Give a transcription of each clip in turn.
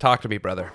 Talk to me, brother.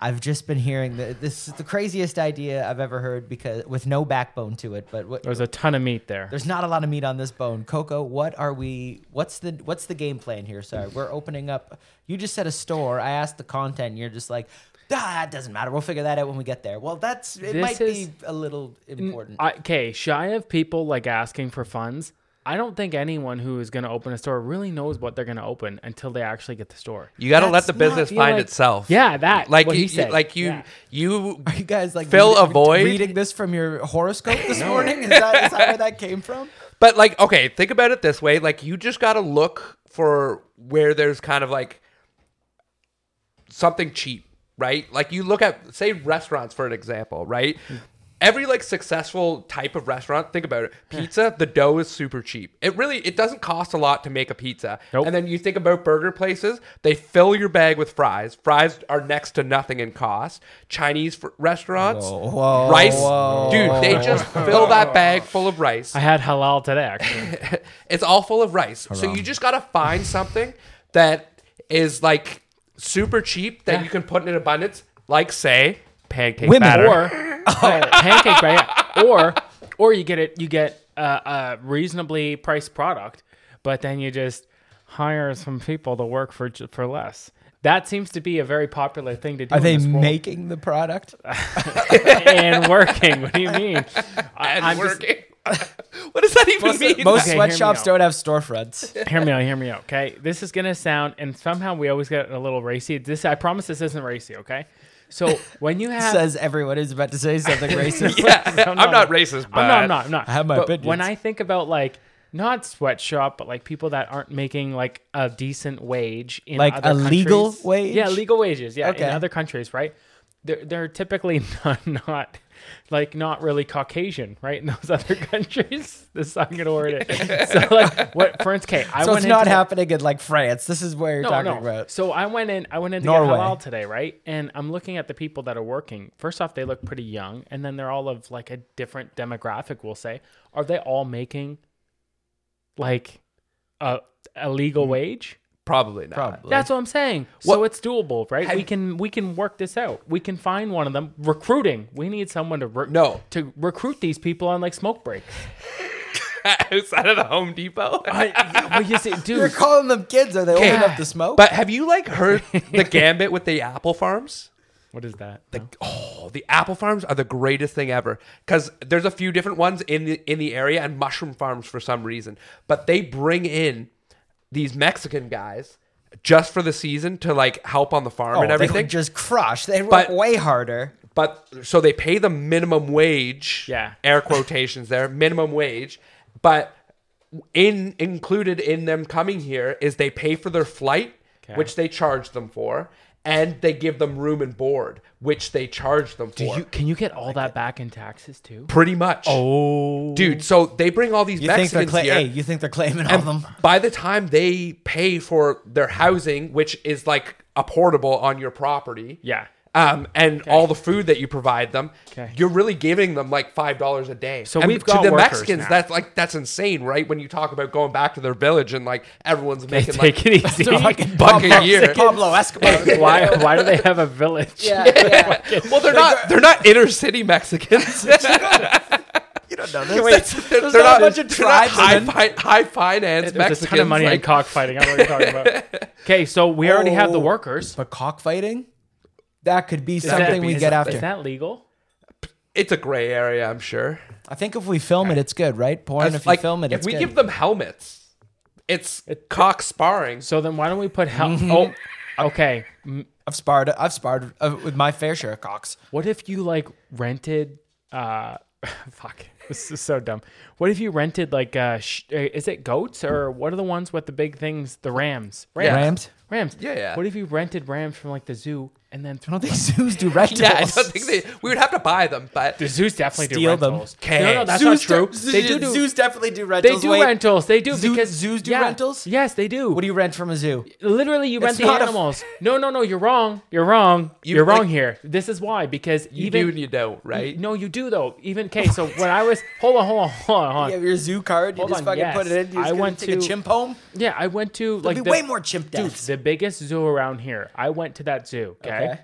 I've just been hearing that this is the craziest idea I've ever heard because with no backbone to it. But what, There's a ton of meat there. there's not a lot of meat on this bone. Coco, what are we? What's the what's the game plan here? Sorry, we're opening up. You just said a store. I asked the content. and You're just like, ah, it doesn't matter. We'll figure that out when we get there. Well, that's it. This might is- be a little important. I, okay, shy of people like asking for funds. I don't think anyone who is going to open a store really knows what they're going to open until they actually get the store. You got to let That's the business not- find like- itself. Yeah, that, Like what you, he said. you- like you, Yeah. you. Are you guys like Fill reading, a void? reading this from your horoscope this morning? Is that, is that where that came from? But like, okay, think about it this way: like, you just got to look for where there's kind of like something cheap, right? Like, you look at say restaurants for an example, right? Every like successful type of restaurant, think about it. Pizza, the dough is super cheap. It really it doesn't cost a lot to make a pizza. Nope. And then you think about burger places, they fill your bag with fries. Fries are next to nothing in cost. Chinese fr- restaurants, Whoa, whoa, rice, whoa. dude, they just fill that bag full of rice I had halal today, actually. it's all full of rice. So you just gotta find something that is like super cheap that you can put in abundance, like say pancake Women. batter. or oh, pancake bread, or or you get it, you get uh, a reasonably priced product, but then you just hire some people to work for j- for less. That seems to be a very popular thing to do. Are in they this world. making the product? and working? What do you mean? I, and I'm just- working. what does that even Listen, mean? Most Okay, hear me sweatshops out. don't have storefronts. hear me out. Hear me out. Okay, this is gonna sound, and somehow we always get a little racy. This, I promise, this isn't racy. Okay, so when you have, Says everyone is about to say something racist. yeah, I'm not- not racist, but I'm not, I'm not, I'm not. I have my But opinions. when I think about like not sweatshop, but like people that aren't making like a decent wage in Like other a legal countries- wage? yeah, legal wages, yeah, Okay. in other countries, right? They're they're typically not, not like not really Caucasian, right? In those other countries, this is how I'm gonna word it. So like, what for instance, okay, I so went it's not into- happening in like France. This is where you're talking about. so I went in. I went in to Norway. get halal today, right? And I'm looking at the people that are working. First off, they look pretty young, and then they're all of like a different demographic. We'll say, are they all making like a a legal wage? probably not. Probably. That's what I'm saying. so What- it's doable, right? we Have- can we can work this out. We can find one of them. Recruiting. We need someone to re- No. to recruit these people on like smoke breaks. Outside of the Home Depot. well, you see, dude. You're calling them kids. Are they old Okay. enough to smoke? But have you like heard the gambit with the apple farms? what is that? No? Oh, the apple farms are the greatest thing ever because there's a few different ones in the in the area and mushroom farms for some reason, but they bring in these Mexican guys just for the season to like help on the farm oh, and they everything. would just crush. They work But- way harder. but so they pay the minimum wage. Yeah. air quotations there, minimum wage, but in included in them coming here is they pay for their flight, which they charge them for. And they give them room and board, which they charge them for. Do you, can you get all that back in taxes too? Pretty much. Oh, Dude, so they bring all these You think they're Mexicans cla- here. hey, you think they're claiming all and them? By the time they pay for their housing, which is like a portable on your property, Yeah. um, and all the food that you provide them, Okay. you're really giving them like five dollars a day. So and we've to got the workers Mexicans, now. that's like that's insane, right? When you talk about going back to their village and like everyone's making Take like it easy. a buck a year. Pablo Escobar. why, why do they have a village? Yeah, yeah. Well, they're not they're not inner city Mexicans. You don't know this. they're, there's they're not not a bunch of they're not tribes high, in- fi- high finance There's Mexicans. a ton of money in like- cockfighting. I don't know what you're talking about. Okay, so we already have the Oh. workers. but cockfighting, that could be Is that- something we is get that- after. Is that legal? it's a gray area, I'm sure. I think if we film it, it's good, right? Porn, That's if you like, film it, if it's we good. give them helmets, it's cock sparring. So then why don't we put hell? Oh, okay. M- I've sparred. I've sparred uh, with my fair share of cocks. What if you like rented? uh Fuck, this is so dumb. What if you rented like uh, sh- uh, is it goats or what are the ones with the big things? The rams. Rams. Yeah. Rams. Rams. Yeah, yeah. What if you rented rams from like the zoo and then I don't think zoos do rectals. Yeah, I don't think they. We would have to buy them, but The zoos definitely Steal do them. rentals. Okay. No, no, that's zoos not true. do- they do, do zoos definitely do they rentals. do Wait, rentals. They do Zoo- because zoos do yeah. rentals? Yes, they do. What do you rent from a zoo? Literally, you rent It's the not a- animals. no, no, no. You're wrong. You're wrong. You- You, are wrong like- here. This is why because you even do and you don't, right? no, you do though. Even okay. So when I was hold on, hold on, hold on, hold You on. Yeah, have your zoo card. You Hold just on, fucking put yes. it in. You I just I went take a to- chimp home. I went to There'd like be the- way more chimp Dude, deaths. the biggest zoo around here. I went to that zoo. Okay. Okay.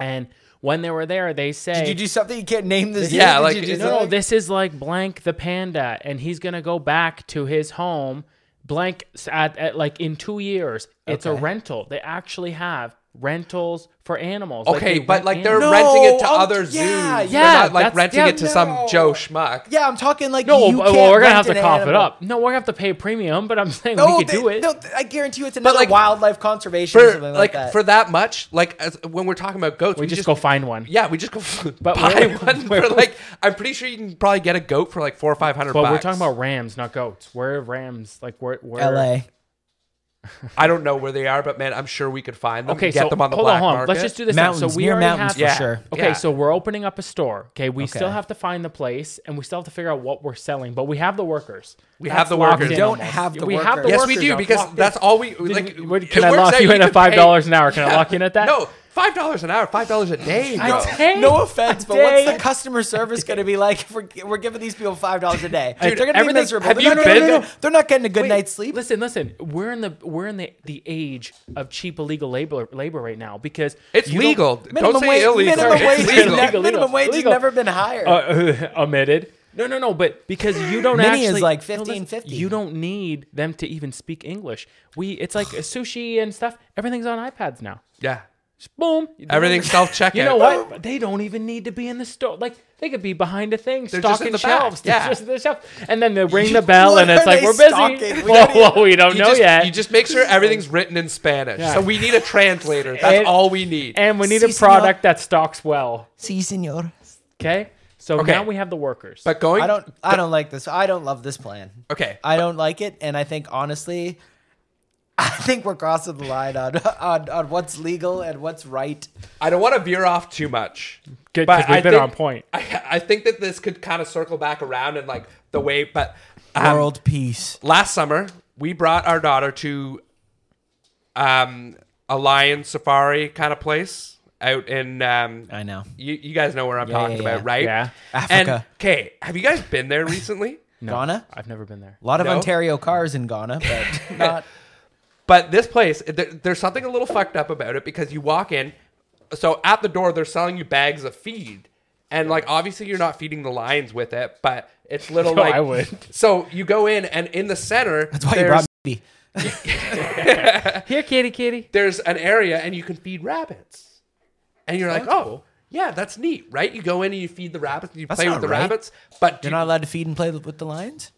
And when they were there, they say, Did you do something you can't name the zoo? Yeah, Did like, you do it's- something? no, this is like blank the panda, and he's gonna go back to his home blank s- at, at like in two years. It's a Okay. rental. They actually have rentals for animals. Okay, they but rent like they're animals. No, renting it to I'm- other zoos. yeah, they're yeah, not like that's- renting yeah, it to some no. Joe schmuck. yeah, I'm talking like no. You well, can't we're gonna rent have to an cough it animal. up. No, we're gonna have to pay premium. But I'm saying No, we could they- do it. No, I guarantee you, it's another like, wildlife conservation or For something like, like, that. for that much, like as, when we're talking about goats, we just, go find one. Yeah, we just go But buy we're- one we're- for like. I'm pretty sure you can probably get a goat for like four or five hundred. But we're bucks. talking about rams, not goats. We're rams. Like we're, we're L.A. I don't know where they are, but man, I'm sure we could find them. Okay, get so them on the hold black on, hold on. market. Let's just do this. now. Mountains So we near already mountains have for Yeah. sure. Okay, Yeah. so we're opening up a store. Okay, we still Okay. have to find the place, and we still have to figure out what we're selling. But we have the workers. We That's have the locked workers. in We don't almost. have the we have the workers. yes, workers. we do now. because Locked that's in. all we Did like. we- what- it can I works lock out, you in at can five pay- dollars an hour? Can I lock you in at that? No, five dollars an hour, five dollars a day. Bro. take No offense, but what's the day- customer service going to be like if we're, we're giving these people five dollars a day? Dude, they're going to be everything- miserable. have they're, you not getting been- a good, they're not getting a good Wait, night's sleep. Listen, listen. We're in the we're in the, the age of cheap illegal labor labor right now because It's you don't- legal. Don't Minimum say wage, illegal. minimum It's wage, has legal. ne- Legal, minimum legal, wage has legal. never been higher. uh, omitted. No, no, no. But because you don't Mini is actually like no, listen, 15.50. You don't need them to even speak English. We it's like sushi and stuff. Everything's on iPads now. Yeah, Just boom. Everything's self-checkout. You know what? They don't even need to be in the store. Like they could be behind a thing, They're just in stocking the back. shelves. They're Yeah. just in the shelf. And then they ring the bell, What and it's are like they we're busy. stocking? We Whoa, don't even- whoa, we don't you know just, yet. You just make sure everything's written in Spanish. Yeah. So we need a translator. That's And- all we need. and we need See, a senor. product that stocks well. Si, senor. Okay. So Okay. now we have the workers. but going, I don't. I don't like this. I don't love this plan. Okay, I don't like it, and I think honestly, I think we're crossing the line on on, on what's legal and what's right. I don't want to veer off too much. Good, 'cause but we've I been think- on point. I, I think that this could kind of circle back around and like the way. But um, World peace. last summer we brought our daughter to um, a lion safari kind of place out in. Um, I know. You, you guys know where I'm talking yeah, about, yeah. right? Yeah. Africa. okay, have you guys been there recently? Ghana. I've never been there. A lot of No. Ontario cars in Ghana, but not. But this place, there, there's something a little fucked up about it because you walk in, so at the door they're selling you bags of feed, and like obviously you're not feeding the lions with it, but it's little No, like I would. So you go in and in the center, That's why there's, you brought me. Here, kitty, kitty. there's an area and you can feed rabbits, and you're like, that's oh. cool. Yeah, that's neat, right? You go in and you feed the rabbits, and you That's play with not the right. rabbits. But do You're you- not allowed to feed and play with the lions.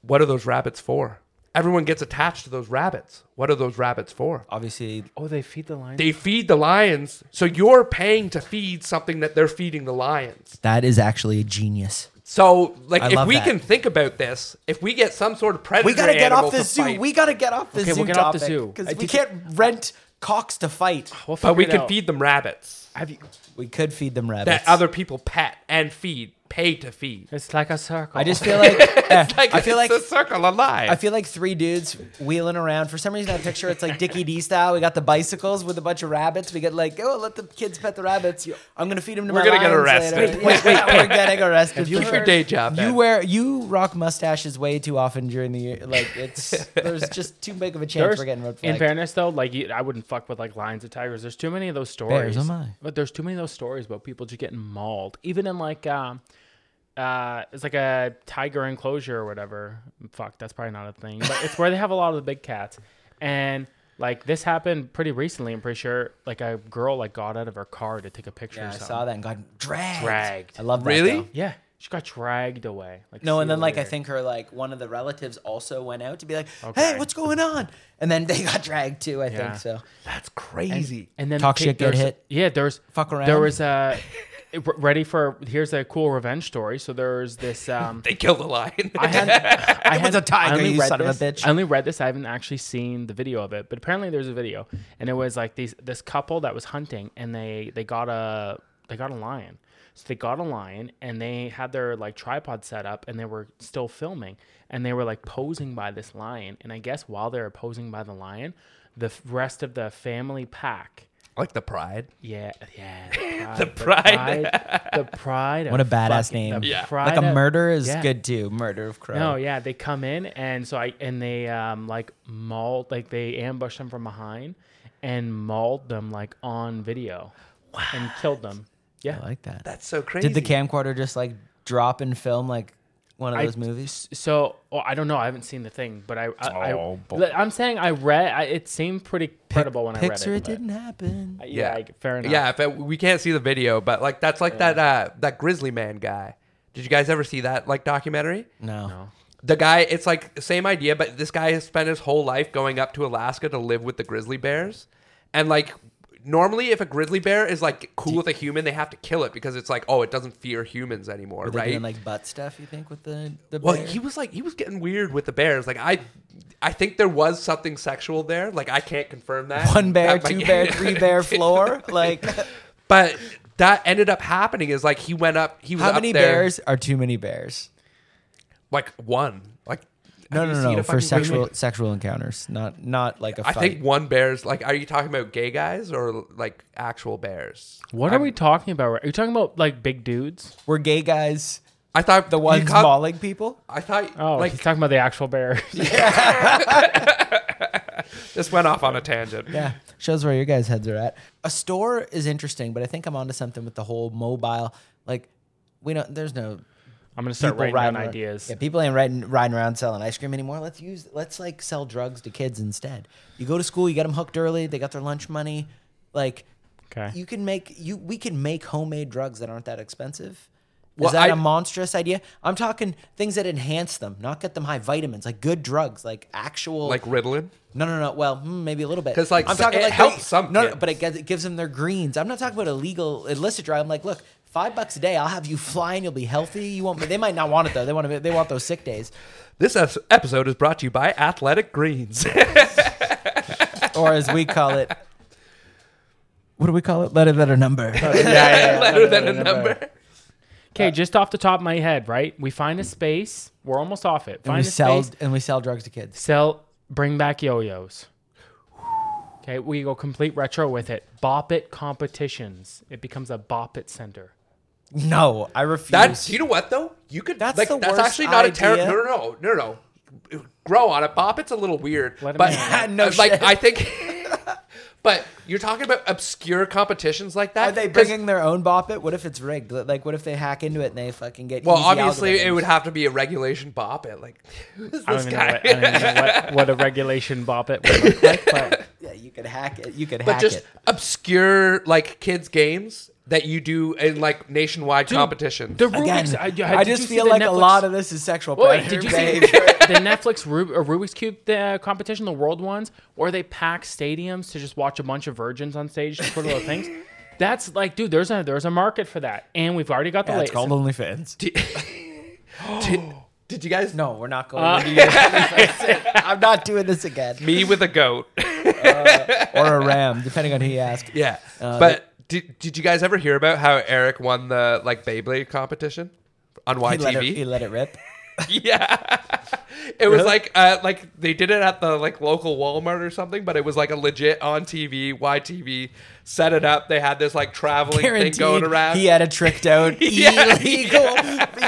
what are those rabbits for? Everyone gets attached to those rabbits. What are those rabbits for? Obviously, Oh, they feed the lions. They feed the lions, so you're paying to feed something that they're feeding the lions. that is actually genius. So, like, I if love we that. can think about this, if we get some sort of predator, We gotta get animal off this to zoo. fight, We gotta get off this Okay, zoo we'll get off the topic, zoo. I because we did- can't rent cocks to fight. We'll but we figure it can out. feed them rabbits Have you? We could feed them that rabbits. other people pet and feed, pay to feed. It's like a circle. I just feel like, eh, I feel like it's a circle of life. I feel like three dudes wheeling around. For some reason, that picture it's like Dickie D style. We got the bicycles with a bunch of rabbits. We get like, oh, let the kids pet the rabbits. I'm gonna feed them to We're my gonna get lions arrested. later." Yeah, we're getting arrested. you for keep sure. your day job, You then. wear you rock mustaches way too often during the year. Like it's there's just too big of a chance There's- we're getting red in flagged. fairness though, like you, I wouldn't fuck with like lions or tigers. There's too many of those stories. Bears, oh am I? But there's too many of those stories about people just getting mauled, even in like um, uh, it's like a tiger enclosure or whatever. Fuck, that's probably not a thing, but it's where they have a lot of the big cats. And like this happened pretty recently. I'm pretty sure like a girl like got out of her car to take a picture. yeah, or I something. saw that and got dragged. Dragged. I love that. Really? though. Yeah, she got dragged away. Like No, and see then you like I later. think her like one of the relatives also went out to be like, Okay. hey, what's going on? And then they got dragged too. I think so. That's crazy. And then Talk okay, shit, get there's- hit. Yeah, there's Fuck around. There was a ready for here's a cool revenge story. So there's this. Um, they kill the lion. I had, I was a tiger, I only you read son of a this- bitch. I only read this. I haven't actually seen the video of it, but apparently there's a video, and it was like these this couple that was hunting, and they they got a they got a lion. So they got a lion, and they had their like tripod set up, and they were still filming, and they were like posing by this lion, and I guess while they were posing by the lion, the f- rest of the family pack like the pride. Yeah, yeah. The The pride. of What a badass fucking- name. the Yeah. Like pride a of- murder is yeah. good too. Murder of crow. No, yeah, they come in and so I and they um like mauled like they ambushed them from behind and mauled them like on video and killed them. Yeah. I like that. That's so crazy. Did the camcorder just like drop and film like one of I- those movies? So well, I don't know. I haven't seen the thing, but I, I, Oh, boy. I am saying I read. I, it seemed pretty credible when I read Picture it. it but- didn't happen. Yeah, Yeah. like, fair enough. Yeah, if it, we can't see the video, but like that's like that uh, that Grizzly Man guy. Did you guys ever see that like documentary? No. No. The guy, it's like same idea, but this guy has spent his whole life going up to Alaska to live with the grizzly bears, and like normally if a grizzly bear is like cool with a human, they have to kill it because it's like oh it doesn't fear humans anymore, Were they right? doing like butt stuff? You think with the the Well, bear? he was like he was getting weird with the bears. Like I, I think there was something sexual there. Like I can't confirm that. one bear, That might- two bear, three bear floor. Like But that ended up happening is like he went up. He was how up many there, bears are too many bears? Like one. Like No, have you no, seen no, a no. For fucking grizzly? sexual sexual encounters, not not like a I fight. think one bear's like. Are you talking about gay guys or like actual bears? What are we talking about? Are you talking about like big dudes? We're gay guys. I thought The you ones call- mauling people. I thought Oh, like he's talking about the actual bears. this went off on a tangent. Yeah, shows where your guys' heads are at. A store is interesting, but I think I'm onto something with the whole mobile. Like, we don't. There's no I'm gonna start people writing down riding around- ideas. Yeah, people ain't riding riding around selling ice cream anymore. Let's use let's like sell drugs to kids instead. You go to school, you get them hooked early. They got their lunch money. Like, Okay. you can make you we can make homemade drugs that aren't that expensive. Well, Is that I- a monstrous idea? I'm talking things that enhance them, not get them high vitamins, like good drugs, like actual Like Ritalin. no, no, no. Well, hmm, maybe a little bit. 'Cause, like, I'm so- it they- helps some No, no, kids. but it, gets- it gives them their greens. I'm not talking about illegal, illicit drug. I'm like, look, five bucks a day, I'll have you flying. You'll be healthy. You won't. They might not want it though. They want to. They want those sick days. This ep- episode is brought to you by Athletic Greens. Or as we call it, what do we call it? Letter, letter, number. Better than a number. Uh, Okay, just off the top of my head, right? We find a space. We're almost off it. and Find we a sell space. and we sell drugs to kids. Sell. Bring back yo-yos. Okay, we go complete retro with it. Bop it competitions. It becomes a bop it center. No, I refuse. That's you know what though? You could That's like the that's worst actually not a terrible idea. no no no no no. Grow on it. Bop it's a little weird. Let 'em but hang out. No like shit. I think But you're talking about obscure competitions like that. Are they 'Cause- bringing their own bop it? What if it's rigged? Like, what if they hack into it and they fucking get? Well, easy obviously it algorithms? would have to be a regulation bop it. Like who's I don't this even know, guy? what, I don't even know what, what a regulation bop it would look like, but Yeah, you could hack it. You could but hack just it. obscure like kids games that you do in like nationwide competitions. the Rubik's. Again, I, I, did you just see feel the like a Netflix- lot of this is sexual Wait, predator did you see behavior. the Netflix Ru- uh, Rubik's Cube uh, competition, the world ones, where they pack stadiums to just watch a bunch of virgins on stage just for little things? That's like, dude, there's a there's a market for that, and we've already got the latest. OnlyFans. did, did you guys No, we're not going. to do OnlyFans. Uh, I'm not doing this again. me with a goat? Or a ram, depending on who you ask. Yeah. Uh, but did, did you guys ever hear about how Eric won the like Beyblade competition on He let, it, he YTV? let it rip. yeah. it was like uh, like they did it at the like local Walmart or something, but it was like a legit on TV YTV set it up. They had this like traveling Guaranteed, thing going around. he had a tricked out Yeah, illegal,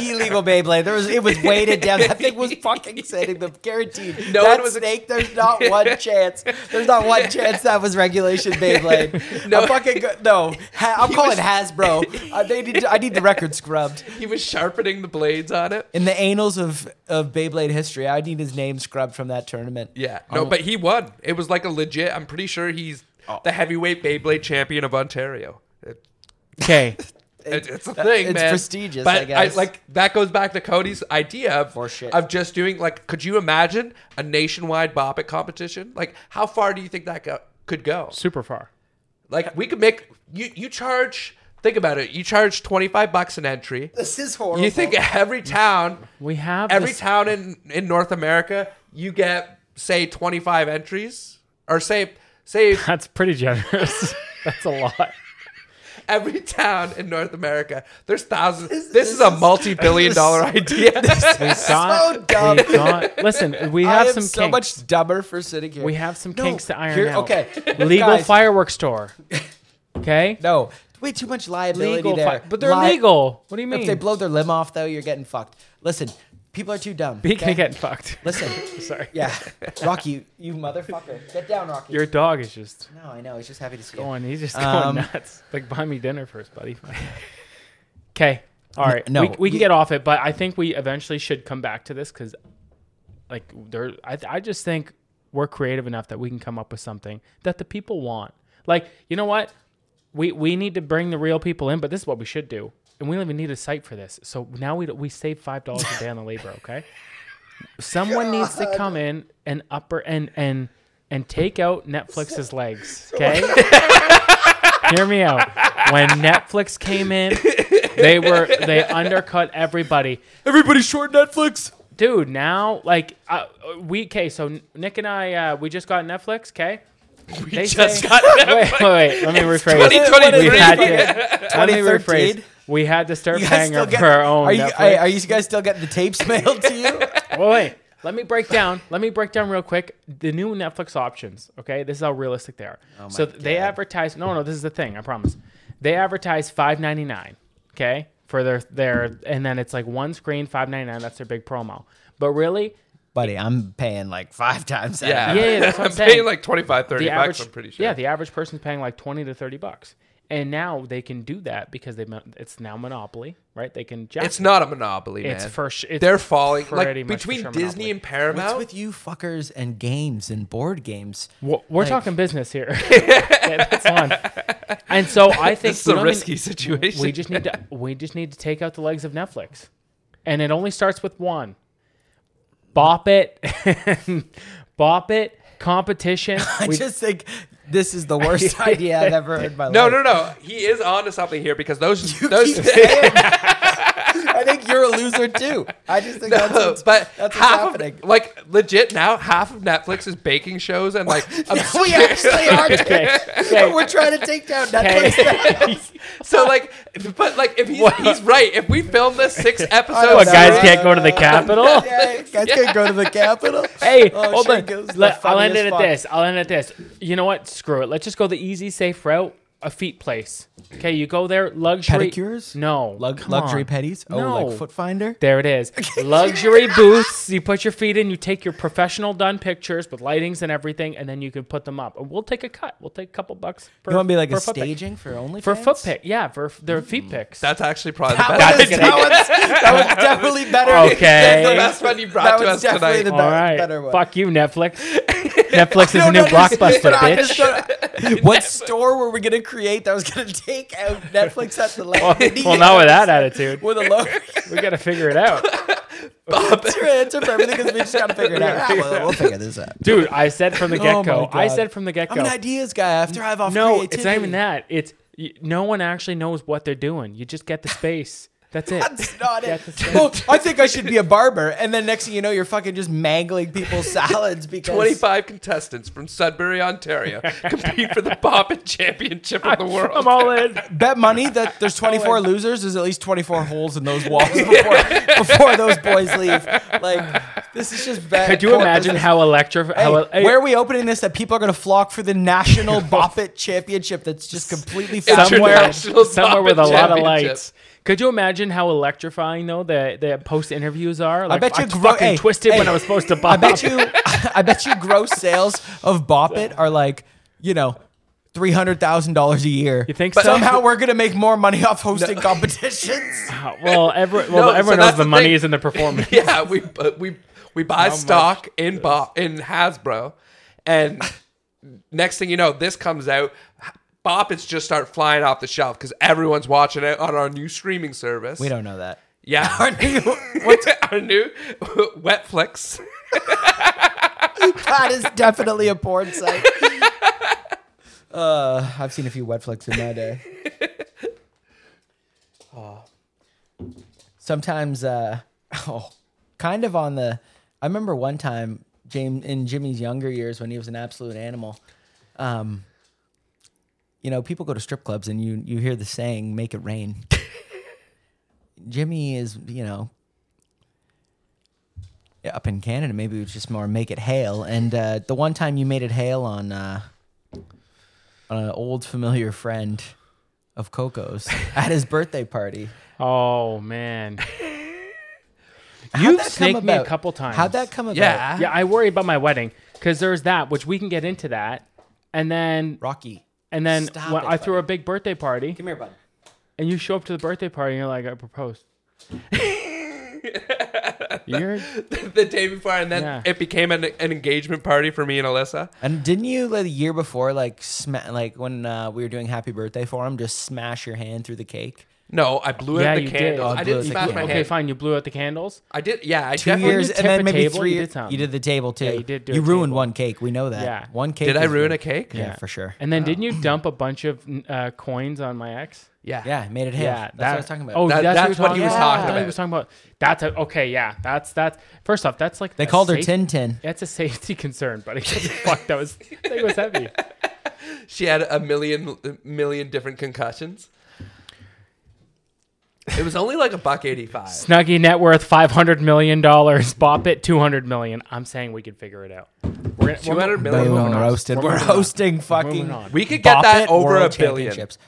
illegal Beyblade. There was it was weighted down. That thing was fucking sitting them. Guaranteed. No No one that was- snake. There's not one chance. There's not one chance that was regulation Beyblade. No. No, I'm fucking go- no. Ha- I'm He calling was- Hasbro. I they need. I need the record scrubbed. He was sharpening the blades on it. In the annals of, of Beyblade history, I need his name scrubbed from that tournament. Yeah. No, but he won. It was like a legit. I'm pretty sure he's Oh. the heavyweight Beyblade champion of Ontario. It- Okay, It, it's a thing, it's man. prestigious, but I guess. like that goes back to Cody's idea of Or shit. of just doing like. Could you imagine a nationwide bop it competition? Like, how far do you think that go, could go? super far. Like, we could make you you charge. Think about it. You charge twenty five bucks an entry. This is horrible. You think every town, We have every this- town in in North America, you get say twenty five entries, or say say That's pretty generous. That's a lot. every town in North America. There's thousands. This, this is a is- multi billion dollar idea. We got, So dumb. we got- listen, we have I am some so kinks. much dumber for sitting here? we have some No, kinks to iron here- out. okay, legal guys. fireworks store. Okay. No, way too much liability Legal, there. fi- but they're Li- legal. What do you mean? If they blow their limb off, though, you're getting fucked. Listen, people are too dumb. Speaking okay? of getting fucked. Listen, Sorry. yeah, Rocky, you motherfucker, get down, Rocky. Your dog is just no, I know. He's just happy to see you. going. He's just going Um, nuts. Like buy me dinner first, buddy. Okay. All right. no, We, we can you- get off it, but I think we eventually should come back to this because, like, there. I I just think we're creative enough that we can come up with something that the people want. Like, you know what? We we need to bring the real people in, but this is what we should do, and we don't even need a site for this. So now we we save five dollars a day on the labor. Okay. Someone needs to come in and upper and and and take out Netflix's legs. Okay. Hear me out. When Netflix came in, they were they undercut everybody. Everybody's short Netflix. Dude, now like uh, we okay. So Nick and I, uh, we just got Netflix. Okay. We Just got Netflix. Wait, wait, wait, let me rephrase. 2023. We had to, let me 2013? rephrase. We had to start You guys paying still her get- for our own. Are you, Netflix. are, are you guys still getting the tapes mailed to you? Well, wait. Let me break down. Let me break down real quick the new Netflix options. Okay, this is how realistic they are. so th- they advertise. No, no, this is the thing. I promise. They advertise five ninety nine. Okay, for their their and then it's like one screen five ninety nine. That's their big promo. But really, Buddy, I'm paying like five times that. Yeah, Yeah, yeah, that's what I'm I'm saying. paying like 25, 30 the bucks. average I'm pretty sure. yeah the average person's paying like 20 to 30 bucks and now they can do that because they mon- it's now monopoly right they can jack it's not a monopoly, man. It's for sh- it's They're falling pretty like much for between sure Disney monopoly. and What's Paramount. with you fuckers and games and board games? Well, we're talking business here yeah, that's one and so i think This is we a don't even- risky situation. we just need to we just need to take out the legs of netflix and it only starts with one bop it bop it competition I We- just think this is the worst idea I've ever heard in my no, life. no, no. He is onto something here because those You those keep saying- I think you're a loser too. I just think that's No, what's, but that's what's half happening. of like legit now half of Netflix is baking shows and like we obscure- actually are. okay, okay. We're trying to take down Okay. Netflix. so like but like if he's, he's right if we film this six episodes What, But guys Sorry. can't go to the capital Yeah, guys can't go to the Capitol. Hey, Oh, hold sure on. goes the Let- I'll end funniest it at fuck. this. I'll end it at this. You know what? Screw it. Let's just go the easy, safe route. A feet place. Okay, you go there. Luxury Pedicures? No, Lug- come luxury on. petties. Oh, No. like Foot Finder. There it is. Luxury booths. You put your feet in. You take your professional done pictures with lightings and everything, and then you can put them up. And we'll take a cut. We'll take a couple bucks. For, You want to be like for a Mm, foot pic. staging for OnlyFans? for foot pick? Yeah, for f- their feet pics. that's actually probably That, the best was, that, one's, that one's definitely better. Okay. the best one you That brought to was us definitely tonight the All be- right. better one. Fuck you, Netflix. Netflix is a don't new understand, blockbuster, but I bitch. just don't- What store were we gonna create that was gonna take out Netflix at the left? Well, not with that attitude. With a lower We gotta figure it out. That's your answer for everything because we just gotta figure it out. Ah, well, we'll figure this out. dude. I said from the Oh get my go. I God. said from the get I'm an go. ideas guy. I have to thrive off No, creativity. it's not even that. It's y no one actually knows what they're doing. You just get the space. That's it. That's not it. Get the space. Well, I think I should be a barber, and then next thing you know, you're fucking just mangling people's salads because 25 contestants from Sudbury Ontario compete for the Boppin Championship of the world I'm all in. bet money that there's 24 losers. There's at least 24 holes in those walls before, before those boys leave. Like this is just bad. Could you poor imagine business. how electric? Hey, how, hey, where are we opening this that people are going to flock for the national Bop It championship that's just completely somewhere, fascinating? International somewhere with a Boppin' lot of Championship. lights. Could you imagine how electrifying though the the post interviews are? Like, I bet you gro- fucking hey, twisted when hey, I was supposed to I bop. bet you, I bet you, gross sales of Bop It are like, you know, three hundred thousand dollars a year. You think so? somehow we're going to make more money off hosting competitions? Well, every, No, well, so that's everyone knows the, the money thing. is in the performance. yeah, we uh, we we buy much stock in Bo- in Hasbro, and next thing you know, this comes out. Boppets just start flying off the shelf because everyone's watching it on our new streaming service. We don't know that. Yeah, Our new, what's our new Wetflix? that is definitely a porn site. Uh, I've seen a few wet flicks in my day. Sometimes, uh, oh, kind of on the. I remember one time, James in Jimmy's younger years when he was an absolute animal. Um, you know, people go to strip clubs and you you hear the saying "make it rain." Jimmy is, you know, yeah, up in Canada, maybe it was just more make it hail. And uh, the one time you made it hail on, uh, on an old familiar friend, of cocos at his birthday party. Oh man, How'd you've that come snaked me a about? couple times. How'd that come about? Yeah. Yeah, I worry about my wedding because there's that, which we can get into that, and then Rocky. and then Stop when it, I threw a buddy. big birthday party, Come here, bud. and you show up to the birthday party, and you're like, I proposed. you're the day before, and then Yeah. it became an, an engagement party for me and Alyssa. And didn't you like the year before, like sma- like when uh, we were doing happy birthday for him, just smash your hand through the cake? No, I blew Yeah, out the you did. candles. Oh, I blew didn't out the smash my candles. okay. hand. Fine, you blew out the candles. I did. Yeah, I Two definitely years tip and a then maybe table? three. You did something. you did the table too. Yeah, you did do you a ruined table. one cake. We know that. Yeah. One cake. Did I is ruin a ruined. cake? Yeah, for sure. And then didn't you Oh. dump a bunch of uh, coins on my ex? Yeah. Yeah, made it half. Yeah, that's that- what I was talking about. Oh, That- that's, that's what he was talking I thought He was talking about. That's a, okay. Yeah, that's that's. First off, that's like they a called her safe- Tin Tin. That's a safety concern, buddy. Fuck, that was that thing was heavy. She had a million million different concussions. It was only like a buck eighty five. Snuggie net worth five hundred million dollars. Bop it two hundred million. I'm saying we could figure it out. We're gonna, Two hundred million. Boom, dollars. roasted. We're hosting fucking. on. We could get Bop that It over a World billion. Championships.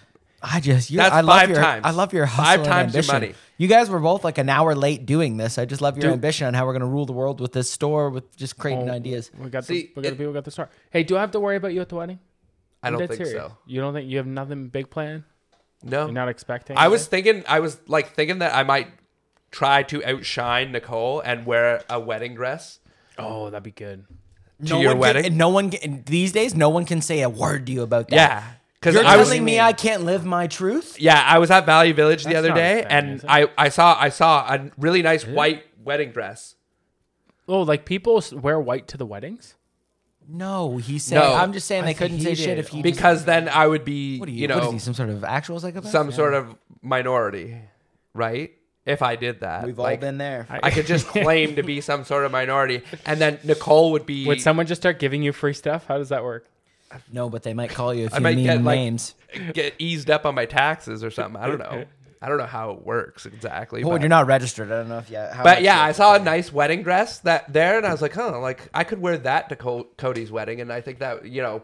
I just, you're, That's I love five your, times. I love your hustle Five and times your ambition. money. You guys were both like an hour late doing this. I just love your Dude. ambition on how we're gonna rule the world with this store with just Oh, creating ideas. Oh, We got See, the we got it- the people. Got the star. Hey, do I have to worry about you at the wedding? I don't Dead think serious. so. You don't think you have nothing big planned? No, You're not expecting. I was thinking, I was like thinking that I might try to outshine Nicole and wear a wedding dress. anything? Oh, that'd be good. To your one can- wedding? and no one can, these days, no one can say a word to you about that. Yeah, because You're I was telling me I can't live my truth? yeah I was at Valley Village the That's other not as day, bad, and is it? I I saw I saw a really nice white wedding dress. Oh, like people s- wear white to the weddings. No, he said. No. I'm just saying I they think couldn't he say did. shit if he just- because then I would be, what are you, you, what is know, he, some sort of actual psychopath? some sort of minority, right? If I did that, We've all Like, been there. I could just claim to be some sort of minority, and then Nicole would be. Would someone just start giving you free stuff? How does that work? no, but they might call you if I you might mean get, like- names. get eased up on my taxes or something. I don't know. I don't know how it works exactly. Well, but, you're not registered. I don't know if yeah. How but much yeah, you- I saw a nice wedding dress that there, and I was like, huh, like I could wear that to Col- Cody's wedding, and I think that you know,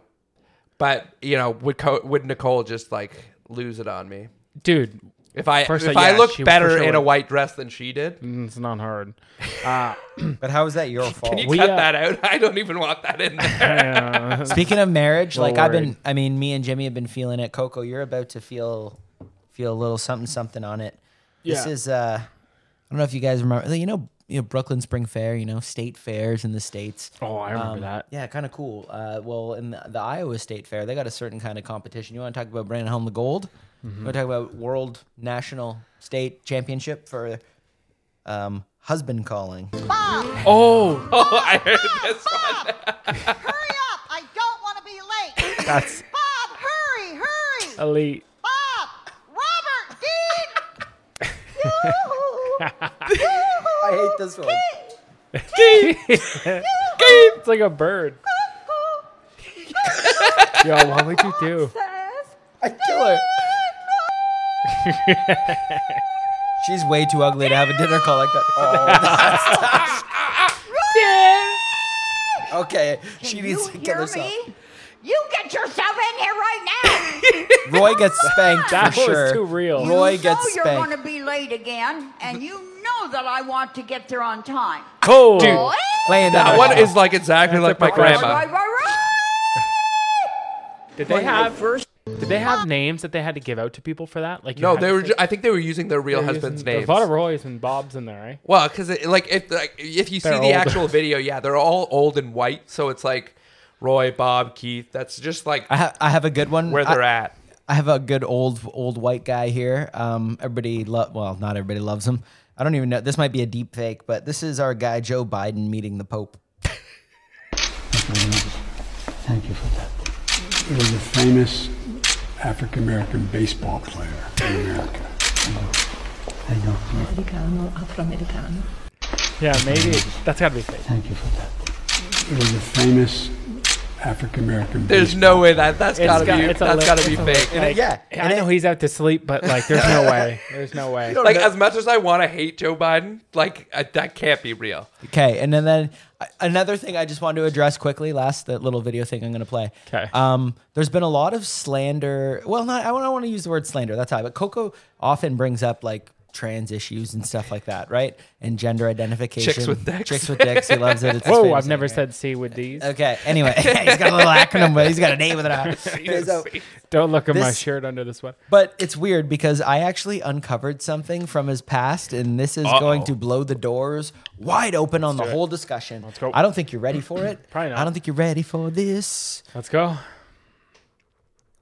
but you know, would Co- would Nicole just like lose it on me Dude, if I First, if uh, I yeah, looked she- for better sure in would. a white dress than she did? mm, it's not hard. But how is that your fault? Can you We, cut uh, that out? I don't even want that in there. Yeah. Speaking of marriage, like I've been, Lord. I mean, me and Jimmy have been feeling it. Coco, you're about to feel, feel a little something, something on it. This Yeah. is, uh, I don't know if you guys remember, you know, you know, Brooklyn Spring Fair, you know, state fairs in the states. oh, I remember Um, that. Yeah, kind of cool. Uh, well, in the, the Iowa State Fair, they got a certain kind of competition. You want to talk about bringing home the gold? You want to talk about world, national, state championship for um, husband calling? Oh, Oh, I heard this. Hurry up! I don't want to be late. That's Bob, hurry, hurry! elite. Bob, Robert, Dean. Yoo-hoo. I hate this one. it's like a bird. Yo, what would you do? I kill her. She's way too ugly to have a dinner call like that. Oh. okay, she Can needs you to kill hear herself. me? You get yourself in here right now. Roy gets spanked That for was sure. too real. Roy you gets know you're going spanked. to be late again, and you know that I want to get there on time. Cool. Dude. Boy, Laying That down. one is like exactly like my a right, perfect- grandma. right, right, right. Did they have Did they have names that they had to give out to people for that? Like you No, had they to were. say- Ju- I think they were using their real They're using- husband's There's names. a lot of Roy's and Bob's in there, right? Well, because like if like if you see They're the old. actual video, yeah, they're all old and white, so it's like Roy, Bob, Keith. That's just like I, ha- I have a good one. where they're I, at. I have a good old old white guy here. Um, everybody love. Well, not everybody loves him. I don't even know. This might be a deep fake, but this is our guy Joe Biden meeting the Pope. Thank you for that. It was a famous African American baseball player in America. I know. americano, afroamericano. Yeah, maybe that's got to be fake. Thank you for that. It was a famous African American There's no way that that's It's gotta got- be it's a that's li- gotta be it's a li- fake. And it- yeah, I and it- know he's out to sleep, but like, there's no way. There's no way. Like as much as I want to hate Joe Biden, like I, that can't be real. Okay, and then, then uh, another thing I just wanted to address quickly, last that little video thing I'm going to play. 'Kay. Um, there's been a lot of slander. Well, not I don't want to use the word slander. That's high, but Coco often brings up like trans issues and stuff like that, right? And gender identification. Chicks with dicks. Chicks with dicks. He loves it. It's his Whoa, favorite I've never thing, right? said C with D's. Uh, Okay. Anyway, he's got a little acronym, but he's got a name with it. on. So- Don't look at my This- shirt under the sweater. but it's weird because I actually uncovered something from his past, and this is going to blow the doors wide open on the whole discussion. Let's go. I don't think you're ready for it. Probably not. I don't think you're ready for this. Let's go.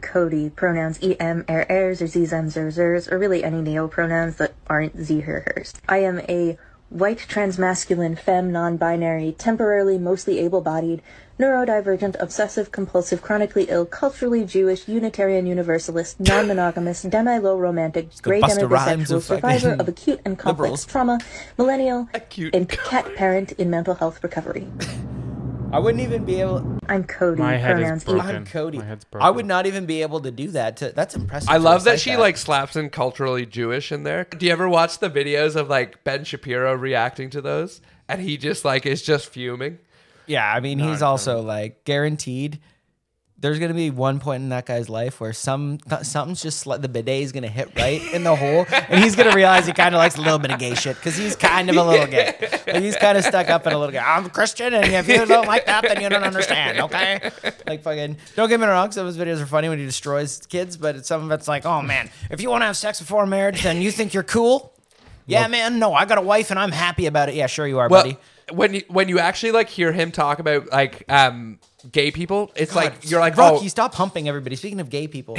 Cody pronouns em, er, ers, or z's, ems, ers, ers, or really any neopronouns that aren't z, her, hers. I am a white, transmasculine, femme, non-binary, temporarily mostly able-bodied, neurodivergent, obsessive-compulsive, chronically ill, culturally Jewish, Unitarian Universalist, non-monogamous, demi-low romantic, the gray Busta Rhymes demisexual, of survivor fucking of acute and liberals. complex trauma, millennial, Acute and and cat parent in mental health recovery. I wouldn't even be able. I'm Cody My head is pronouns E, broken. I'm Cody. My head's broken. I would not even be able to do that. To, that's impressive. I to love that recite she like slaps in culturally Jewish in there. Do you ever watch the videos of like Ben Shapiro reacting to those? And he just like is just fuming. Yeah, I mean, he's also like guaranteed. There's gonna be one point in that guy's life where some th- something's just like the bidet is gonna hit right in the hole, and he's gonna realize he kind of likes a little bit of gay shit because he's kind of a little gay. Like, he's kind of stuck up in a little gay. I'm Christian, and if you don't like that, then you don't understand. Okay, like fucking. Don't get me wrong. Some of his videos are funny when he destroys kids, but some of it's like, oh man, if you want to have sex before marriage, then you think you're cool. Yeah, man. No, I got a wife, and I'm happy about it. Yeah, sure you are, Well, buddy. when you when you actually like hear him talk about like um gay people, it's like you're like oh, Rocky, stop humping everybody. Speaking of gay people,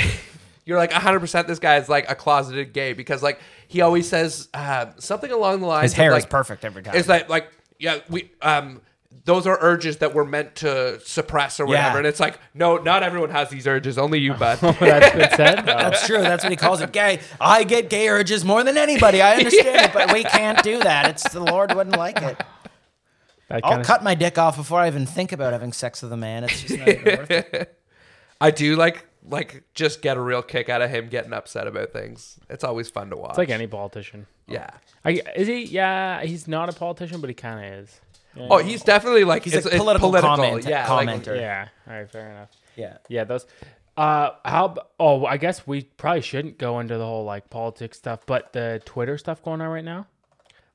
you're like 100% this guy is like a closeted gay because like he always says uh, something along the lines His hair of, is like- perfect every time. it's like like yeah we um those are urges that we're meant to suppress or whatever Yeah. and it's like no not everyone has these urges only you bud Well, that's been said. Oh, though. that's true. That's what he calls it. Gay. I get gay urges more than anybody. I understand it, but we can't do that. It's the Lord wouldn't like it. That I'll kinda- cut my dick off before I even think about having sex with a man. It's just not even worth it. i do like like just get a real kick out of him getting upset about things it's always fun to watch It's like any politician. yeah I, is he? Yeah, he's not a politician, but he kind of is. oh he's definitely like He's it's, a it's political, political comment, yeah like- commenter. Yeah. All right. Fair enough. yeah. Yeah. Those. Uh. How? ab- Oh, I guess we probably shouldn't go into the whole like politics stuff, but the Twitter stuff going on right now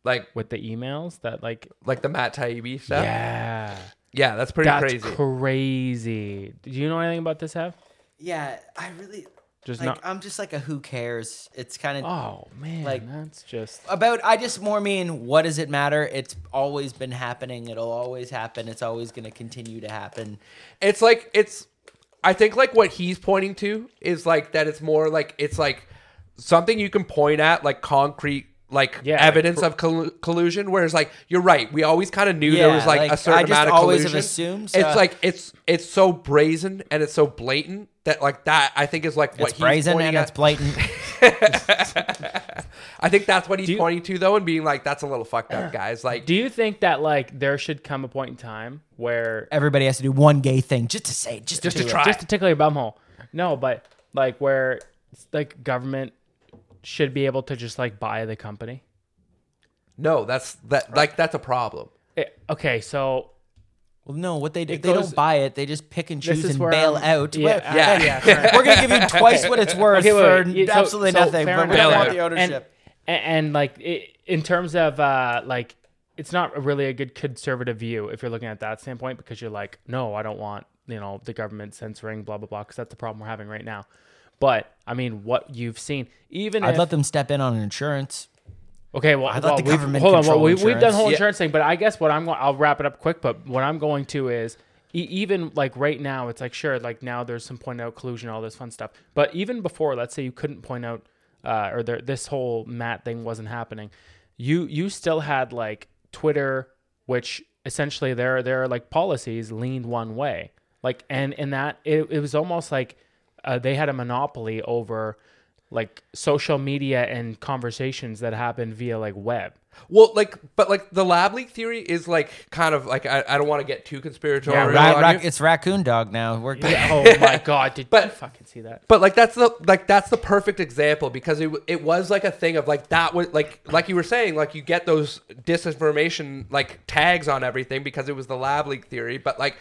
like like with the emails that like. the matt taibbi stuff yeah, Yeah. that's pretty That's crazy crazy. Do you know anything about this, Ev? Yeah. I really Just like. not. I'm just like a who cares. It's kind of oh man. like- that's just. about i just more mean what does it matter it's always been happening it'll always happen it's always going to continue to happen it's like it's i think like what he's pointing to is like that it's more like it's like something you can point at like concrete like Yeah, like evidence pr- of collu- collusion whereas like you're right we always kind of knew there Yeah, was like, like, a certain I just amount of always have collusion assumed, so- it's like it's it's so brazen and it's so blatant that like that i think is like what it's he's brazen pointing and at. it's blatant i think that's what he's you- pointing to though and being like that's a little fucked up guys like Do you think that like there should come a point in time where everybody has to do one gay thing just to say just, Just to, to do it. try. just to tickle your bumhole. No, but like where like government should be able to just like buy the company. no that's that like that's a problem Eh, okay, so Well, no, what they do, It they goes- don't buy it. They just pick and choose is and where bail I'm- out. Yeah, Well, yeah, hey, yeah, fair We're gonna give you twice what it's worth Okay, wait, for wait, yeah, so- absolutely so nothing. fair But we enough. don't Bail want out. the ownership. and, and like i in terms of uh like it's not really a good conservative view if you're looking at that standpoint because you're like no i don't want you know the government censoring blah blah blah because that's the problem we're having right now but i mean what you've seen even I'd if, let them step in on insurance. Okay, well, I'd let well, the we've- government hold on. Well, control we, we've done insurance. whole Yeah. insurance thing, but I guess what I'm going, I'll wrap it up quick. But what I'm going to is e- even like right now, it's like sure, like now there's some point out collusion, all this fun stuff. But even before, let's say you couldn't point out, uh, or there, this whole Matt thing wasn't happening, you you still had like Twitter, which essentially their their like policies leaned one way, like and and that it, it was almost like uh, they had a monopoly over like social media and conversations that happen via like web. Well, like, but like the lab leak theory is like kind of like I, I don't want to get too conspiratorial. Ra- on ra- you. it's raccoon dog now. We're Oh my god, did But- you fucking see that? But like that's the like that's the perfect example because it w- it was like a thing of like that was like like you were saying like you get those disinformation like tags on everything because it was the lab leak theory but like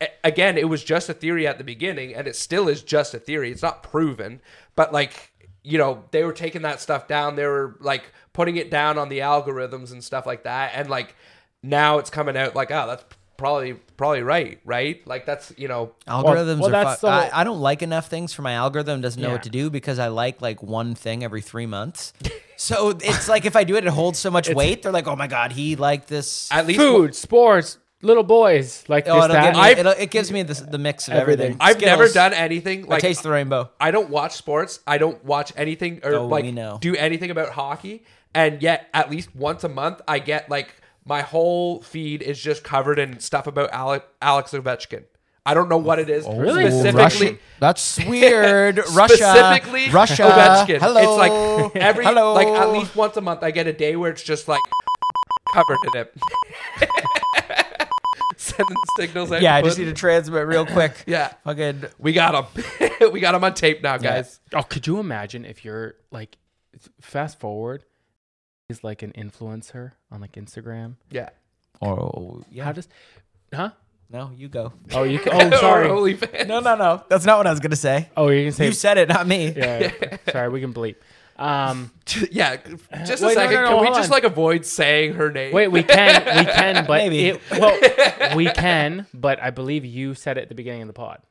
a- again it was just a theory at the beginning and it still is just a theory it's not proven but like you know they were taking that stuff down they were like putting it down on the algorithms and stuff like that and like now it's coming out like oh that's probably probably right right like that's you know Algorithms well, are that's fu- the I, whole- I don't like enough things for my algorithm doesn't know Yeah. what to do because I like like one thing every three months. so it's like if I do it, it holds so much weight. They're like, oh my god, he liked this. at least Food, sports, little boys like oh, this it'll give that. me, I- it'll, it gives me the, the mix of everything. Everything. I've never Skittles. done anything I like taste the rainbow. I don't watch sports. I don't watch anything or Oh, like we know. do anything about hockey. And yet, at least once a month, I get like my whole feed is just covered in stuff about Alec, Alex Ovechkin. I don't know what it is Really? specifically. That's Oh, weird. Russia. Specifically, Russia. Ovechkin. Hello. It's like every Hello. like at least once a month, I get a day where it's just like covered in it. Sending signals. out yeah, I to just Putin. need to transmit real quick. Yeah. Fucking We got him. we got him on tape now, guys. Oh, could you imagine if you're like, f- fast forward, he's like an influencer on like Instagram. Yeah. Oh How yeah. does, huh? No, you go. Oh, you. ca- Oh, Or sorry. OnlyFans. No, no, no. That's not what I was gonna say. Oh, you can say. You said it, not me. yeah, yeah. sorry, we can bleep. Um, yeah, just a Wait, no, second. no, no, Can we hold just on. like avoid saying her name? wait, we can, we can, but Maybe. it, well, we can, but I believe you said it at the beginning of the pod.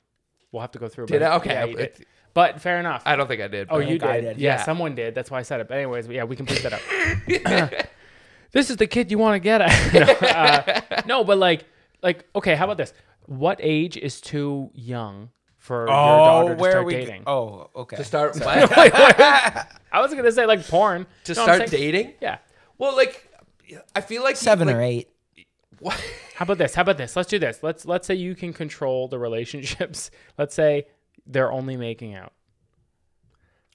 We'll have to go through. Did but- I? Okay, yeah, you it- did. But fair enough. I don't think I did. Oh, but- you I did. did. Yeah, Yeah. someone did. That's why I said it. But anyways, yeah, we can bleep that up. this is the kid you want to get at. no, uh, no, but like, like, okay, how about this? What age is too young for your daughter to start dating? Oh, okay. to start what? I was gonna say like porn. to No, I'm start saying- dating? Yeah. Well, like I feel like Seven like, or eight. How about this? How about this? Let's do this. Let's let's say you can control the relationships. Let's say they're only making out.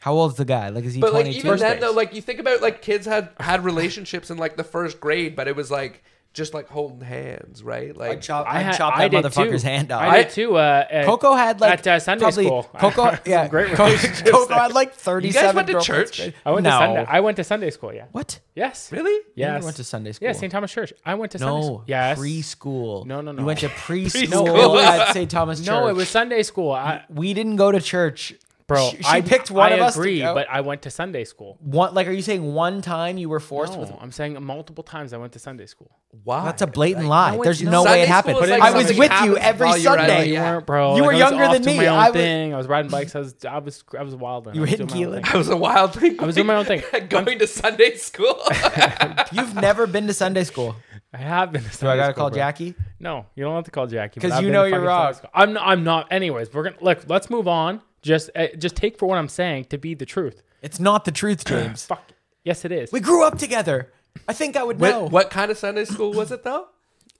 How old's the guy? Like, is he But like 22? even then base. though, like you think about like kids had had relationships in like the first grade, but it was like just like holding hands, right? I Like chop, had- chop that did motherfucker's too. hand off. I did too. Uh, at- Coco had like at uh, Sunday probably- school. Coco, yeah, great Co- relationships Coco there. had like you thirty-seven. guys went to girlfriends. church, I went No. to Sunday. I went to Sunday school. Yeah. What? Yes. really? You Yes. never went to Sunday school. Yeah, St. Thomas Church. I went to Sunday No, school. Yes. preschool. No, no, no. You went to preschool, Preschool. at St. Thomas Church. No, it was Sunday school. I, We didn't go to church, bro, She, she I picked one I of us. to agree, go. but I went to Sunday school. one, like, are you saying one time you were forced with? No, I'm saying multiple times I went to Sunday school. Why? That's a blatant lie. no, There's it's no not. way Sunday it school happened. is like I was something with you happens every while you're at it. Sunday. You You Yeah. weren't, bro. You Like, were I was younger off than doing me. My own I was- thing. I was riding bikes. I was, I was, I was wild. Then. You I was were doing in my own Keeling. thing. I was a wild thing. I was doing my own thing. Going to Sunday school. You've never been to Sunday school. I have been. To Do I gotta call Jackie? No, you don't have to call Jackie 'Cause but I've you been know to you're fucking wrong. Sunday school. I'm. Not, I'm not. Anyways, we're gonna look. Let's move on. Just, uh, just take for what I'm saying to be the truth. It's not the truth, James. Fuck. Yes, it is. We grew up together. I think I would What- know. what kind of Sunday school was it though?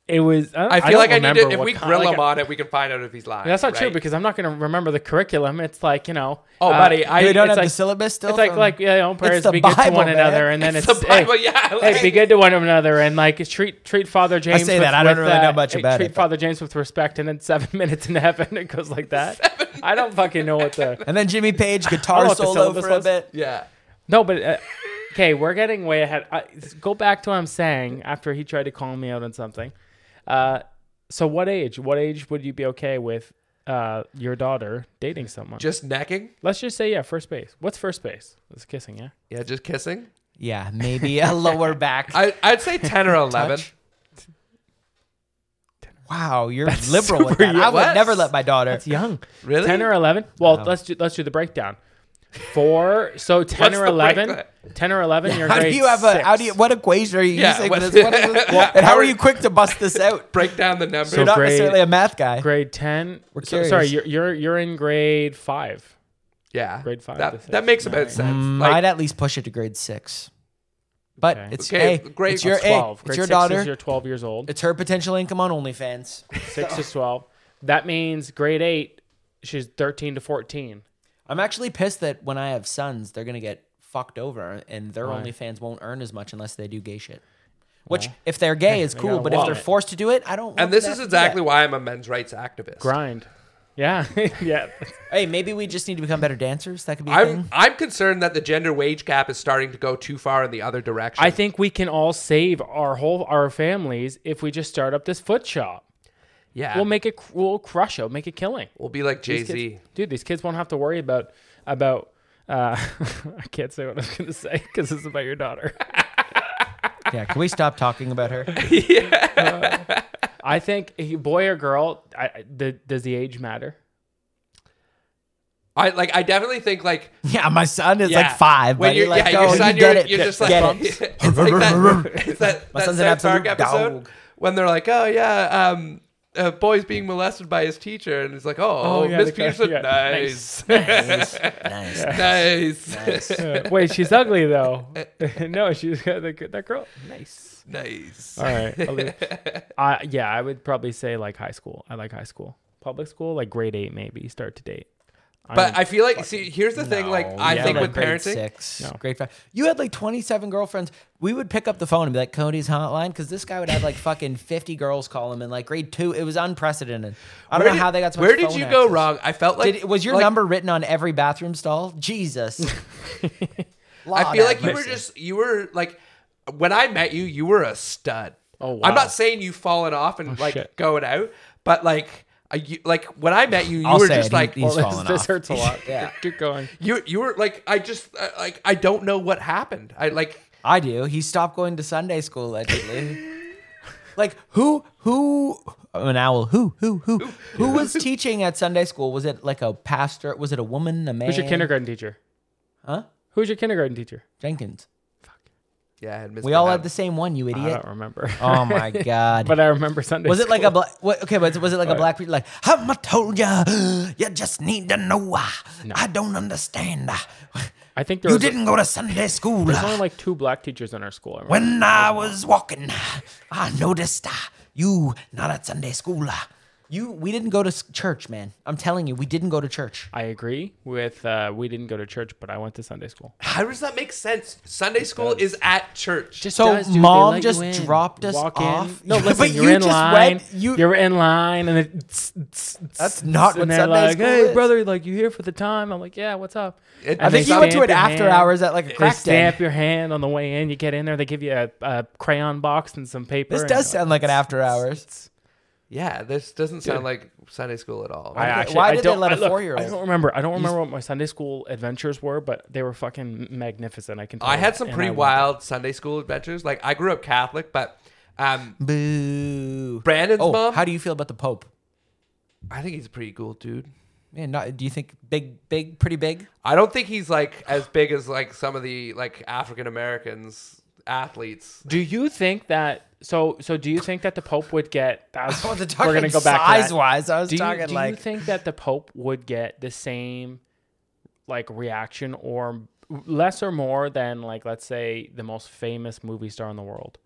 It was. I, don't- I feel don't like I need remember to. If what we kind- grill like, him on it, we can find out if he's lying. That's not true right? because I'm not going to remember the curriculum. It's like you know. uh, Oh, buddy, I- we don't it's have like- the syllabus still. It's like from- like you know, prayers the be good to Bible, one man. another, and then it's, the Bible, hey, yeah, hey, like- be good to one another, and like treat treat Father James. say with, that, I don't with, really uh, know much hey, about treat it, but- Father James with respect, and then seven minutes in heaven, it goes like that. I don't fucking know what the And then Jimmy Page I don't know guitar what the solo syllabus for a was. bit. Yeah. no, but uh, okay, we're getting way ahead. I, go back to what I'm saying after he tried to call me out on something. Uh, so what age? What age would you be okay with uh, your daughter dating someone? Just necking? Let's just say yeah, first base. What's first base? It's kissing, yeah. Yeah, just kissing? Yeah, maybe a lower back. I, I'd say 10 or 11. Touch? Wow, you're liberal with super that. I young. would never What? let my daughter. It's young. Really? Ten or eleven? Well, let's do, let's do the breakdown. Four. So ten What's or the eleven. breakdown? Ten or eleven. You're How do grade you have a? How do you? six. What equation are you Yeah, using what- for this? What is this? Yeah, and how how are are- you quick to bust this out? Break down the numbers. So You're not grade- necessarily a math guy. grade ten? We're curious. sorry, you're, you're you're in grade five. yeah. grade five to That, six. Mm, that makes about sense. Like, I'd at least push it to grade six. But Okay. it's Okay, hey, grade- it's your That's hey, Twelve. grade it's your six daughter. Is you're twelve years old. it's her potential income on OnlyFans. six to twelve. That means grade eight. She's thirteen to fourteen. I'm actually pissed that when I have sons, they're gonna get fucked over, and their OnlyFans won't earn as much unless they do gay shit. Which, if they're gay, is cool. gotta But if want they're it. forced to do it, I don't. want And this them is to have to do that. exactly why I'm a men's rights activist. grind. Yeah, yeah. Hey, maybe we just need to become better dancers. That could be a I'm thing. I'm concerned that the gender wage gap is starting to go too far in the other direction. I think we can all save our whole our families if we just start up this foot shop. yeah, We'll make it. We'll crush it. We'll make a killing. we'll be like Jay These kids- Z. dude. These kids won't have to worry about about. Uh, I can't say what I was gonna say because it's about your daughter. Yeah, can we stop talking about her? I think if you- boy or girl, I, I- the, does the age matter? I like. I definitely think like Yeah, my son is yeah. like five. When But you're, you're, like, yeah, your oh, son, you get you're, it. you're just like, get it's it. like that, it's that, My that son's an South Park absolute episode dog. when they're like, oh yeah, um, a boy's being molested by his teacher, and it's like, oh, yeah, Miss the guy- Peterson, yeah, nice, nice. nice, Uh, wait, she's ugly though. no, she's got the, that girl. Nice. nice. All right. I'll leave. I- yeah, I would probably say like high school. I like high school, public school, like grade eight maybe. Start to date. But I feel like, see, here's the thing. Like, I yeah, think like with grade parenting, six, No. grade five, you had like twenty-seven girlfriends. We would pick up the phone and be like, "Cody's hotline," because this guy would have like fucking fifty girls call him in like grade two. It was unprecedented. I don't know did- how they got so much Where did phone you go access. wrong? I felt like did, was your like, number written on every bathroom stall? Jesus. Oh, I feel like you were just you were like when I met you, you were a stud. Oh, wow. I'm not saying you've fallen off Oh, and like shit. going out, but like I- you, like when I met you, you I'll were say just it, he- like he's well, fallen this off. hurts a lot. Yeah. Keep going. you you were like I just uh, like I don't know what happened. I like I do. He stopped going to Sunday school allegedly. like who who I'm an owl who who who who was teaching at Sunday school? Was it like a pastor? Was it a woman? A man? Who's your kindergarten teacher? Huh? Who's your kindergarten teacher? Jenkins. yeah. and We all mispronounced. had the same one, you I idiot. don't remember. Oh my god. but I remember Sunday. was it like school. a black? What, okay, was, was it like a black people? Like, have I told ya? You just need to know. ah. I don't understand. ah. I think there You was didn't go to Sunday school. There's ah. only like two black teachers in our school. I remember. When I was walking, I noticed uh, you not at Sunday school. uh. You, we didn't go to s- church, man. I'm telling you, we didn't go to church. I agree with uh, we didn't go to church, but I went to Sunday school. How does that make sense? Sunday school is at church. Just So mom just dropped us off? No, But listen, you you're in just line. went- you- are in line, and it, tss, tss, That's tss, not and what they're Sunday like, school Hey, is." brother, like you here for the time? I'm like, yeah, what's up? It- And I I they think you went to an stamp your after hand. hours at like a They crack den. stamp your hand on the way in. You get in there, they give you a, a crayon box and some paper. This and does you're sound like an after hours. yeah, this doesn't sound like Sunday school at all. did I they- actually- why I did they don't- let I- a look, four-year-old- I don't remember. I don't remember what my Sunday school adventures were, but they were fucking magnificent. I can. Tell I you had that, some and pretty I went- wild Sunday school adventures. Like I grew up Catholic, but um, Boo. Brandon's oh, mom? How do you feel about the Pope? I think he's a pretty cool dude. Man, not, do you think big, big, pretty big? I don't think he's like as big as like some of the like African Americans athletes. Do you think that? So, so do you think that the Pope would get? That was, Oh, the we're gonna talking go back to that. size-wise, I was do you, talking do you like- think that the Pope would get the same like reaction or less or more than like let's say the most famous movie star in the world?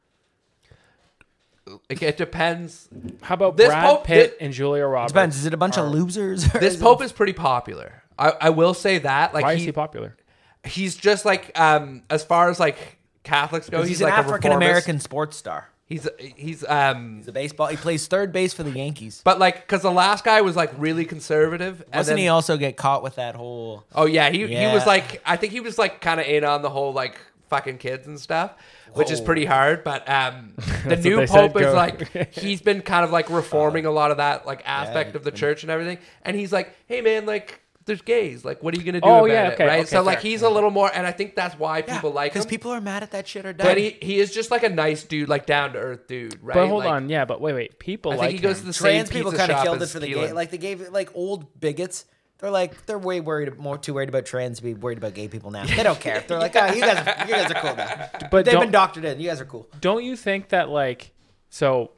Like, it depends. How about This Brad Pope- Pitt thi- and Julia Roberts? Depends. Is it a bunch of losers? or This is it- Pope is pretty popular. I, I will say that. Like Why is he, he popular? he's just like um as far as like Catholics go, he's, He's, an like African American. American sports star. He's he's um He's a baseball. He plays third base for the Yankees. but like because the last guy was like really conservative. and Doesn't he then- also get caught with that whole? Oh yeah, he he was Yeah. like I think he was like kind of in on the whole like fucking kids and stuff, which is pretty hard. But um, the Oh. what new they said, pope is go. like he's been kind of like reforming a lot of that like aspect of the church and everything, and he's like, hey man, like. There's gays. Like, what are you gonna do Oh, about yeah, it, okay, right? okay, so, like, fair. he's a little more, and I think that's why people like him. because people are mad at that shit or but dead. he, he is just like a nice dude, like down to earth dude, right? But hold Like, on, yeah, but wait, wait. People I think like he goes him. to the Trans same people kind kind of killed it for the gay. Like they gave like old bigots. They're like they're way worried, more too worried about trans to be worried about gay people now. They don't care. They're like, oh, you guys, are, you guys are cool now. But They've don't- been doctored in. You guys are cool. don't you think that like so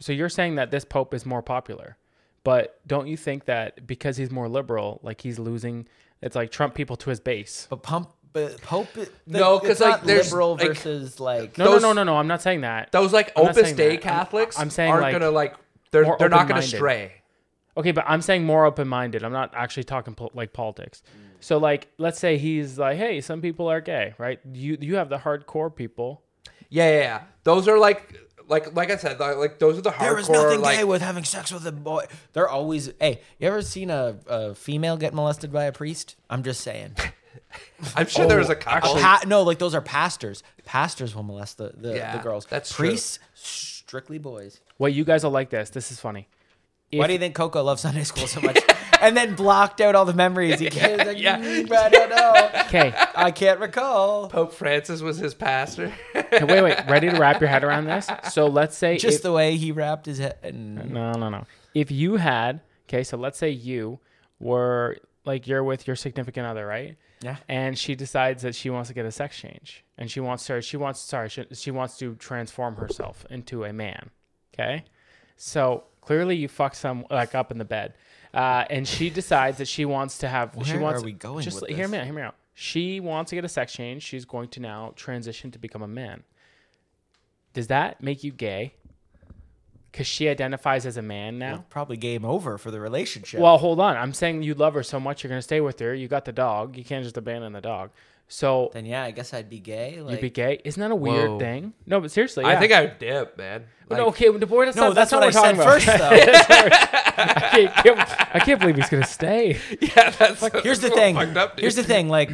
so you're saying that this pope is more popular but don't you think that because he's more liberal like he's losing it's like trump people to his base But pump, but Pope. No, it's 'cause, like, not there's, liberal like- versus like. no Those- no no no no i'm not saying that those like I'm not Opus saying Dei that. I'm- Catholics. I'm saying, aren't like, gonna like they're more they're not gonna open-minded. stray. Mm. okay but i'm saying more open-minded i'm not actually talking pol- like politics So like, let's say he's like, hey, some people are gay, right? You you have the hardcore people. Yeah, yeah, yeah. Those are like, like, like I said, like, like those are the hardcore. There is nothing like, gay with having sex with a boy. They're always. Hey, you ever seen a, a female get molested by a priest? I'm just saying. I'm sure there is Oh, a couple. Pa- no, like those are pastors. Pastors will molest the, the, Yeah, the girls. that's true. priests, strictly boys. Well, you guys will like this. This is funny. Why If- do you think Coco loves Sunday school so much? and then blocked out all the memories. He can't, like, Yeah. "Mm, I don't know. Okay, I can't recall. Pope Francis was his pastor. wait, wait. Ready to wrap your head around this? So let's say Just if- the way he wrapped his head. And No, no, no. If you had, okay, so let's say you were like you're with your significant other, right? Yeah. And she decides that she wants to get a sex change, and she wants her, she wants sorry, she, she wants to transform herself into a man. Okay. So clearly, you fuck some like up in the bed, uh, and she decides that she wants to have. she Where wants. are we going Just with hear this? me out. Hear me out. She wants to get a sex change. She's going to now transition to become a man. Does that make you gay? Because she identifies as a man now. Probably game over for the relationship. Well, hold on. I'm saying you love her so much, you're gonna stay with her. You got the dog. You can't just abandon the dog. So then yeah, I guess I'd be gay. Like, you'd be gay. Isn't that a weird Whoa. thing? No, but seriously, I yeah. think I would dip, man. But Like, no, okay, the board. That's No, not, that's, not what I we're said first, talking about. though. I, can't, I can't believe he's gonna stay. yeah, that's Here's the that's thing. fucked up, dude. Here's the thing. Like,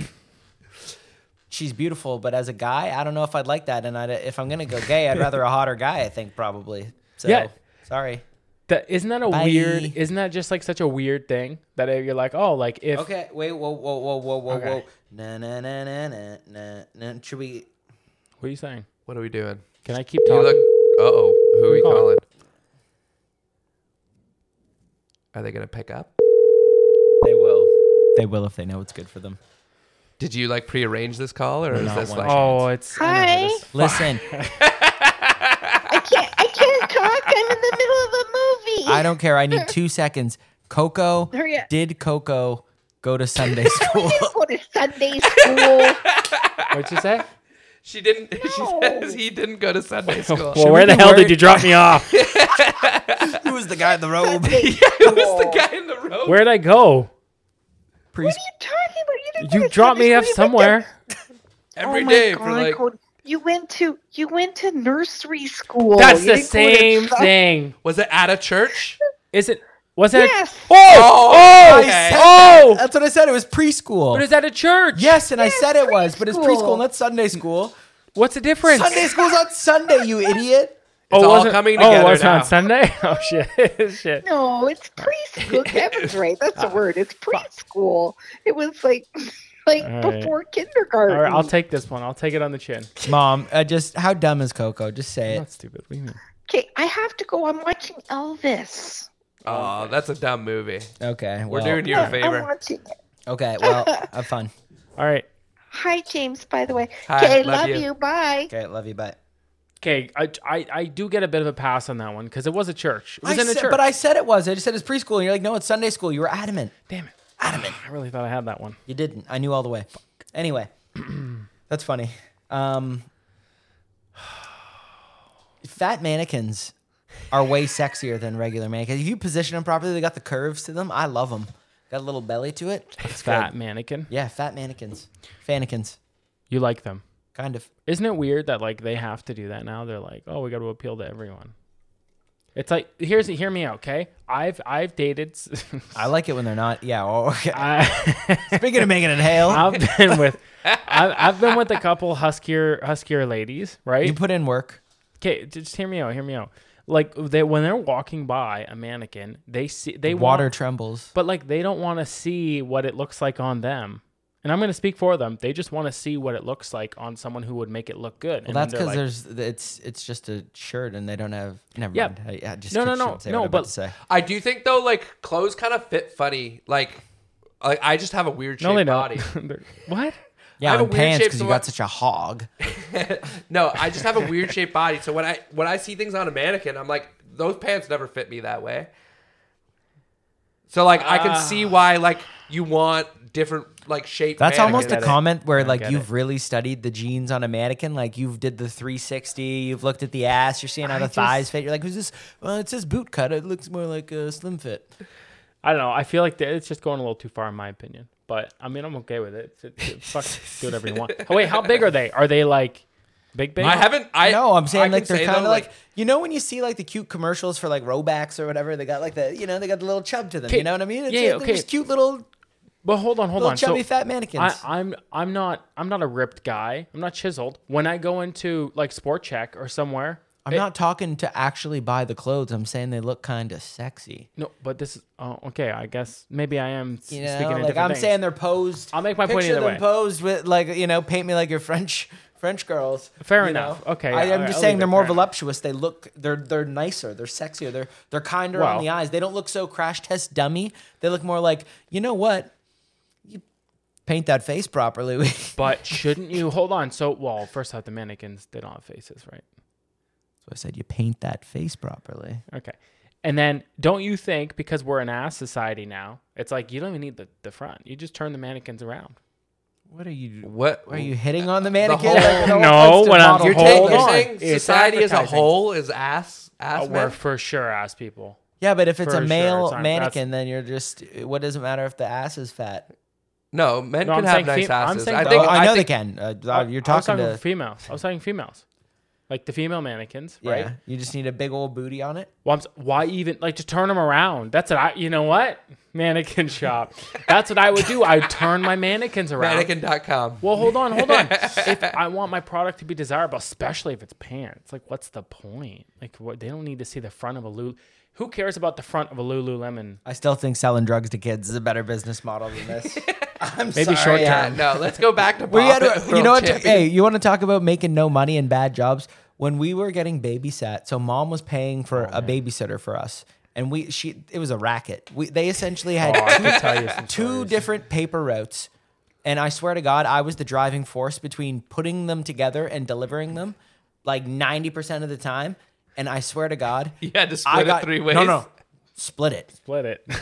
she's beautiful, but as a guy, I don't know if I'd like that. And I'd, if I'm gonna go gay, I'd rather a hotter guy. I think probably. So Yeah. sorry. That, isn't that a Bye. weird? Isn't that just like such a weird thing that you're like, oh, like if Okay. Wait. Whoa. Whoa. Whoa. Whoa. Whoa. Okay. Whoa. Na na na na na na. na. Should we? what are you saying? What are we doing? Can I keep You talking? look. Uh oh. Who are we calling? calling? Are they gonna pick up? They will. They will if they know it's good for them. Did you like prearrange this call, or is not this one. like? oh, it's I know Hi. this. Listen, I can't. I can't talk. I'm in the middle of a movie. I don't care. I need two seconds. Coco. Hurry up. Did Coco go to Sunday school? Go to Sunday school. What'd you say? She didn't. She says he didn't go to Sunday school. Well, where we the be hell did worried? you drop me off? Who was the guy in the robe? Sunday It was the guy in the Oh robe. Where'd I go? Priest. What are you talking about? You, didn't go You to dropped Sunday me off school. You somewhere. went to- every Oh my day God, for like. Cody. You went to you went to nursery school. That's You the didn't go to same Sun- thing. Was it at a church? Is it? Was that? Yes. Oh, oh, I okay. said Oh! That's what I said. It was preschool. But is that a church? yes, and I said it was, but it's preschool, preschool. not Sunday school. What's the difference? Sunday school's on Sunday, you idiot. It's all wasn't- coming Oh, together was it now. on Sunday? Oh shit! shit. No, it's preschool. Kevin's right. That's the word. It's preschool. It was like like All right. before kindergarten. All right, I'll take this one. I'll take it on the chin. Mom, uh, just how dumb is Coco? Just say it. That's stupid. What do you mean? okay, I have to go. I'm watching Elvis. Oh, that's a dumb movie. Okay, We're well, doing you a I'm favor. watching it. Okay, well, uh, have fun. All right. Hi, James. By the way. Hi, okay, love love you. you. Bye. Okay, love you, bye. Okay, I, I I do get a bit of a pass on that one because it was a church. It was I in a said- church. But I said it was. I just said it's preschool, and you're like, no, it's Sunday school. You were adamant. damn it! Adamant. I really thought I had that one. You didn't. I knew all the way. Anyway, that's funny. Um, fat mannequins are way sexier than regular mannequins. If you position them properly, they got the curves to them. I love them. Got a little belly to it. It's good. Fat mannequin. Yeah, fat mannequins. Fannikins. You like them? Kind of. Isn't it weird that like they have to do that now? They're like, oh, we got to appeal to everyone. It's like here's hear me out, okay? I've I've dated. s- I like it when they're not. Yeah. Oh, okay. I, Speaking of making it hail, I've been with I've, I've been with a couple huskier huskier ladies, you right? put in work. Okay, just hear me out. Hear me out. Like they when they're walking by a mannequin, they see they Water want- trembles. but like they don't want to see what it looks like on them. And I'm gonna speak for them. They just want to see what it looks like on someone who would make it look Well, good. And that's then because they're like, there's it's it's just a shirt and they don't have. Never Yeah. mind. I, I just No, no, shouldn't no, say no, what I'm about but- to say. I do think though, like clothes kind of fit funny. Like, like I just have a weird shaped no, they body. don't. They're- I what? Yeah, have a and weird pants shape, because so you what- got such a hog. No, I just have a weird shaped body. So when I when I see things on a mannequin, I'm like, those pants never fit me that way. So like I can see why like you want different like shape. Ah. That's almost a get it. comment where like get you've really studied the jeans on a mannequin. Like you've did the 360. You've looked at the ass. You're seeing how the thighs fit. You're like, who's this? Well, it says boot cut. It looks more like a slim fit. I don't know. I feel like that- it's just going a little too far, in my opinion. But I mean, I'm okay with it. It- it- Fuck, do whatever you want. Oh, wait, how big are they? Are they like big big? I haven't. I no, I'm I saying can like they're say, though, kind of like, you know when you see like the cute commercials for like Robacks or whatever, they got like the you know they got the little chub to them. Okay. You know what I mean? It's Yeah, yeah, like, okay. they're just cute little But hold on, hold little on. chubby so fat mannequins. I, I'm I'm not I'm not a ripped guy. I'm not chiseled. When I go into like Sport Check or somewhere, I'm it- not talking to actually buy the clothes. I'm saying they look kind of sexy. No, but this is oh, okay. I guess maybe I am s- You know, speaking in like different I'm things. saying they're posed. I'll make my point picture either them way. Posed with like you know, paint me like your French French girls. Fair you enough. know? Okay, I, yeah, am all right, just I'll saying leave they're it. more Fair enough. voluptuous. They look they're they're nicer. They're sexier. They're they're kinder Well- on the eyes. They don't look so crash test dummy. They look more like you know what. You paint that face properly. we- That's But shouldn't you hold on? So, well, first off, the mannequins they don't have faces, right? why I said you paint that face properly. Okay, and then don't you think because we're an ass society now, it's like you don't even need the, the front. You just turn the mannequins around. What are you? What Are you hitting on the mannequin? whole- Like, an old No, poster when I'm- model You're You're, saying- thing? Hold you're on. saying It's society as a advertising. whole is ass ass Oh, men? we're for sure ass people. Yeah, but if it's For a sure, male it's not- mannequin, then you're just. What does it matter if the ass is fat? No, men No, can I'm have saying nice fem- I'm asses. saying I the- think. oh, I, I know think they can. Uh, uh, you're I was talking talking to. females. I was talking females, like the female mannequins, yeah, right? you just need a big old booty on it. Well, I'm, s- why even like to turn them around? That's what I. You know what? Mannequin shop. That's what I would do. I would turn my mannequins around. Mannequin.com. Well, hold on, hold on. if I want my product to be desirable, especially if it's pants, like what's the point? Like what they don't need to see the front of a Lulu. Who cares about the front of a Lululemon? I still think selling drugs to kids is a better business model than this. I'm Maybe sorry, short Adam. term. Uh, no, let's go back to. We had, Profit you World know what? Champion. hey, you want to talk about making no money and bad jobs? When we were getting babysat, so mom was paying for a babysitter for us, and we she it was a racket. We they essentially had Oh, I two- could tell you some two stories. different paper routes, and I swear to God, I was the driving force between putting them together and delivering them, like ninety percent of the time. And I swear to God, You had to split I it got three ways. No, no, split it. Split it.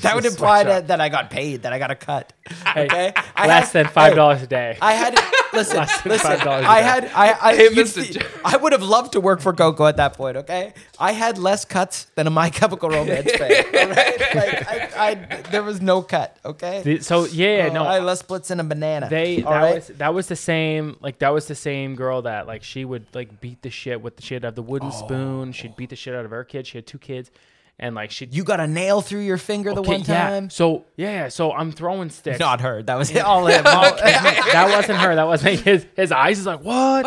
That would imply that, that I got paid, that I got a cut. Okay, I less had- than five hey, dollars a day. I had listen, listen. $5 a I day. had I I, Hey, you'd Mr. see- Jones. I would have loved to work for Coco at that point. Okay, I had less cuts than a My Chemical Romance fan. All right, like I, I, there was no cut. Okay, The- so yeah, yeah, no. Oh, I had less splits and a banana. they that all right? was that was the same like that was the same girl that like she would like beat the shit with the she'd have the wooden Oh. spoon she'd beat the shit out of her kids she had two kids and like she you got a nail through your finger the one yeah time. so yeah yeah, so I'm throwing sticks Oh, Not her. That was all him. All- that wasn't her. That wasn't his. His eyes is like what?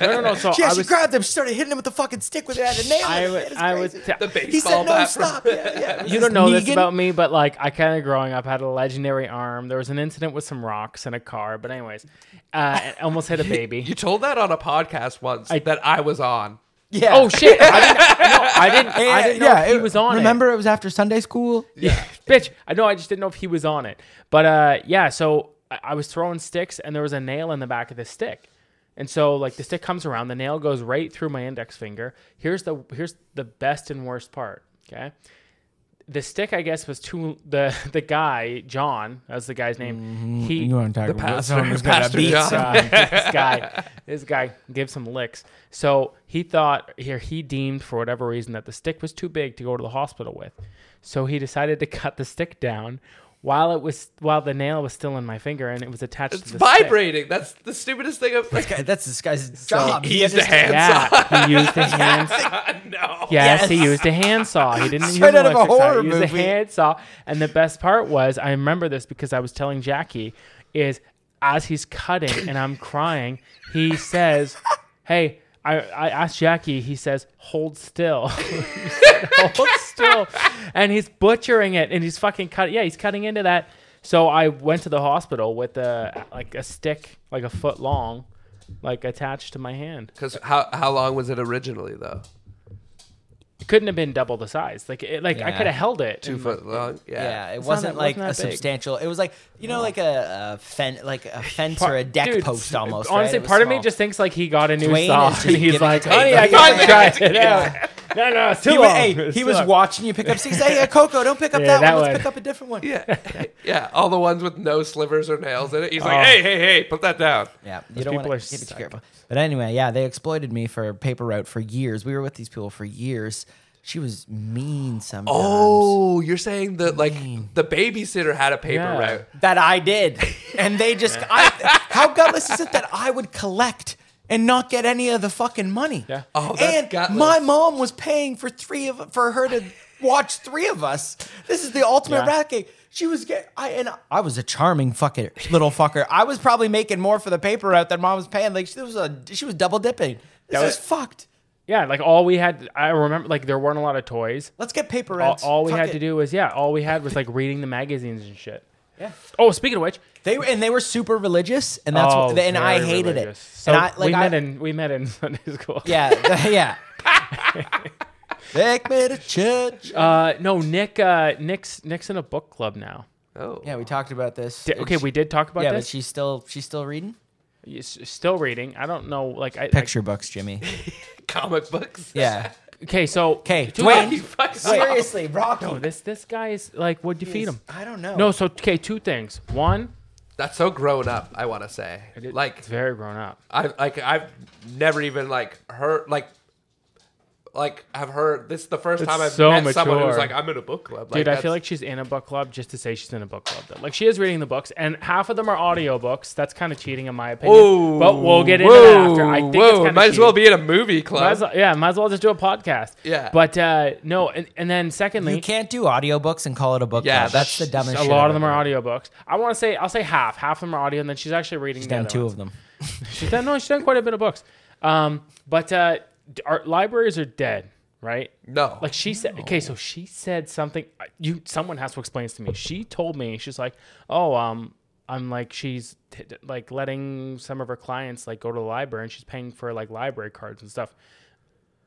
No, no, no. So Yeah, I she was, grabbed him, started hitting him with the fucking stick with it, had a nail. I in it. was, It is I was. crazy. The He baseball said, "No, bat. stop." Yeah, yeah. you don't know this Negan? about me, but like I kind of growing up had a legendary arm. There was an incident with some rocks and a car, but anyways, uh, it almost hit a baby. You told that on a podcast once that I was on. Yeah. Oh shit! I didn't, no, I didn't. I didn't know if he it- was on. it. Remember, it. was after Sunday school. Yeah. Bitch, I know. I just didn't know if he was on it. But uh, yeah, so I, I was throwing sticks, and there was a nail in the back of the stick, and so like the stick comes around, the nail goes right through my index finger. Here's the here's the best and worst part. Okay, the stick I guess was too the the guy John that's the guy's name. Mm-hmm. He want to talk pastor- Pastor John. um, this guy, this guy gave some licks. So he thought here he deemed for whatever reason that the stick was too big to go to the hospital with. So he decided to cut the stick down while it was while the nail was still in my finger and it was attached It's to the stick. vibrating. That's the stupidest thing I've. Like, That's this guy's job. he used a hand Yeah, he used a handsaw. no. Yes, he used a handsaw. He didn't use Straight out an of a electric saw. horror He used a movie. handsaw. And the best part was, I remember this because I was telling Jackie, is as he's cutting and I'm crying, he says, "Hey." I, I asked Jackie, he says, hold still. He said, hold still. And he's butchering it and he's fucking cutting. Yeah, he's cutting into that. So I went to the hospital with a, like a stick, like a foot long, like attached to my hand. Because how how long was it originally though? It couldn't have been double the size. Like, it, like I Yeah. could have held it. Two and, foot long. Yeah. Yeah, Mm, it It's not wasn't that- like wasn't a that big. substantial. It was like you know, like a, a fence, like a fence or a deck Dude, post s- almost. right? Honestly, It was part of me small. just thinks like he got a new Dwayne saw is just and giving he's it like, to Dwayne. honey, I He's finally like, tried yeah. it out. No, no, it's too He was, long. hey, It's he too was long. watching you pick up sticks. Hey, yeah, Coco, don't pick up Yeah, that, that one. one. Let's pick up a different one. Yeah. yeah. All the ones with no slivers or nails in it. He's like, Oh. hey, hey, hey, put that down. Yeah, you don't people want are to be psycho. careful. But anyway, yeah, they exploited me for paper route for years. We were with these people for years, She was mean sometimes. Oh, you're saying that like the babysitter had a paper Yeah. route. that I did, and they just I, how gutless is it that I would collect and not get any of the fucking money? Yeah. Oh, that's and gutless. my mom was paying for three of for her to watch three of us. This is the ultimate Yeah. rat cake. She was get I and I was a charming fucker little fucker. I was probably making more for the paper route than mom was paying. Like she was a she was double dipping. This That is was- fucked. Yeah, like all we had, I remember, like there weren't a lot of toys. Let's get paper All, routes. all we Fuck had it. to do was, yeah, all we had was like reading the magazines and shit. Yeah. Oh, speaking of which, They were and they were super religious, and that's oh, what, and I very hated religious. it. So and I we I- met in we met in Sunday school. Yeah, yeah. Take me to church. Uh, no, Nick. Uh, Nick's Nick's in a book club now. Oh. Yeah, we talked about this. Di- okay, we did talk about Yeah, but this. she's still she's still reading Yes, still reading. I don't know. Like I, picture books, Jimmy. Comic books. Yeah. I- okay, so Okay, Dude, He Dwayne. fucks up. Seriously, Rocky. no, this this guy is like, would you feed him? I don't know. No, so okay, two things. One, That's so grown up. I want to say, it- like, it's very grown up. I like, I've never even like heard like, like I've heard this is the first It's time I've so met someone who's mature. like, I'm in a book club. Dude, I feel that's- like she's in a book club just to say she's in a book club. Though. Like she is reading the books, and half of them are audiobooks. That's kind of cheating, in my opinion. Whoa, but we'll get into that whoa, after. I think it's whoa, kinda might as well cheating. be in a movie Might club. as well- yeah, might as well just do a podcast. Yeah. But uh, no, and, and then secondly, you can't do audiobooks and call it a book. Yeah, Yeah, that's the sh- dumbest. a shit lot I've of them ever are audiobooks. I want to say I'll say half. Half of them are audio, and then she's actually reading. the Done other two ones. of them. She's done no, she's done quite a bit of books. Um, but uh, d- our libraries are dead, right? no, Like she said, okay, so she said something. I- You, someone has to explain this to me. She told me she's like, oh, um, I'm like she's t- t- like letting some of her clients like go to the library, and she's paying for like library cards and stuff.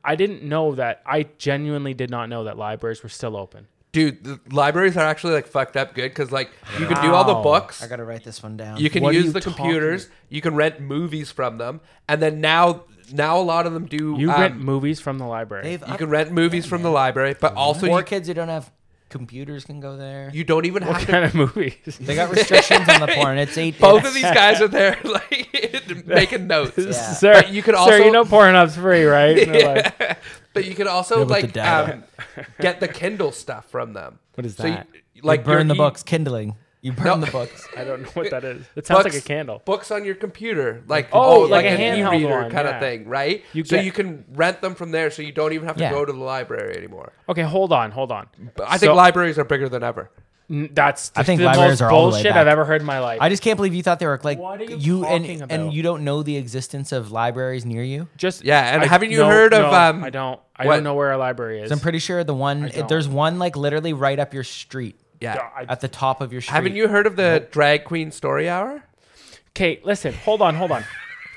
I didn't know that. I genuinely did not know that libraries were still open. dude, the libraries are actually like fucked up good because like you can do all the Wow. books. I gotta write this one down. You can What are use you the talking- computers. You can rent movies from them, and then now, now a lot of them do. You um, rent movies from the library. They've you can rent movies from the library, but also More you, kids who don't have computers can go there. you don't even have what to. kind of movies? they got restrictions on the porn. It's eight. Both of these guys are there, like making notes. Yeah. Sir, But you could sir, also- you know Pornhub's free, right? And they're like, But you can also Yeah, but the like data. um, get the Kindle stuff from them. What is So you- that? like burn your the e- books. Kindling. You burn No. the books. I don't know what that is. It sounds like a candle. Books on your computer, like Oh, like an a handheld e-reader one, kind yeah. of thing, right? You so get- you can rent them from there, so you don't even have to Yeah. go to the library anymore. Okay, hold on, hold on. But I think So- libraries are bigger than ever. N- That's I think the libraries most are all the way bullshit back. I've ever heard in my life. I just can't believe you thought they were like What are you and talking about? and you don't know the existence of libraries near you. just Yeah, and I- haven't you no, heard of, no, um, I don't. I what? don't know where a library is. I'm pretty sure the one don't. there's one like literally right up your street Yeah. Yeah, I- at the top of your street. Haven't you heard of the drag queen story hour? Okay, listen, hold on, hold on.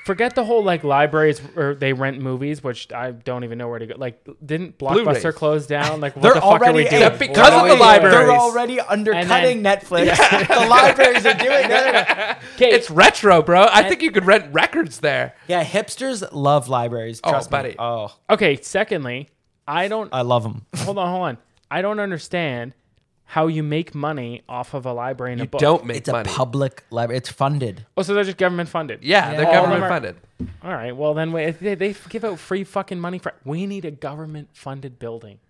Forget the whole like libraries or they rent movies, which I don't even know where to go. Like, didn't Blockbuster Blu-rays. close down? Like, what They're the fuck are already we doing? Yeah, because of the already- libraries. They're already undercutting Netflix. the libraries are doing that. Okay, It's retro, bro. I think you could rent records there. Yeah, hipsters love libraries. Oh, Trust me. buddy. Oh, okay. Secondly, I don't. I love them. hold on, hold on. I don't understand how you make money off of a library and a You book. don't make It's money. a public library. It's funded. Oh, so they're just government funded. yeah, they're All of them government are- funded. All right. Well, then we, they, they give out free fucking money for. We need a government funded building.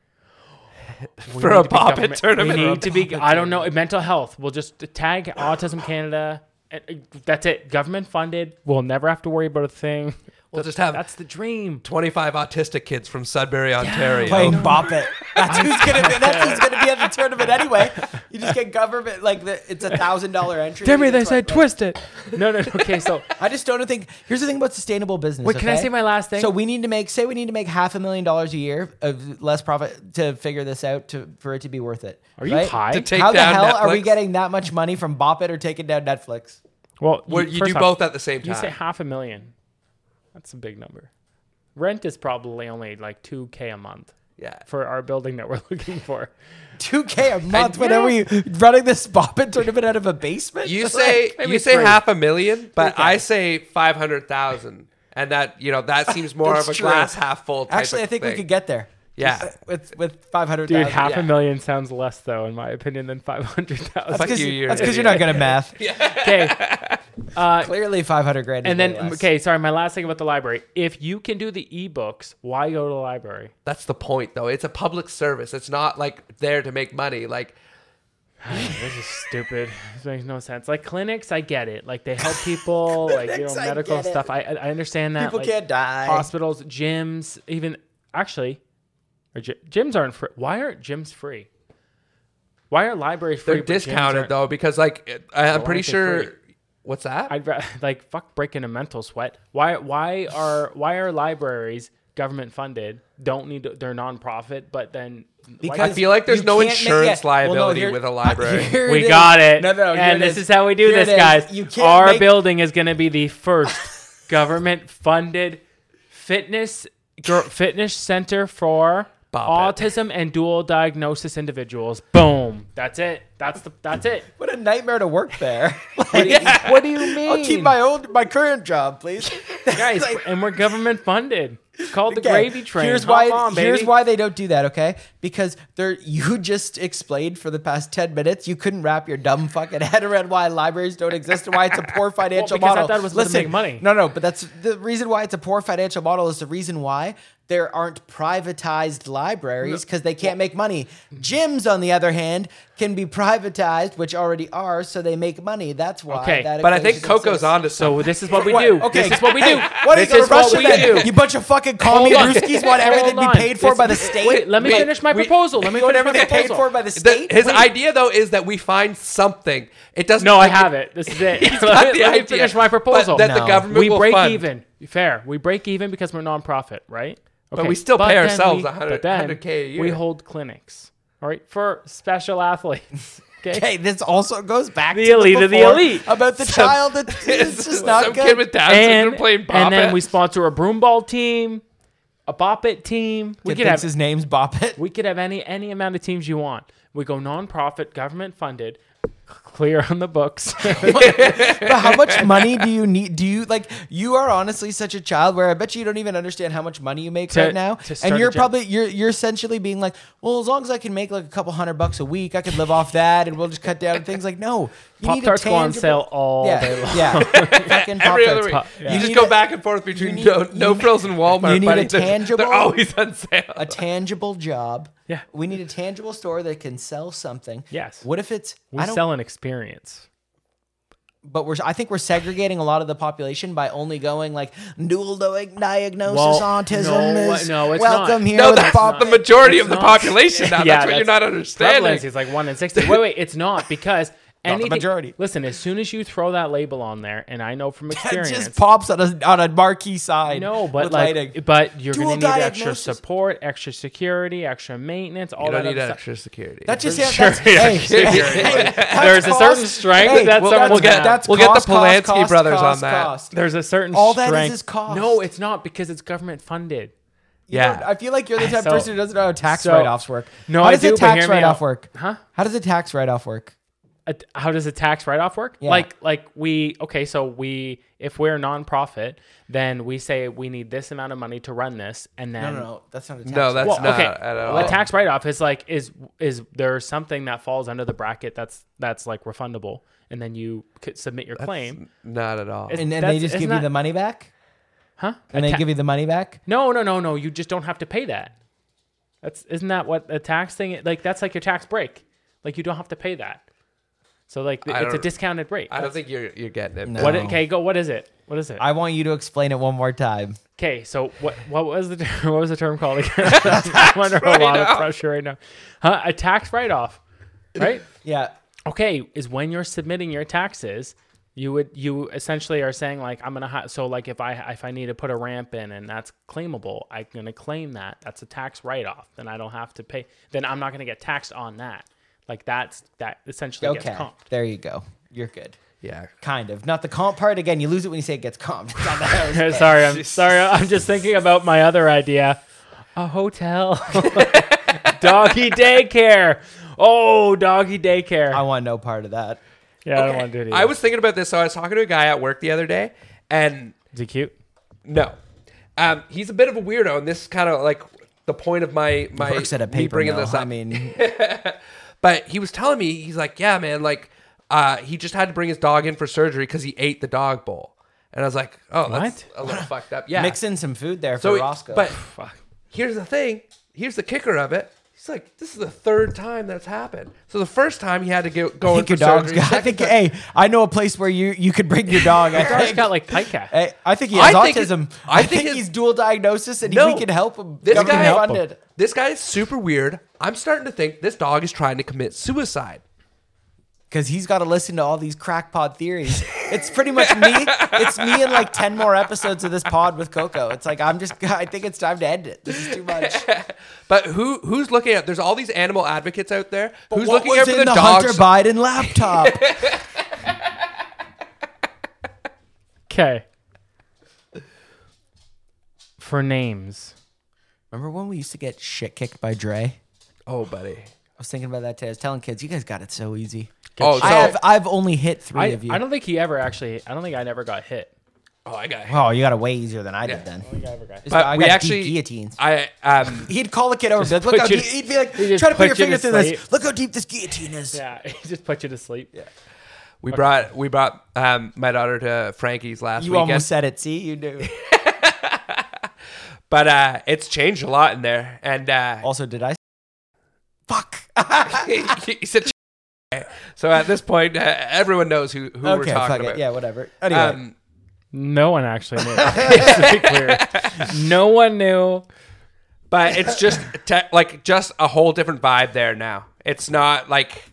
We For need a to be poppet government- tournament. We For a need to be. I don't know. Mental health. We'll just tag Autism Canada. and, uh, That's it. Government funded. We'll never have to worry about a thing. We'll just have That's the dream. 25 autistic kids from Sudbury, Ontario. Playing Bop It. That's who's gonna be. That's who's gonna be at the tournament anyway. You just get government like the, it's a thousand dollar entry. Demi, You they just said like- twist it. No, no. no. Okay, so I just don't think. Here's the thing about sustainable business. Wait, can I okay? say my last thing? So we need to make. Say we need to make half a million dollars a year of less profit to figure this out to for it to be worth it. are you right? high? To take How the down hell are we Netflix? getting that much money from Bop It or taking down Netflix? well, Well, you first do off, both at the same You say time. half a million. That's a big number. Rent is probably only like two k a month Yeah. for our building that we're looking for. Two K a month. When are we running this Bop It tournament out of a basement? You Like, say maybe you say three. half a million, but I say 500,000. And that, you know, that seems more That's of a true. glass half full type Actually, of I think we thing. could get there. Yeah. Just uh, with with five hundred. Dude, half yeah. a million sounds less though, in my opinion, than five hundred thousand. Fuck you, you're an That's because you're idiot. not good at math. Okay, Uh, Clearly, five hundred grand. is and then way less. okay, sorry. My last thing about the library. If you can do the ebooks, why go to the library? That's the point, though. It's a public service. It's not like there to make money. Like This is stupid. This makes no sense. Like clinics, I get it. Like they help people, like you know, Clinics, I medical get it. stuff. I I I understand that. People like, can't die. Hospitals, gyms, even actually, or gy- gyms aren't free. Why aren't gyms free? Why are libraries free? they're but gyms discounted aren't? though because like it- I, I'm why pretty aren't sure. they free? What's that? I'd rather like fuck breaking a mental sweat. Why why are why are libraries government funded? Don't need to, they're nonprofit, but then I feel like there's you no can't make- insurance yeah. Well, no, liability here- with a library. here we is. got it. No, no, no. and here it this is. how we do Here it this, is. guys. You can't Our make- building is going to be the first government funded fitness gir- fitness center for Bop it. autism and dual diagnosis individuals. Boom. That's it. That's the that's it. What a nightmare to work there. What do you, what do you mean? I'll keep my old, my current job, please. guys, like- and we're government funded. It's called the Okay, gravy train. Here's Hop why. on, here's baby. why they don't do that. Okay, because they're you just explained for the past ten minutes you couldn't wrap your dumb fucking head around why libraries don't exist and why it's a poor financial because I model. thought it was gonna Listen, make money. No, no, but that's the reason why it's a poor financial model is the reason why there aren't privatized libraries because they can't make money. Gyms, on the other hand, can be privatized, which already are, so they make money. That's why. Okay, that but I think equation Coco's exists. onto something. So this is what we What? do. Okay, This is what we hey, do. What are you this gonna is rush what it we then? do. You bunch of fucking commie Hold on. brewskis want everything Hold be on. paid for This- by the state. Wait, let me Wait, finish my we- proposal. Let me You want finish my everything paid proposal. for by the The- state. his Wait. idea though is that we find something. It doesn't. No, I like, have it. This is it. got let me- the let me idea. finish my proposal. But that the No. government we will break fund. even. Fair. We break even because we're nonprofit, right? But we still pay then ourselves we- 100 but then 100K a year. We hold clinics, all right, for special athletes. Okay. Okay, this also goes back The to elite the of the before elite. about the child. That, it's just not Some good. kid with Down syndrome And, playing Bop and then It. we sponsor a broomball team, a bop it team. We Kid could thinks have his name's Bop It. we could have any any amount of teams you want. We go nonprofit, government funded, clear on the books. But how much money do you need? Do you like? You are honestly such a child where I bet you don't even understand how much money you make To- right now, to start and a you're job. probably you're you're essentially being like, well, as long as I can make like a couple hundred bucks a week, I could live off that, and we'll just cut down on things like no. You Pop need a Tarts go on tangible- sale all yeah, day long. Yeah, fucking Every Pop-Tarts. other week, Yeah. you need just go a- back and forth between need- no, you no need- frills and Walmart. you need buddy. a They're- tangible- They're always on sale. a tangible job. Yeah. We need a tangible store that can sell something. Yes. What if it's we I don't, sell an experience. but we're I think we're segregating a lot of the population by only going like dual di- diagnosis Well, autism no, is no, it's welcome not. here No, with a that's pop. the majority of It's the not. population. Now. Yeah, that's what you're not understanding. prevalence is like one in sixty. Wait, wait, it's not because anything. majority. Listen, as soon as you throw that label on there, and I know from It experience, just pops on a on a marquee sign. no, but with like, lighting. but you're Dual gonna need extra diagnosis. support, extra security, extra maintenance, all You don't that need other stuff. extra security. That's just Sure, that's, yeah, hey, sure, hey, yeah, hey, yeah. that's There's a certain cost- strength hey, that well, that's- someone's gonna have. that's We'll get the cost, cost, Polanski cost, brothers on cost, that. cost. There's a certain All that is strength. is cost. No, it's not because it's government funded. yeah. I feel like you're the type of So- person who doesn't know how tax so- write-offs work. No, how I does do, a but tax hear me write-off out. work? Huh? How does a tax write-off work? a- how does a tax write-off work? Yeah. Like like we okay, so we if we're a nonprofit, then we say we need this amount of money to run this, and then that's not a tax. no, that's Well, not okay. at all. A tax write-off is like is is there something that falls under the bracket that's that's like refundable, and then you could submit your claim. not at all. and then That's- they just isn't give you that- the money back, Huh? and A they ta- give you the money back. no no no no. You just don't have to pay that. That's isn't that what a tax thing? Like that's like your tax break. Like you don't have to pay that. So like I it's a don't- discounted rate. I don't think you're you're getting it. No. What know. okay go? What is it? What is it? I want you to explain it one more time. Okay, so what what was the term, what was the term called again? I'm under a lot of pressure right now. Huh? A tax write off, right? Yeah, okay, is when you're submitting your taxes, you would you essentially are saying like I'm gonna ha- so like if I if I need to put a ramp in and that's claimable, I'm gonna claim that. That's a tax write off. Then I don't have to pay. Then I'm not gonna get taxed on that. Like that's that essentially okay. gets comped. There you go. You're good. Yeah. Kind of. Not the comp part. Again, you lose it when you say it gets comped. sorry, I'm sorry. I'm just thinking about my other idea. A hotel. doggy daycare. Oh, doggy daycare. I want no part of that. yeah, I don't want to do it. I was thinking about this. So I was talking to a guy at work the other day, and Is he cute? no, um, he's a bit of a weirdo. And this is kind of like the point of my my Works at a me paper bringing mill. this up. I mean, But he was telling me, he's like, yeah, man, like uh, he just had to bring his dog in for surgery because he ate the dog bowl. And I was like, oh, that's a little fucked up. Yeah. Mix in some food there So for he- Roscoe. But here's the thing. Here's the kicker of it. He's like, this is the third time that's happened. So the first time he had to go, go I in think for your dog's surgery. got, I second think, time- hey, I know a place where you, you could bring your dog. I He's think, got like pike cat. Hey, I think he has I think it- autism. I I, think think, it- he's dual diagnosis, and we can help him. This government guy, funded. this guy is super weird. I'm starting to think this dog is trying to commit suicide. because he's got to listen to all these crackpot theories. It's pretty much me. It's me and like ten more episodes of this pod with Coco. It's like I'm just. I think it's time to end it. This is too much. But who who's looking at? There's all these animal advocates out there. who's What looking was after in the, the dogs? Hunter Biden laptop? Okay. For names. Remember when we used to get shit kicked by Dre? I oh, buddy. was thinking about that today. I was telling kids, you guys got it so easy. Oh, so, I have. I've only hit three I, of you. I don't think he ever actually. I don't think I never got hit. oh, I got. oh, you got it way easier than I Yeah. did then. It's- But I we got deep actually guillotines. I um He'd call a kid over, and be like, "Look put how you deep." to- He'd be like, he just "Try to put put your you finger to through this. sleep. Look how deep this guillotine is." Yeah, he just put you to sleep. Yeah. we brought we brought um my daughter to Frankie's last You weekend. almost said it. See, you do. but uh it's changed a lot in there. And uh also, did I? Oh, Fuck. he said So at this point uh, everyone knows who who we're okay, talking fuck about. it. Yeah, whatever. Anyway, Um, No one actually knew. Let's be clear. No one knew. but it's just te- like just a whole different vibe there now. It's not like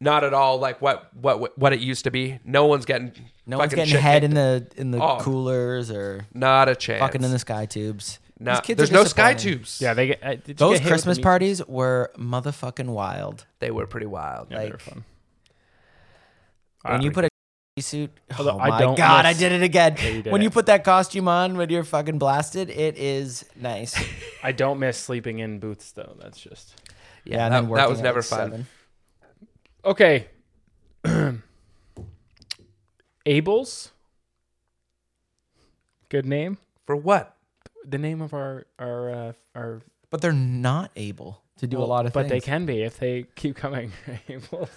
not at all like what what what it used to be. No one's getting no one's fucking getting shit head kicked. in the in the Oh. coolers or not a chance. fucking in the sky tubes. No, These kids there's are no sky disappointing. tubes. Yeah, they get. Uh, did you get Those hit with Christmas the meat- parties were motherfucking wild. they were pretty wild. Yeah, they were like- fun. when you put a suit, oh Although my I don't god, I miss- did it again. you did when you it. put that costume on, when you're fucking blasted, it is nice. I don't miss sleeping in booths though. That's just Yeah, that- and then that working was out never at fun. seven. okay. Abel's. Good name. For what? The name of our our uh, our. But they're not able to do a lot of but things. they can be if they keep coming. Abel's.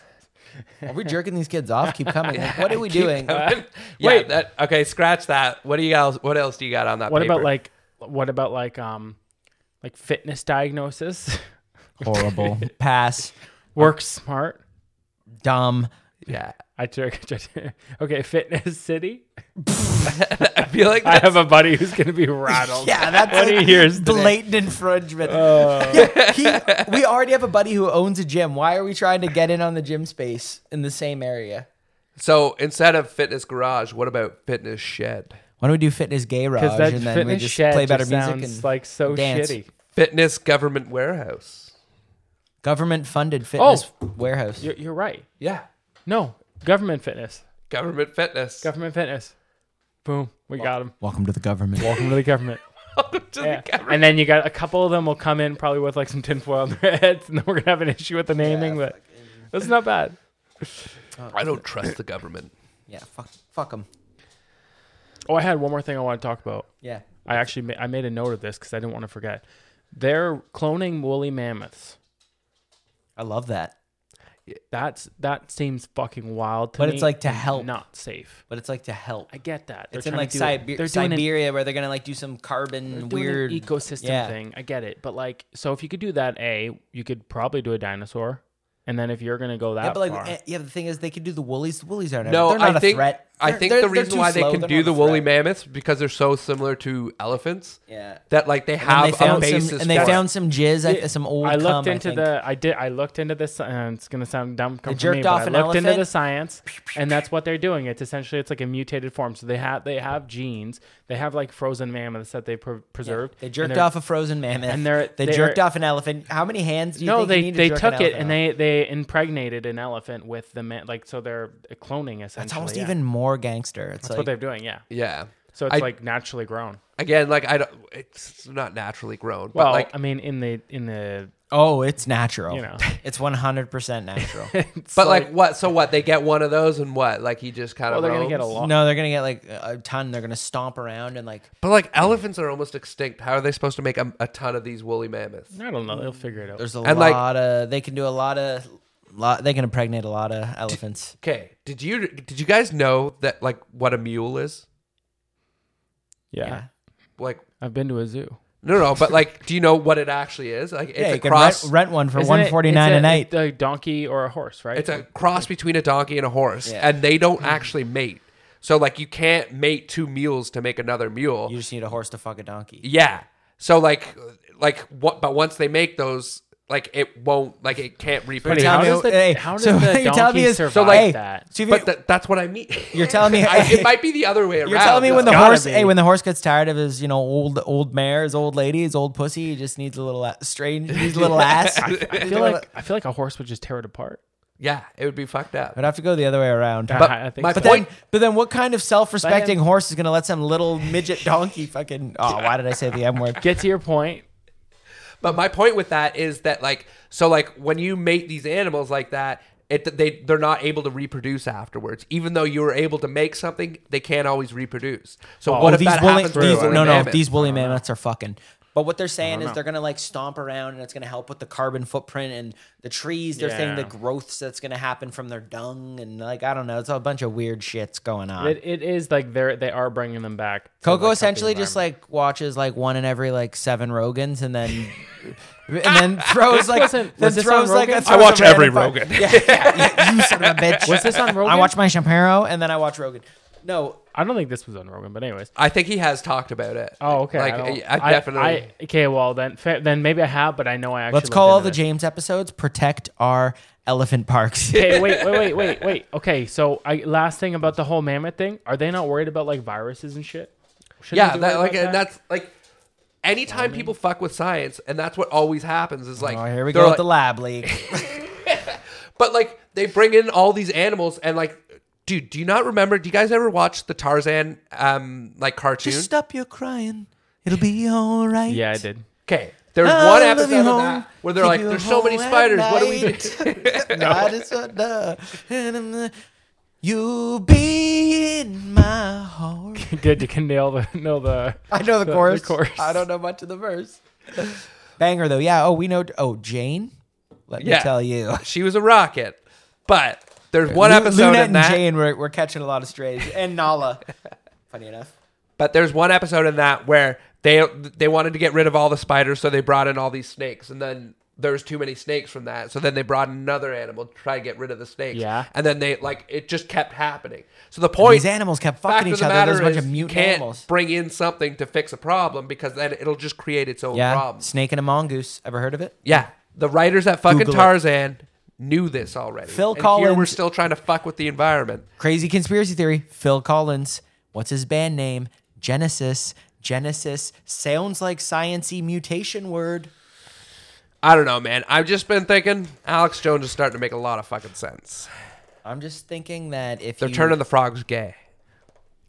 Are we jerking these kids off? Keep coming. Like, what are we doing? yeah, Wait. that okay, scratch that. What do you else what else do you got on that What paper? about like what about like um like fitness diagnosis? Horrible. Pass. Work smart. Dumb. Yeah. I took okay, fitness city. I feel like I have a buddy who's gonna be rattled. Yeah, that's What do you like hear is blatant infringement. Uh. Yeah, he, we already have a buddy who owns a gym. Why are we trying to get in on the gym space in the same area? so instead of fitness garage, what about fitness shed? Why don't we do fitness garage because that and then we fitness just shed play better just music sounds and like so dance. shitty. Fitness government warehouse. government funded fitness warehouse? Oh! You're, you're right. Yeah. No, government fitness. Government fitness. Government fitness. Boom, we got him. Welcome to the government. Welcome to the government. To Yeah. the government. And then you got a couple of them will come in probably with like some tinfoil on their heads, and then we're gonna have an issue with the naming, but that's not bad. I don't trust the government. yeah, fuck, fuck them. Oh, I had one more thing I want to talk about. Yeah. I actually ma- I made a note of this because I didn't want to forget. They're cloning woolly mammoths. I love that. That's that seems fucking wild to But me. it's like to and help. not safe. But it's like to help. I get that. They're It's in trying like to do it- Siber- they're doing an- Siberia where they're gonna like do some they're carbon doing an weird ecosystem yeah. thing. I get it, but like, so if you could do that, a you could probably do a dinosaur, and then if you're gonna go that Yeah, but like, far, eh, yeah, the thing is, they could do the woolies. The woolies aren't. No, they're not I a think threat. I They're- think they're- the they're reason too why they slow. can They're do not the a woolly threat. mammoths because they're so similar to elephants. Yeah. That like they And have they found a basis. some, and they for it. found some jizz, I- some old. I looked cum, into think. the I did I looked into this and it's gonna sound dumb come They from me, jerked but off I an looked into the elephant? science and that's what they're doing. It's essentially it's like a mutated form. So they have they have genes. They have like frozen mammoths that they pre- preserved. They and jerked they're- off a frozen mammoth, and they're- they they're- jerked off an elephant. How many hands do you No, think you they need to they jerk an took it elephant and off? they they impregnated an elephant with the man like so they're cloning essentially. It's almost yeah. even more gangster. It's that's what like they're doing. Yeah. Yeah. So it's I- like naturally grown. Again, like I don't. It's not naturally grown. Well, but like I mean, in the in the oh, it's natural. You know. it's one hundred percent natural. But like, what? So what? They get one of those, and what? Like he just kind well, of. they're gonna get a lot. no, they're gonna get like a ton. They're gonna stomp around and like But like elephants are almost extinct. How are they supposed to make a, a ton of these woolly mammoths? I don't know. They'll figure it out. there's a And, like- lot of they can do a lot of lot, they can impregnate a lot of elephants. Okay. Did you did you guys know that like what a mule is? Yeah. Like I've been to a zoo. no no, but like do you know what it actually is? Like it's yeah, a you can cross rent, rent one for Isn't it- one forty nine it's a night. A donkey or a horse, right? It's a cross between a donkey and a horse, Yeah. Mm-hmm. and they don't actually mate. So like you can't mate two mules to make another mule. You just need a horse to fuck a donkey. yeah. So like like what? But once they make those, like it won't like it can't reproduce. Pretty Tell how me- does the- hey, how does so the what you're telling me donkey is- survive so like- Hey, that? so if but you- that, that's what I mean. You're telling me I, it might be the other way around. You're telling me when the though. gotta horse, be. hey, when the horse gets tired of his, you know, old old mare, his old lady, his old pussy, he just needs a little a- strange, needs a little ass. I feel like I feel like a horse would just tear it apart. yeah, it would be fucked up. I'd have to go the other way around. But I think my so. But then, point, but then, what kind of self-respecting But then- horse is going to let some little midget donkey fucking? Oh, why did I say the M word? Get to your point. But my point with that is that like so like when you mate these animals like that, it they they're not able to reproduce afterwards. Even though you were able to make something, they can't always reproduce. So Oh, what Oh, if these that woolly, happens? with these- woolly no, no, mammoths? these woolly mammoths are fucking. But what they're saying is they're gonna like stomp around, and it's gonna help with the carbon footprint and the trees. They're saying the Yeah. growths that's gonna happen from their dung, and like I don't know, it's a bunch of weird shits going on. It, it is like they're they are bringing them back. to, Uh. Coco like, essentially healthy just like watches like one in every like seven Rogans and then and then throws like wasn't- then was this throws on like a, Rogan? throws I watch a random every part- Rogan. Yeah, yeah, yeah, you son of a bitch. Was this on I Rogan? watch my Champero and then I watch Rogan. No, environment. I don't think this was on Rogan, but anyways. I think he has talked about it. Oh, okay. Like don't- I, I definitely. I- okay, well then, fair, then maybe I have, but I know I actually. let's looked call all into the this. James episodes "Protect Our Elephant Parks." Okay, wait, wait, wait, wait, wait. Okay, so I, last thing about the whole mammoth thing. Are they not worried about like viruses and shit? Shouldn't yeah, they be that, worried like uh, about and that? that's like anytime people fuck with science, and that's what always happens is like oh, here we they're go like- with the lab leak. But like they bring in all these animals and like. Dude, do you not remember? Do you guys ever watch the Tarzan um like cartoon? Just stop your crying. It'll be all right. Yeah, I did. Okay. There's I one love episode you, of home. that where they're Keep like, you there's so many home at spiders. What do we night." do? Not as a duh. You be in my heart. Did you can nail the know the? I know the, The- the chorus. chorus. I don't know much of the verse. Banger though, yeah. Oh, we know. Oh, Jane. Let Yeah. me tell you. she was a rocket. But there's one Lu- episode Lunette in that. and Jane were, were catching a lot of strays, and Nala. Funny enough. But there's one episode in that where they they wanted to get rid of all the spiders, so they brought in all these snakes, and then there's too many snakes from that, so then they brought in another animal to try to get rid of the snakes. Yeah. And then they like it just kept happening. So the point These animals kept fact fucking of each the other. There's a matter bunch is of mutant you can't animals. Bring in something to fix a problem because then it'll just create its own Yeah. problem. Snake and a mongoose. Ever heard of it? Yeah, the writers at fucking Google it. Tarzan knew this already. Phil and Here Collins- we're still trying to fuck with the environment. Crazy conspiracy theory. Phil Collins. What's his band name? Genesis. Genesis sounds like sciency mutation word. I don't know, man. I've just been thinking Alex Jones is starting to make a lot of fucking sense. I'm just thinking that if They're you, turning the frogs gay.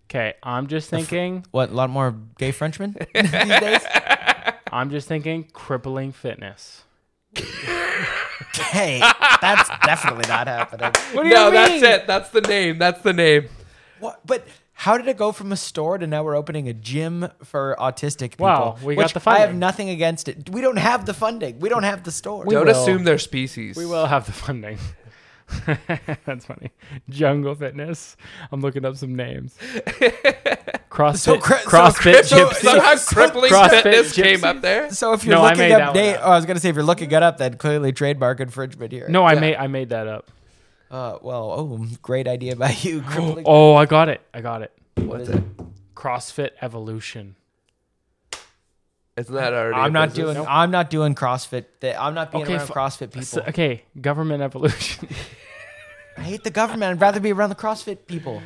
Okay, I'm just thinking. what a lot more gay Frenchmen these days. I'm just thinking crippling fitness. Hey, that's definitely not happening. What do No, that's it. That's the name. That's the name. What, but how did it go from a store to now we're opening a gym for autistic people? Wow, we got which the I have funding. nothing against it. We don't have the funding. We don't have the store. Don't will. assume they're species. We will have the funding. That's funny. Jungle Fitness. I'm looking up some names. CrossFit. So cra- so CrossFit cra- So Gypsy. somehow crippling CrossFit fitness gypsies. came up there. So if you're No, I looking made up, that one date, up. oh, I was gonna say if you're looking it up, then clearly trademark infringement here. no, I made I made that up. Uh, well, oh, great idea by you. Crippling- Oh, I got it. I got it. What's it? CrossFit Evolution. Isn't that already? a I'm not business? doing. I'm not doing CrossFit. Th- I'm not being Okay, around fu- CrossFit people. So- okay, government evolution. I hate the government. I'd rather be around the CrossFit people.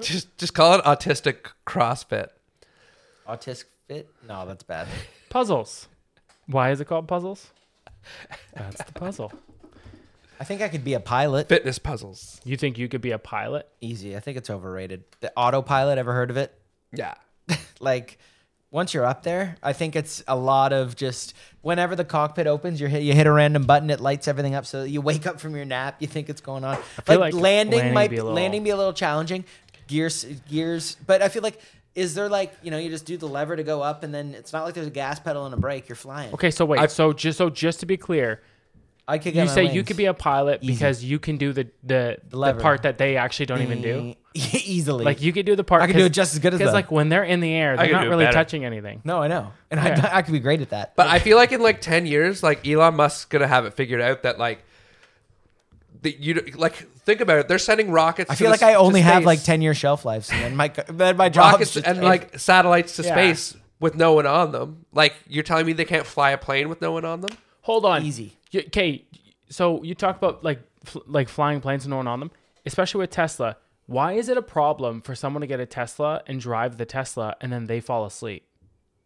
Just just call it autistic CrossFit. Autistic fit? No, that's bad. puzzles. Why is it called puzzles? That's the puzzle. I think I could be a pilot. Fitness puzzles. You think you could be a pilot? Easy. I think it's overrated. The autopilot. Ever heard of it? Yeah. like once you're up there, I think it's a lot of just whenever the cockpit opens, you hit you hit a random button, it lights everything up, so you wake up from your nap, you think it's going on. feel Like, like landing, landing might be be a little- landing be a little challenging. Gears gears, but I feel like is there like you know you just do the lever to go up and then it's not like there's a gas pedal and a brake. You're flying. Okay, so wait. so just so just to be clear, I could get You my say you wings. could be a pilot because you can do the the, the lever. part that they actually don't even do. easily. Like you could do the part. I could do it just as good as Because them. like when they're in the air, they're could not do it really better. touching anything. no, I know, and Yeah. I, I could be great at that. But I feel like in like ten years, like Elon Musk's gonna have it figured out that like that you like think about it. They're sending rockets. I feel like I only have like ten year shelf lives, and then my then my job rockets and like satellites to Yeah. space with no one on them. Like you're telling me they can't fly a plane with no one on them? Hold on. Easy. You, okay, so you talk about like fl- like flying planes and no one on them, especially with Tesla. Why is it a problem for someone to get a Tesla and drive the Tesla and then they fall asleep?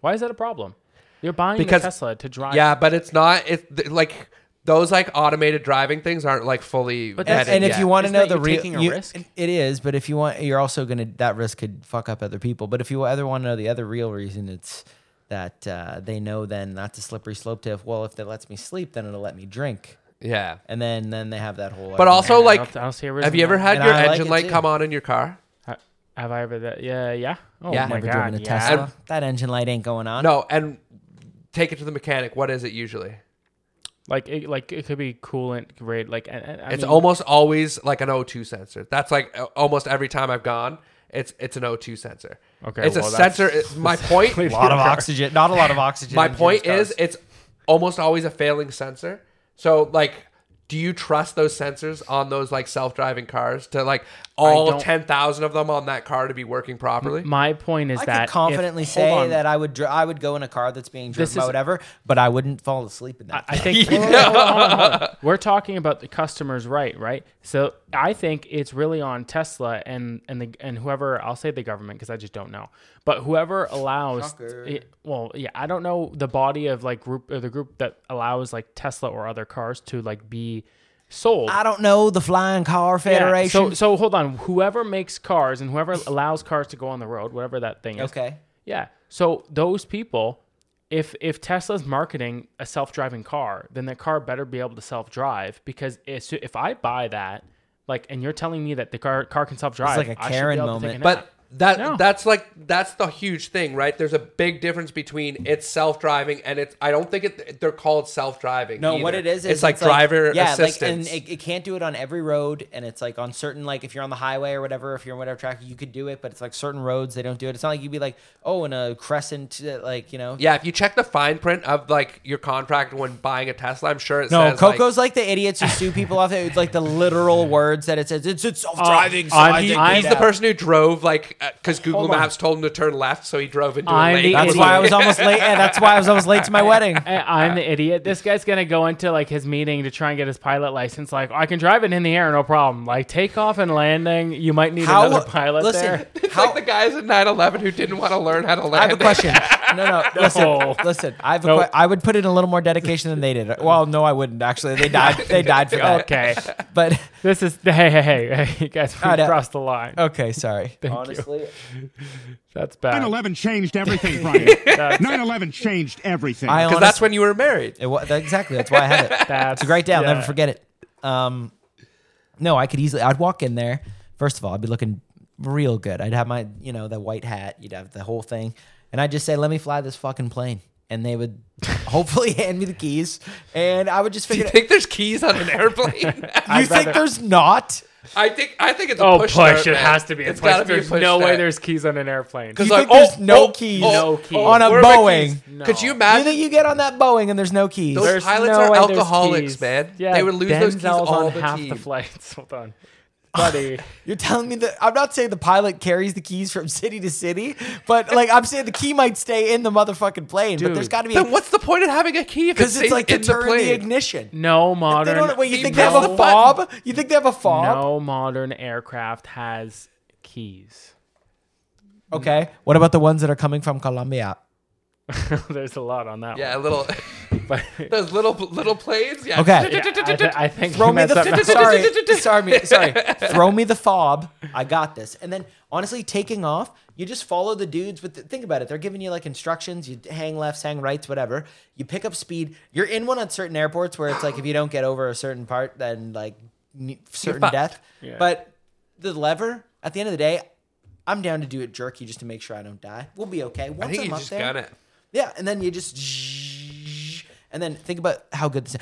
Why is that a problem? You're buying Because- a Tesla to drive. Yeah, but it's not. It's th- like those like automated driving things aren't like fully. But And, that's- vetted and if yet. you want to Isn't know that the you real, taking a you- risk? it is. But if you want, you're also gonna that risk could fuck up other people. But if you ever want to know the other real reason, it's that uh, they know then not to slippery slope to. If, well, if that lets me sleep, then it'll let me drink, yeah. and then then they have that whole. uh, But argument. also, like, I don't- I don't see a reason have you ever why. had And your I like engine it light too. come on in your car? Ha- Have I ever that? Yeah, yeah. Oh Yeah. my never god, driven a yeah. Tesla. that engine light ain't going on. No, and take it to the mechanic. What is it usually? Like it, like it could be coolant rate. Like I, I- I it's mean, almost always like an O2 sensor. That's like uh, almost every time I've gone. It's it's an O2 sensor. Okay, it's a well, that's- sensor. It, my point. a lot of oxygen. Not a lot of oxygen. my in point Jim's is, cars. it's almost always a failing sensor. So like. Do you trust those sensors on those like self-driving cars to like all don't- ten thousand of them on that car to be working properly? my point is I that could if- confidently hold say on. that I would dri- I would go in a car that's being driven This by is- whatever, but I wouldn't fall asleep in that. I think Hold on, hold on, hold on. we're talking about the customer's right, right? So I think it's really on Tesla and and the and whoever I'll say the government because I just don't know, but whoever allows, it- well, yeah, I don't know the body of like group or the group that allows like Tesla or other cars to like be sold. I don't know the Flying Car Yeah, Federation. So so hold on, whoever makes cars and whoever allows cars to go on the road, whatever that thing is. okay. Yeah. So those people, if if Tesla's marketing a self-driving car, then the car better be able to self-drive because as soo- if I buy that, like, and you're telling me that the car car can self-drive, It's like a I should be Karen able to take moment. a nap. But that No. that's like that's the huge thing, right? There's a big difference between it's self driving and it's. I don't think it, they're called self driving. No, what it is is it's like driver assistance. Like, and it, it can't do it on every road, and it's like on certain like if you're on the highway or whatever, if you're on whatever track, you could do it, but it's like certain roads they don't do it. It's not like you'd be like, oh, in a crescent, uh, like you know. yeah, if you check the fine print of like your contract when buying a Tesla, I'm sure it No, says Coco's like, the idiots who sue people off it. It's like the literal words that it says. It's it's self driving. so I'm- I think I'm Like, he's that- the person who drove like because Google Hold on. Maps told him to turn left, so he drove into I'm a lane. the That's idiot. why I was almost late. Yeah, that's why I was almost late to my wedding. I, I'm the idiot. This guy's gonna go into like his meeting to try and get his pilot license. Like I can drive it in the air, no problem. Like takeoff and landing, you might need another pilot listen, there. how like the guys at 9/11 who didn't want to learn how to land. I have a question. No, no, listen, No. listen. I have a No. que- I would put in a little more dedication than they did. Well, no, I wouldn't actually. They died. They died for that. Okay, but this is hey hey hey, hey you guys. We I know. crossed the line. okay, sorry. Honestly, that's 9 bad. 11 changed everything, Brian. 9 11 changed everything. I Because honest, that's when you were married. it, wa- that- exactly that's why I had it. It's That's a great day. I'll never yeah. forget it. Um, no, I could easily. I'd walk in there. First of all, I'd be looking real good. I'd have my, you know, the white hat. You'd have the whole thing, and I'd just say, "Let me fly this fucking plane," and they would hopefully hand me the keys, and I would just Do figure. you it- think there's keys on an airplane? you think there's not? I think I think it's a Oh, push. push! start, it man. has to be. A It's push. gotta be a there's push no way start. there's keys on an airplane. You It's think like, there's oh, no oh, keys oh, No keys. on a where are my Boeing? keys? Could you You imagine? think you get on that Boeing and there's no keys? Those There's pilots no are way there's alcoholics, keys. man. they would lose those keys Denzel's all on the half time. the flights. Hold on, buddy. You're telling me that I'm not saying the pilot carries the keys from city to city, but like I'm saying the key might stay in the motherfucking plane. but there's Dude. got to be then what's the point of having a key if it because stays it's like to in the turn the, plane? ignition. no They modern. don't. Wait, you He think they have pressed a the fob? button. You think they have a fob? no modern aircraft has keys. Okay. What about the ones that are coming from Colombia? there's a lot on that. yeah, one. little But, those little little planes. Yeah. Okay. yeah, I, thi- I think Throw we me messed the up. f- sorry, sorry, me- sorry. Throw me the fob. I got this. And then honestly, taking off, you just follow the dudes. With the, think about it, they're giving you like instructions. You hang lefts, hang rights, whatever. You pick up speed. You're in one at certain airports where it's like if you don't get over a certain part, then like n- certain fucked. death. But the lever at the end of the day. I'm down to do it jerky just to make sure I don't die. We'll be okay. Once I think am you up just there, got it. yeah, and then you just and then think about how good this.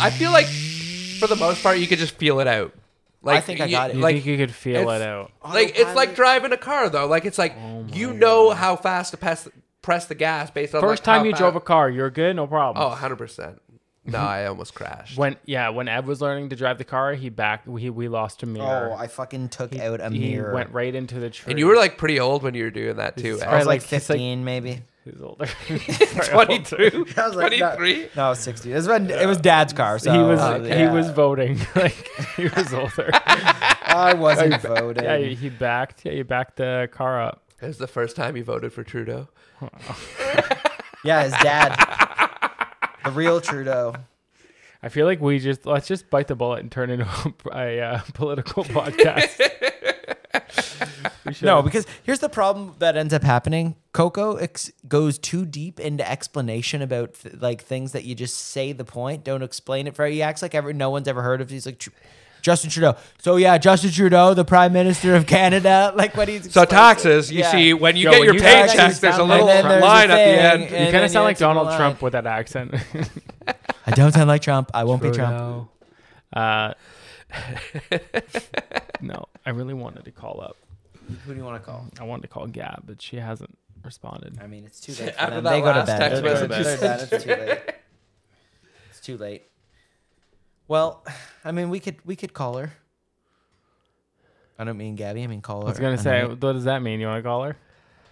I feel like for the most part, you could just feel it out. Like, think I got it. you- You Like think you could feel it's- it out? Like it's like driving a car though. Like it's like Oh you know how fast to press, press the gas based on First like, how time you fa- drove a car, you're good, no problem. Oh, 100 percent. No, I almost crashed. When yeah, when Ev was learning to drive the car, he back we we lost a mirror. Oh, I fucking took out a he mirror. went right into the tree. and you were like pretty old when you were doing that too. I was Ed. Probably like like- it's like- 15, maybe. He's older. 22, I was like, no. 23. No, I was 60. It was, when, it was dad's car, so he was uh, he yeah. was voting like he was older. I wasn't voting. yeah, he backed. Yeah, you backed the car up. It was the first time you voted for Trudeau. Yeah, his dad, the real Trudeau. I feel like we just let's just bite the bullet and turn it into a uh, political podcast. We should. No, because here's the problem that ends up happening. Coco ex- goes too deep into explanation about th- like things that you just say the point, don't explain it. very. he acts like every no one's ever heard of. He's like Tr- Justin Trudeau. So yeah, Justin Trudeau, the Prime Minister of Canada. Like what he's So explaining. taxes, you Yeah. see, when you Yo, get when your you got paycheck, taxes there's a down little there, and then there's a line at the thing, end. and you kind then of sound like answer the Donald line. Trump with that accent. I don't sound like Trump. I won't be Trump. Uh, no, I really wanted to call up. Who do you want to call? I wanted to call Gab, but she hasn't responded. I mean, it's too late. For After them. that they go to last bed. text They're- they're message. done. It's too late. It's too late. Well, I mean, we could we could call her. I don't mean Gabby. I mean call her. I was gonna and say, then- what does that mean? You want to call her?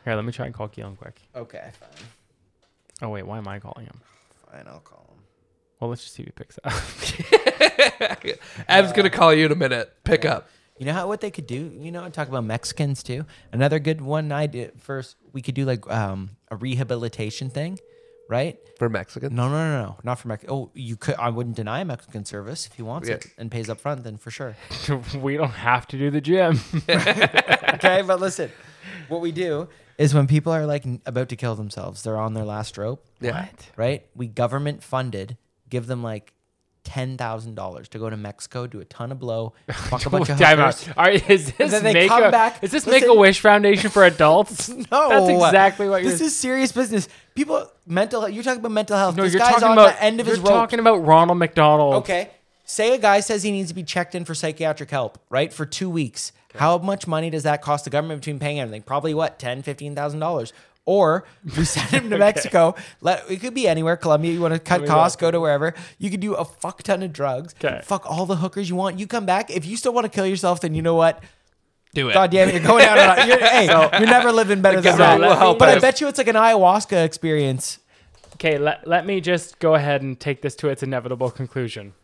Here, let me try and call Keelan quick. Okay, fine, Oh wait, why am I calling him? fine. I'll call him. Well, let's just see if he picks up. Ev's gonna call you in a minute. Pick up. You know how what they could do? You know, I talk about Mexicans too. Another good one I did first. We could do like um, a rehabilitation thing, right? For Mexicans. No, no, no, no, not for Mexico. Oh, you could. I wouldn't deny a Mexican service if he wants Yeah. it and pays up front. Then for sure. we don't have to do the gym. okay, but listen, what we do is when people are like n- about to kill themselves, they're on their last rope, Yeah. right? We government funded, give them like ten thousand dollars to go to Mexico, do a ton of blow, fuck a bunch of Time out. hookers. All right, is And this then they make come a, back- Is this Listen. Make a Wish Foundation for adults? No, that's exactly what this you're. is serious business. People, mental. You're talking about mental health. no, this you're guy's talking on about the end of you're his rope. talking about Ronald McDonald. Okay. Say a guy says he needs to be checked in for psychiatric help, right? For two weeks. How much money does that cost the government between paying everything? Probably what, ten, fifteen thousand dollars. Or we send him to Mexico. Let it could be anywhere, Colombia. You want to cut costs, go to wherever. You could do a fuck ton of drugs. Okay. Fuck all the hookers you want. You come back. If you still want to kill yourself, then you know what? Do it. God damn it, you're going out. on a- You're, hey, you're never living better than government that. will help but I us. bet you it's like an ayahuasca experience. Okay, let, let me just go ahead and take this to its inevitable conclusion.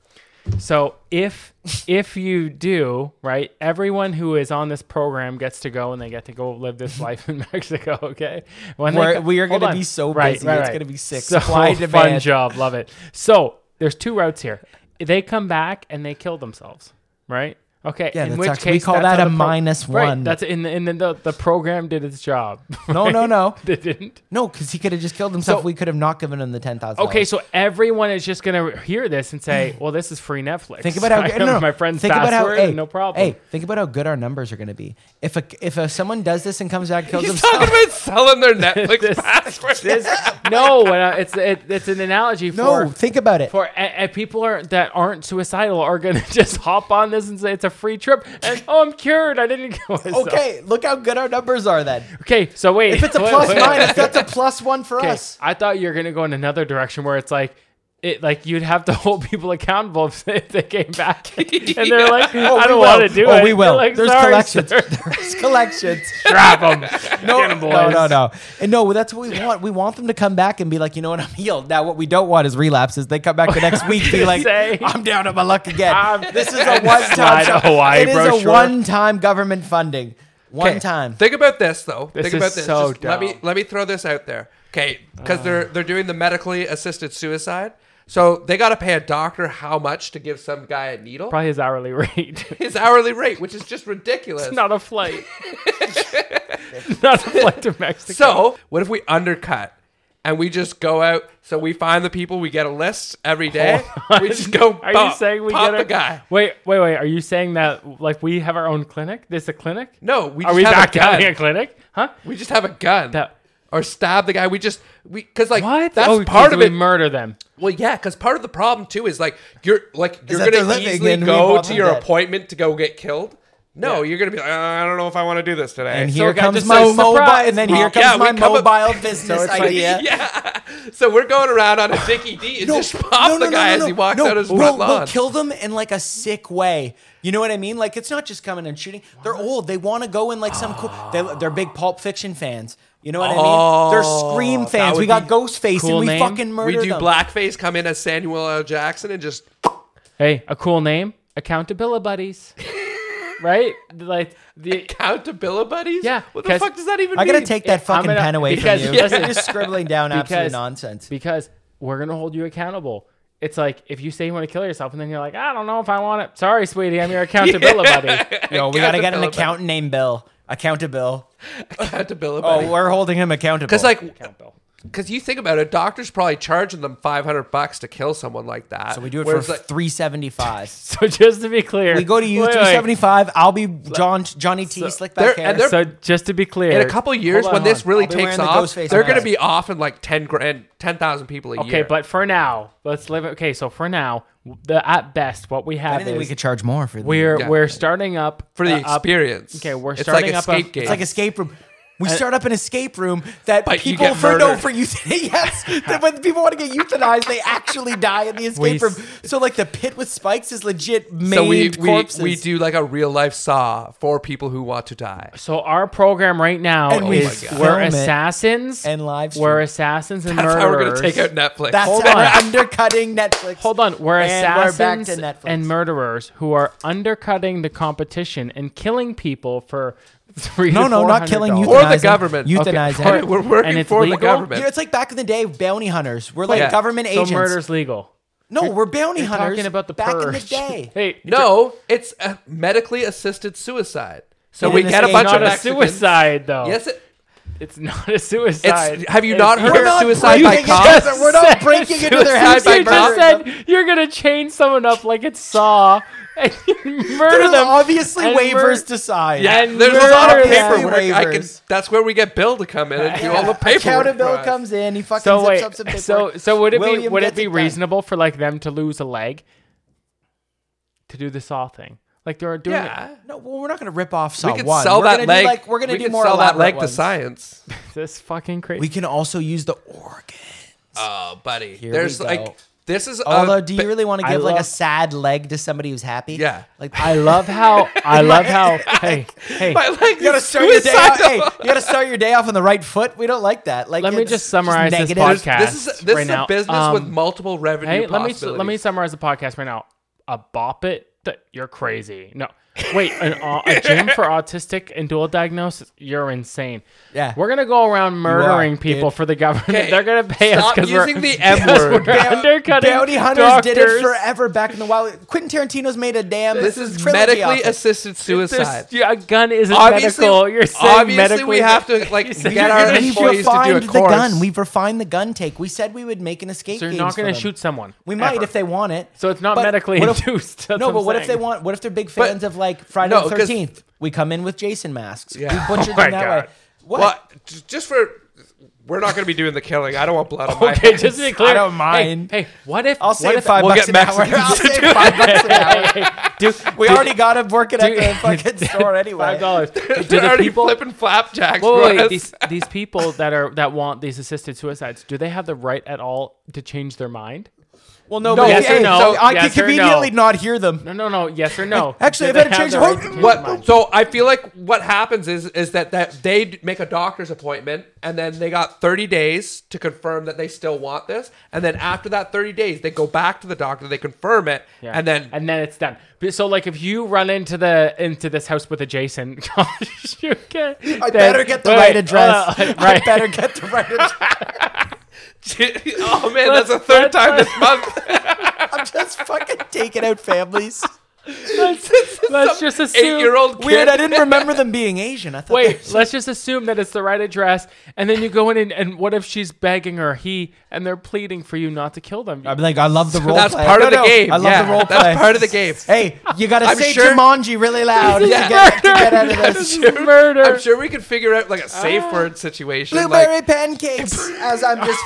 So if if you do, right, everyone who is on this program gets to go and they get to go live this life in Mexico, okay? When they We're- co- we are hold gonna on. be so busy, it's gonna be sick. So Supply, fun demand. job, love it. So there's two routes here. They come back and they kill themselves, right? Okay, Yeah, in that which sucks. We case call that's that how a the minus Right, one. that's in the, in the, the the program did its job. No, no, no. they didn't. No, because he could have just killed himself. So- we could have not given him the ten thousand. Okay, so everyone is just gonna hear this and say, "Well, this is free Netflix." Think about how I good have my friend's password. and no problem. Hey, think about how good our numbers are going to be. If a if a, someone does this and comes back and kills He's himself, talking about selling their Netflix This- password. no, when I- it's it, it's an analogy for no, think about it. for a, a people are, that aren't suicidal are gonna just hop on this and say it's a free trip and oh, I'm cured. I didn't kill myself. okay, look how good our numbers are then. okay. So wait, If it's a wait, plus wait. minus, that's a plus one for Okay, us. I thought you were gonna go in another direction where it's like. It, like you'd have to hold people accountable if they, if they came back and they're like, I don't want to do oh, it. we You're will. Like, There's "Sorry, collections. sir." There's collections. Trap them. No, no, no, no, and no. That's what we want. We want them to come back and be like, you know what, I'm healed. Now, what we don't want is relapses. They come back the next week, be like, Say- I'm down on my luck again. I'm- this is a one-time. Slide show. Hawaii it is a brochure. one-time government funding. One Okay, time. Think about this though. This think is about this. so Just Let me dumb. Uh. let me throw this out there. Okay, because they're they're doing the medically assisted suicide, so they got to pay a doctor how much to give some guy a needle? Probably his hourly rate. His hourly rate, which is just ridiculous. Not a flight. Not a flight to Mexico. so what if we undercut? And we just go out. So we find the people. We get a list every day. We just go. Are pop- you saying we pop get the a guy? Wait, wait, wait. Are you saying that like we have our own clinic? This a clinic? No, we Are just we have back a gun. having a clinic? Huh? We just have a gun. That or stab the guy. We just we because like What? that's Oh, 'cause part of we it. Murder them. Well, yeah, because part of the problem too is like you're like you're that they're gonna living easily and we go want to them your dead. appointment to go get killed. No, you're gonna be like, "Uh, I don't know if I want to do this today. And So here like, I comes just my like, mobile, "Surprise, and then here Rob." comes Yeah, we my come up- mobile business it's like, idea. yeah. So we're going around on a dicky D and just pop the guy as he walks out his we'll, front we'll lawn. kill them in like a sick way. You know what I mean? Like it's not just coming and shooting. They're old. They want to go in like some cool. They, they're big Pulp Fiction fans. You know what I mean? They're Scream Oh, that fans. would We got be Ghostface cool and we name. fucking we murder do them. blackface, come in as Samuel L. Jackson, and just Hey, a cool name. Accountability buddies. right? Like the count to Billa buddies. Yeah, what the 'cause- fuck does that even? I gotta mean? take that I'm fucking gonna- pen away because- from you. yes, You're just scribbling down absolute because- nonsense. because we're gonna hold you accountable. It's like if you say you want to kill yourself and then you're like, I don't know if I want it. Sorry, sweetie, I'm your accountability buddy. Yo, we gotta get an Accountability. accountant named Bill. Accountable. count to Billa Oh, buddies. we're holding him accountable. Because like Count Bill. Because you think about it, a doctor's probably charging them five hundred bucks to kill someone like that. so we do it Whereas, for like, three seventy five. So just to be clear, We go to you wait, wait. three seventy five. I'll be John Johnny T. slick back they're- hair. and they're- So just to be clear, in a couple of years Hold on, when this hold on. really I'll be takes wearing the off, Ghostface they're mask. going to be off in like ten grand, ten thousand people a Okay, year. but for now, let's live. Okay, so for now, the at best what we I have didn't think we is could charge more for. the- we're Yeah. we're starting up for the uh, up- experience, okay, we're It's starting like up a- escape game. It's it's like escape room. We start up an escape room that But you people get for no murdered. for euthanasia. Yes, that when people want to get euthanized, they actually die in the escape We room. s- So like the pit with spikes is legit maimed so we, we, corpses. we do like a real life saw for people who want to die. So our program right now And we is film we're it assassins and live stream. We're assassins and That's murderers. how we're going to take out Netflix. That's Hold how on. we're undercutting Netflix. Hold on, we're And we're back assassins to Netflix. and murderers who are undercutting the competition and killing people for three. No, to no, not $400. killing Or the euthanizing- government. euthanizing. Okay, We're working And it's for the legal? government. Yeah, it's like back in the day, bounty hunters. We're like Yeah. government So agents. murder's legal. No, we're bounty You're hunters. talking about the back in purge. the day. hey, no, it's a medically assisted suicide. So In we this get a game, bunch not of a Mexicans. suicide though. Yes, it, it's not a suicide. it's. Have you not We're heard of not suicide by breathing into cop? their- We're not breaking into their Suicide house. by you murder just said you're gonna chain someone up like it's Saw and murder There's them. obviously and waivers mur- to sign. Yeah, and there's a lot of murder them. paperwork. I can, waivers. that's where we get Bill to come in and do all the paperwork. for Accountability us. comes in. He fucking So zips wait, up some so paperwork. so would it be William would it gets be done. reasonable for like them to lose a leg to do the Saw thing? Like they're doing Yeah, No, well, we're not going to rip off we Saw can One. sell we're that gonna leg. Do like, we're going to we do can more sell that elaborate leg to ones. science. it. This fucking crazy. We can also use the organ. Oh, buddy, Here there's we go. like this is. Although, a, do you really want to I give like a love- sad leg to somebody who's happy? Yeah. Like I love how I love how hey hey My leg You gotta is start your day off. Hey, suicidal. you gotta start your day off on the right foot. We don't like that. Like, Let me it's just summarize this negative. podcast. This is a- this right is a now. business with Um, multiple revenue. hey let me possibilities. let me summarize the podcast right now. A bop it that you're crazy. No wait an, au- a gym for autistic and dual diagnosis. You're insane. Yeah. we're gonna go around murdering dude. people for the government. Okay, They're gonna pay us Stop because we're using the M word. we're undercutting Bounty hunters did it doctors. forever back in the wild. Quentin Tarantino's made a damn. This is trilogy off medically it. assisted There's- suicide. yeah, a gun isn't medical. You're saying obviously medically we have to like You're get our gonna We've employees to do a refined the course. gun. We've refined the gun take. We said we would make an escape. So you're games not for going them. to shoot someone. We might ever. if they want it. So it's not But medically what if- induced. That's no, what but I'm what if they saying. want? What if they're big fans of like Friday No, the 'cause- Thirteenth? We come in with Jason masks. Yeah. We butchered Oh my them that God. way. What? Well, j- just for we're not going to be doing the killing. I don't want blood on my Okay, hands. just to be clear. I don't hey, mind. Hey, what if? I'll what save if, five we'll bucks get an hour. Mexicans I'll to save do it. five bucks an hour. do, We do- already got him working at do- the fucking store anyway. Five dollars. They're Do the already people? flipping flapjacks. Wait, for wait, wait, us. these these people that are that want these assisted suicides, do they have the right at all to change their mind? Well, no, yes or no, so I yes can or no. conveniently not hear them. No, no, no. Yes or no? Actually, Do I better they have change the my- right to change their What? mind? So I feel like what happens is is that that they d- make a doctor's appointment and then they got 30 days to confirm that they still want this, and then after that 30 days they go back to the doctor, they confirm it, Yeah. and then and then it's done. But- So like if you run into the into this house with a Jason, you can- I then- better get the wait, right address. hold on, I right. better get the right address. oh man, that's the third time this month. I'm just fucking taking out families. Let's, let's just assume Eight-year-old kid. Weird. I didn't remember them being Asian. I thought. Wait, let's just assume that it's the right address, and then you go in and, and what if she's begging or he, and they're pleading for you not to kill them? I'm like, I love the role. That's play. part No, of the no, game. I love Yeah, the role that's play. part of the game. Hey, you gotta I'm say sure- Jumanji really loud to Yeah. get, to get out of This this. is murder. I'm sure we could figure out like a safe word situation. Blueberry Like, pancakes. as I'm just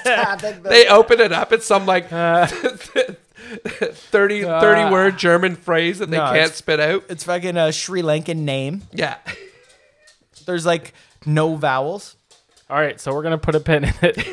stabbing the they open it up. It's some like 30, 30 Uh, word German phrase that they no, can't it's- spit out. It's fucking a Sri Lankan name. Yeah. There's like no vowels. All right, so we're gonna put a pin in it.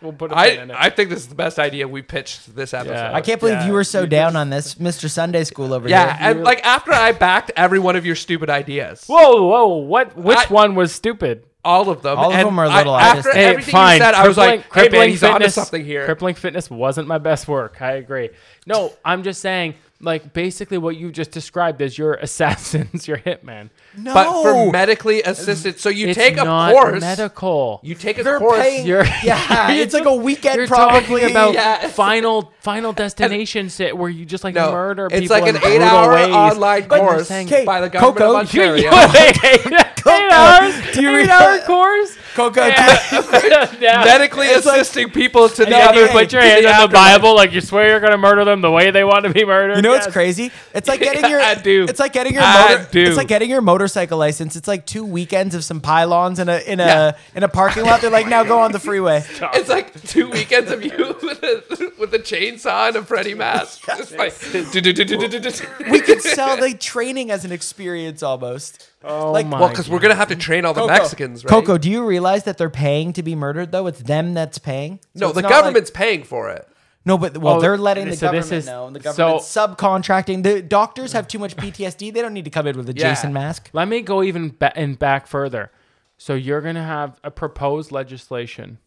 we'll put a pin I, in it. I think this is the best idea we pitched this episode. Yeah. Yeah, I can't believe Yeah, you were so you down just- on this, Mr. Sunday School over here. and like after I backed every one of your stupid ideas, whoa, whoa, what? Which I- one was stupid? all of them, All of and them are I- little after autistic. Hey, everything fine. you said, I was like, hey man, he's onto fitness- something here. Crippling fitness wasn't my best work. I agree. No, I'm just saying, like, basically what you just described is your assassins, your hitman. no, But for medically assisted, so you it's take a not course. medical. You take a they're course. paying. you're- yeah, it's like a weekend You're probably. talking about Yeah. final final destination sit where you just like no, murder it's people. like an in brutal eight-hour ways. online But you're course saying- Okay, by the government Coco, of you- Ontario. Wait, eight hours? Do you eight read- hour course? Coco. Yeah. medically like- assisting people to the Yeah, other. you put your to hand on the afterlife. Bible, like you swear you're gonna murder them the way they want to be murdered. You know what's Yes. crazy? It's like getting Yeah, your I do. It's like getting your I motor, do. It's like getting your motorcycle license. It's like two weekends of some pylons in a in a Yeah. in a parking lot. They're like, now go on the freeway. It's like two weekends of you with a, with a chainsaw and a Freddy mask. Just like, We could sell the training as an experience almost. Oh Like- my Well, because we're gonna have to train all the Coco. Mexicans, right? Coco, do you realize that they're paying to be murdered though? It's them that's paying. So No, it's the not like- government's paying for it. no, but well, Oh, they're letting the so this government is- know, and the so- government's subcontracting. The doctors have too much PTSD. They don't need to come in with a Yeah. Jason mask. Let me go even ba- and back further. So you're gonna have a proposed legislation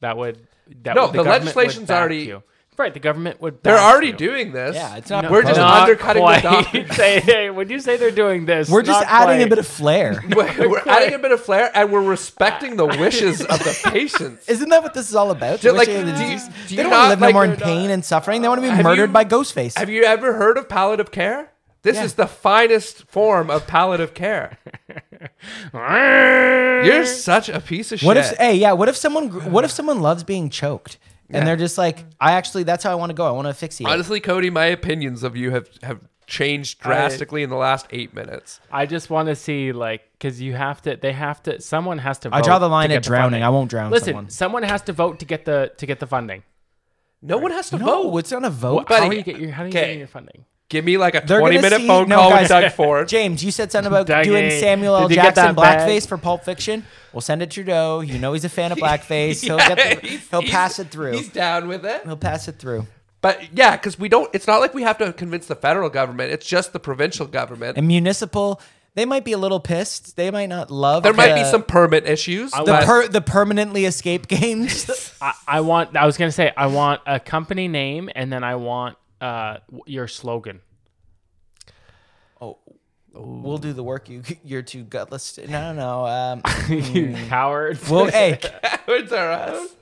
that would that No, would, the government would legislation's back already- you. right. The government would. They're back already you. doing this. Yeah, it's not. We're just proposed. Not undercutting the quite. doctors. Say- hey, when you say they're doing this, We're just not adding a quite. bit of flair. We're we're adding a bit of flair, and we're respecting the wishes of the patients. Isn't that what this is all about? Do- They like, wish they do had you- disease. do you they don't want to not live like no more your in pain doc- and suffering. They want to be Have murdered you- by Ghostface. Have you ever heard of palliative care? This Yeah. is the finest form of palliative care. You're such a piece of what shit. if? Hey, yeah. What if someone? gr- What if someone loves being choked and they're just like, I actually, that's how I want to go. I want to asphyxiate. Honestly, Cody, my opinions of you have, have changed drastically in the last eight minutes. I just want to see like because you have to. They have to. Someone has to. Vote I draw the to line get at the drowning. funding. I won't drown Listen, someone. has to vote to get the to get the funding. No one has to No, vote. it's not a vote. But- how do you get your How do you Okay. get your funding? Give me like a They're 20 gonna minute see- phone no, call guys. with Doug Ford. James, you said something about Dougie, doing Samuel L. did you get Jackson that bag? blackface for Pulp Fiction. We'll send it to Trudeau. You know he's a fan of blackface. He'll Yeah, get. The, he's- he'll he's- pass it through. He's down with it. He'll pass it through. But yeah, because we don't, it's not like we have to convince the federal government, it's just the provincial government. And municipal, they might be a little pissed. They might not love. there might be the- some permit issues. the but- per, the permanently escape games. I, I want. I was gonna say I want a company name and then I want uh w- your slogan. we'll do the work. You you're too gutless. To, no, no. Um, you coward. well, hey, Words are us.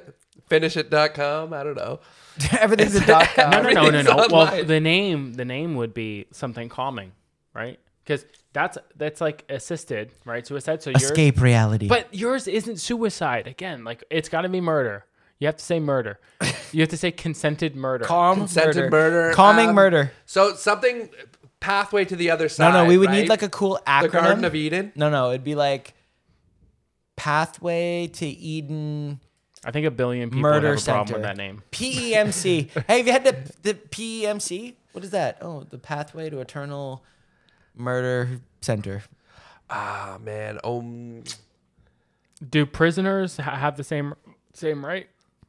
Finishit.com. I don't know. everything's a dot com. no, no, no, Everything's no. Well, online. the name, the name would be something calming, right? Because that's that's like assisted, right? Suicide. So yours, Escape reality. but yours isn't suicide. Again, like it's got to be murder. You have to say murder. You have to say consented murder. calm Consented murder. murder. calming um, murder. So something pathway to the other No, side. no. We would right? need like a cool acronym. The Garden of E- Eden. No, no. It'd be like Pathway to Eden I think a billion people Murder have a problem Center. with that name. PEMC. E hey, have you had the, the PEMC? What is that? Oh, the Pathway to Eternal Murder Center. Ah, man. Um, Do prisoners ha- have the same same right?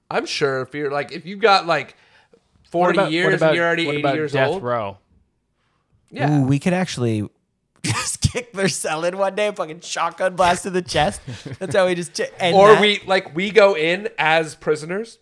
I'm sure if you're like, if you got like What 40 about- what years about- and you're already what 80 about years death old. row? Yeah. Ooh, we could actually just kick their cell in one day, fucking shotgun blast to the chest. That's how we just ch- end or that. we like we go in as prisoners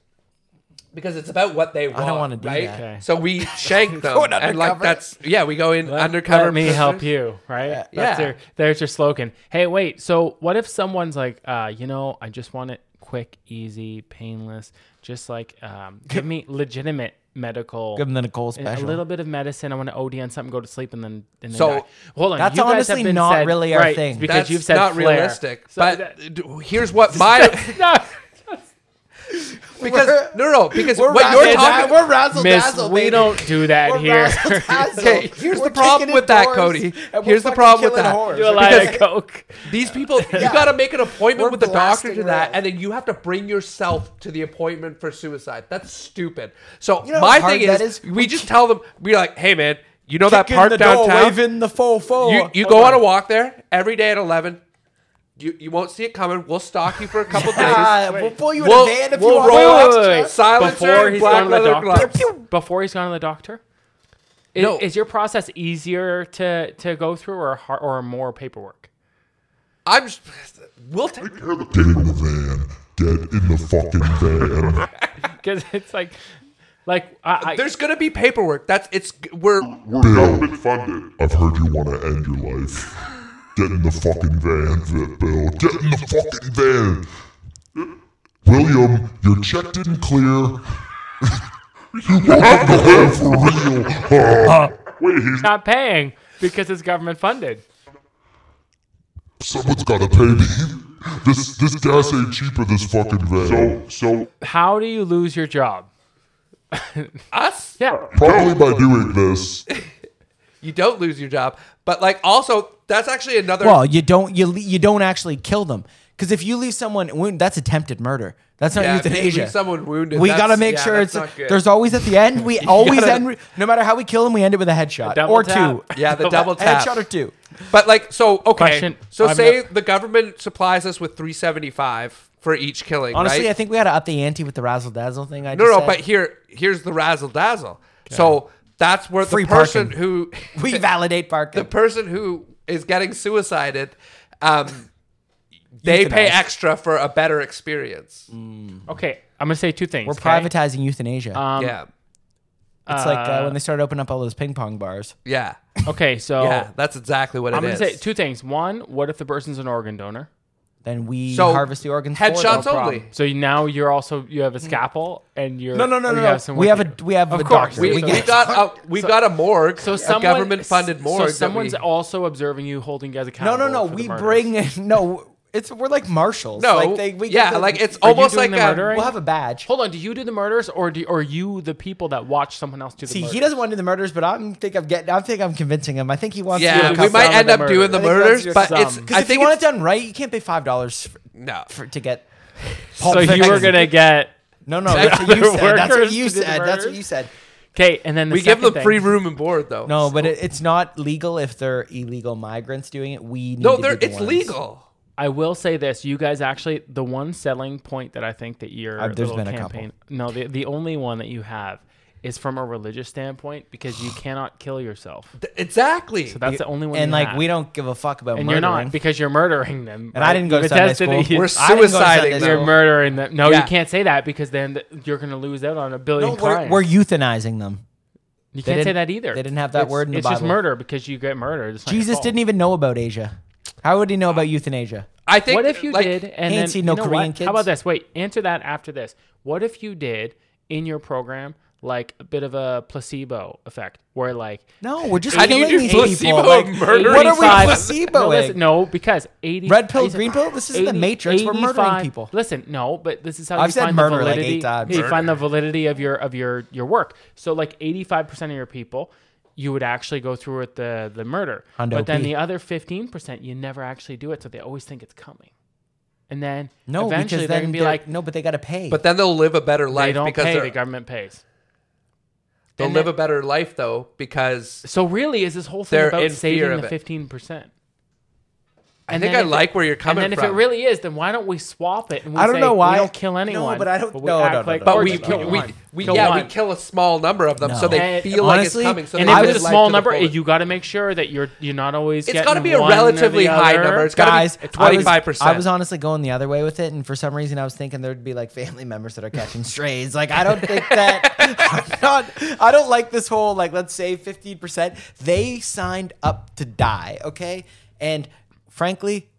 because it's about what they want. don't wanna do right? that. Okay. So we shank them Going and like undercover. that's yeah we go in Let- undercover. Let me help prisoners. you, right? Yeah. That's your, there's your slogan. Hey, wait. So what if someone's like, uh, you uh, know, I just want it quick, easy, painless. Just like um, give me legitimate medical. Give them the Nicole a- special. A little bit of medicine. I want to OD on something, go to sleep, and then and then So- die. hold on. That's you guys have honestly been not said- really our right, thing. it's because That's you've said not flare. realistic. So but that- d- here's what my because We're- no no because We're what you're razzle talking da- we're razzle Miss, dazzle. we baby. don't do that We're here. razzle dazzle. Okay, here's We're the problem kicking with in that, doors, Cody. and we're Here's the fucking problem with that. killing whores. You a lot of coke. These people, you got to make an appointment We're with the doctor blasting to that, rails. and then you have to bring yourself to the appointment for suicide. That's stupid. So know my how hard thing is, that is? we, We just tell them, we're like, hey man, you know that Kick in park the door, downtown? wave in the faux faux. you you Hold go on. on a walk there every day at eleven. You you won't see it coming. We'll stalk you for a couple days. Ah, we'll pull you in We'll, a van if we'll you want. roll Wait, up wait, wait, wait. silencer, Before he's black gone to the leather doctor. gloves. Before he's gone to the doctor. Is, No. is your process easier to to go through or har- or more paperwork? I'm. just- We'll take. Dead in the van. Dead in the fucking van. Because it's like, like I, I, There's gonna be paperwork. That's it's. We're Bill, I've heard you want to end your life. Get in the fucking van, Vi- Bill. Get in the fucking van. William, your check didn't clear. you want the van for real? Uh, wait, he's, not paying because it's government funded. someone's gotta pay me. This this gas ain't cheaper. This fucking van. So so How do you lose your job? us. Yeah, probably by doing this. You don't lose your job, but like also that's actually another. Well, you don't you le- you don't actually kill them because if you leave someone wound, that's attempted murder. That's not Yeah, if you leave euthanasia. someone wounded, we that's- gotta make yeah, sure that's it's not good. there's always at the end. We always gotta- end no matter how we kill them. We end it with a headshot double or tap. two. yeah, the double a tap. headshot or two. But like, so okay. Question. So I'm say not- the government supplies us with three seventy five for each killing. Honestly, right? I think we gotta up the ante with the razzle dazzle thing. I no, just no. said. But here, here's the razzle dazzle. So that's where Free the person parking. who we validate parking. the person who is getting suicided, um, they pay Euthanized. extra for a better experience. Mm-hmm. Okay, I'm gonna say two things. We're okay? privatizing euthanasia. yeah, it's like uh, when they started opening up all those ping pong bars. yeah, Okay, so Oh. yeah. That's exactly what it I'm gonna is. say two things. One, what if the person's an organ donor? Then we So, harvest the organs. for them. headshots only. So you- now you're also you have a scalpel and you're Mm-hmm. No, no, no, no, or you no. some We with have you. a- we have of a course doctor. We, We we get- got a, we got a morgue, so a someone, government funded so morgue. that someone's we- also observing you, holding you guys No, accountable. no, no. for the We murders. bring no. It's we're like marshals. no, like they, we get yeah, the- like it's Are you almost doing like the a, murdering? We'll have a badge. Hold on, do you do the murders or do or you the people that watch someone else do the See, murders? he doesn't want to do the murders, but I'm think I'm getting. I think I'm convincing him. I think he wants. to do Yeah, a You're we couple- might some end of up the doing the murders. murders, but Some. it's. 'Cause I Because if you think want it it's done right, you can't pay five dollars no. for to get. So you were gonna get No, no. That's what you Other said. That's what workers you to do said. the That's what murders? you said. okay, and then the We give second them thing, free room and board though. No, but it, it's not legal if they're illegal migrants doing it. We need no, to they're, be the it's ones. legal. I will say this: you guys actually the one selling point that I think that your Uh, there's little been a campaign. No, the the only one that you have is from a religious standpoint because you cannot kill yourself. Th- Exactly. So that's the only one. And you like have. we don't give a fuck about And murdering. you're not because you're murdering them. And I right? didn't go to You've Sunday attested school. you- We're I didn't go to suiciding Sunday them. You're school. murdering them. No, Yeah. you can't say that because then th- you're going to lose out on a billion No, we're, clients. we're euthanizing them. they you can't say didn't- that either. they didn't have that It's- word in the it's just Bible. murder because you get murdered. It's oh. not your Jesus fault. didn't even know about Asia. How would he know about euthanasia? I think. What if you like, did and Ain't then seen you no know Korean what? kids. How about this? Wait, answer that after this. What if you did in your program like a bit of a placebo effect where like No, we're just How do you killing do these placebo people. Like, and murder? what are we 85 placeboing? No, listen, no, because 80 Red pill, I said- green pill? This isn't the Matrix. We're murdering 85 people. Listen, no, but this is how I've you said find murder the like eight validity. times. You find the validity of your of your your work. So like 85% of your people you would actually go through with the the murder. Hundo but then P. the other 15% you never actually do it, so they always think it's coming. And then no, eventually because they're then gonna be they're- like, no, but they got to pay. But then they'll live a better they life don't because pay. they're- The government pays. they'll Then live they- a better life though because So really, is this whole thing They're in about fear saving of the it. fifteen percent? I think I like where you're coming And then from. if it really is, then why don't we swap it? And we I don't say, know why- we don't kill No, anyone. but I don't- we no, act no, no, like- no, but or we just kill, kill we, one. we Kill yeah one. we kill a small number of them so No. they And- feel honestly, like it's coming. So and they I if live it's a was life small to the number, fullest. you got to make sure that you're you're not always. It's got gotta to be a relatively high number. It's gotta be Guys, I was- 25%. I was honestly going the other way with it, and for some reason, I was thinking there'd be like family members that are catching strays. Like, I don't think that. I'm not, I don't like this whole like let's say fifteen percent. They signed up to die, okay? And frankly,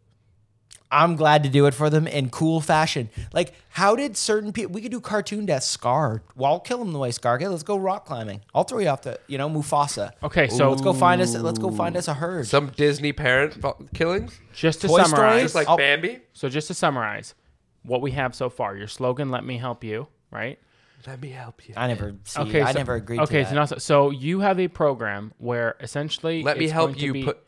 I'm glad to do it for them in cool fashion. Like, how did certain people? We could do cartoon death. Scar, well, I'll kill him the way Scar. Okay, let's go rock climbing. I'll throw you off the, you know, Mufasa. Okay, so- let's go find us. Let's go find us a herd. Some Disney parent fu- killings. Just to Toy Story? summarize, Just like I'll- Bambi. so just to summarize, what we have so far, your slogan, "Let me help you," right? Let me help you. I never. See, Okay, I so- never agreed. to Okay, that. so, not, so so you have a program where essentially Let me it's help going to you be- put-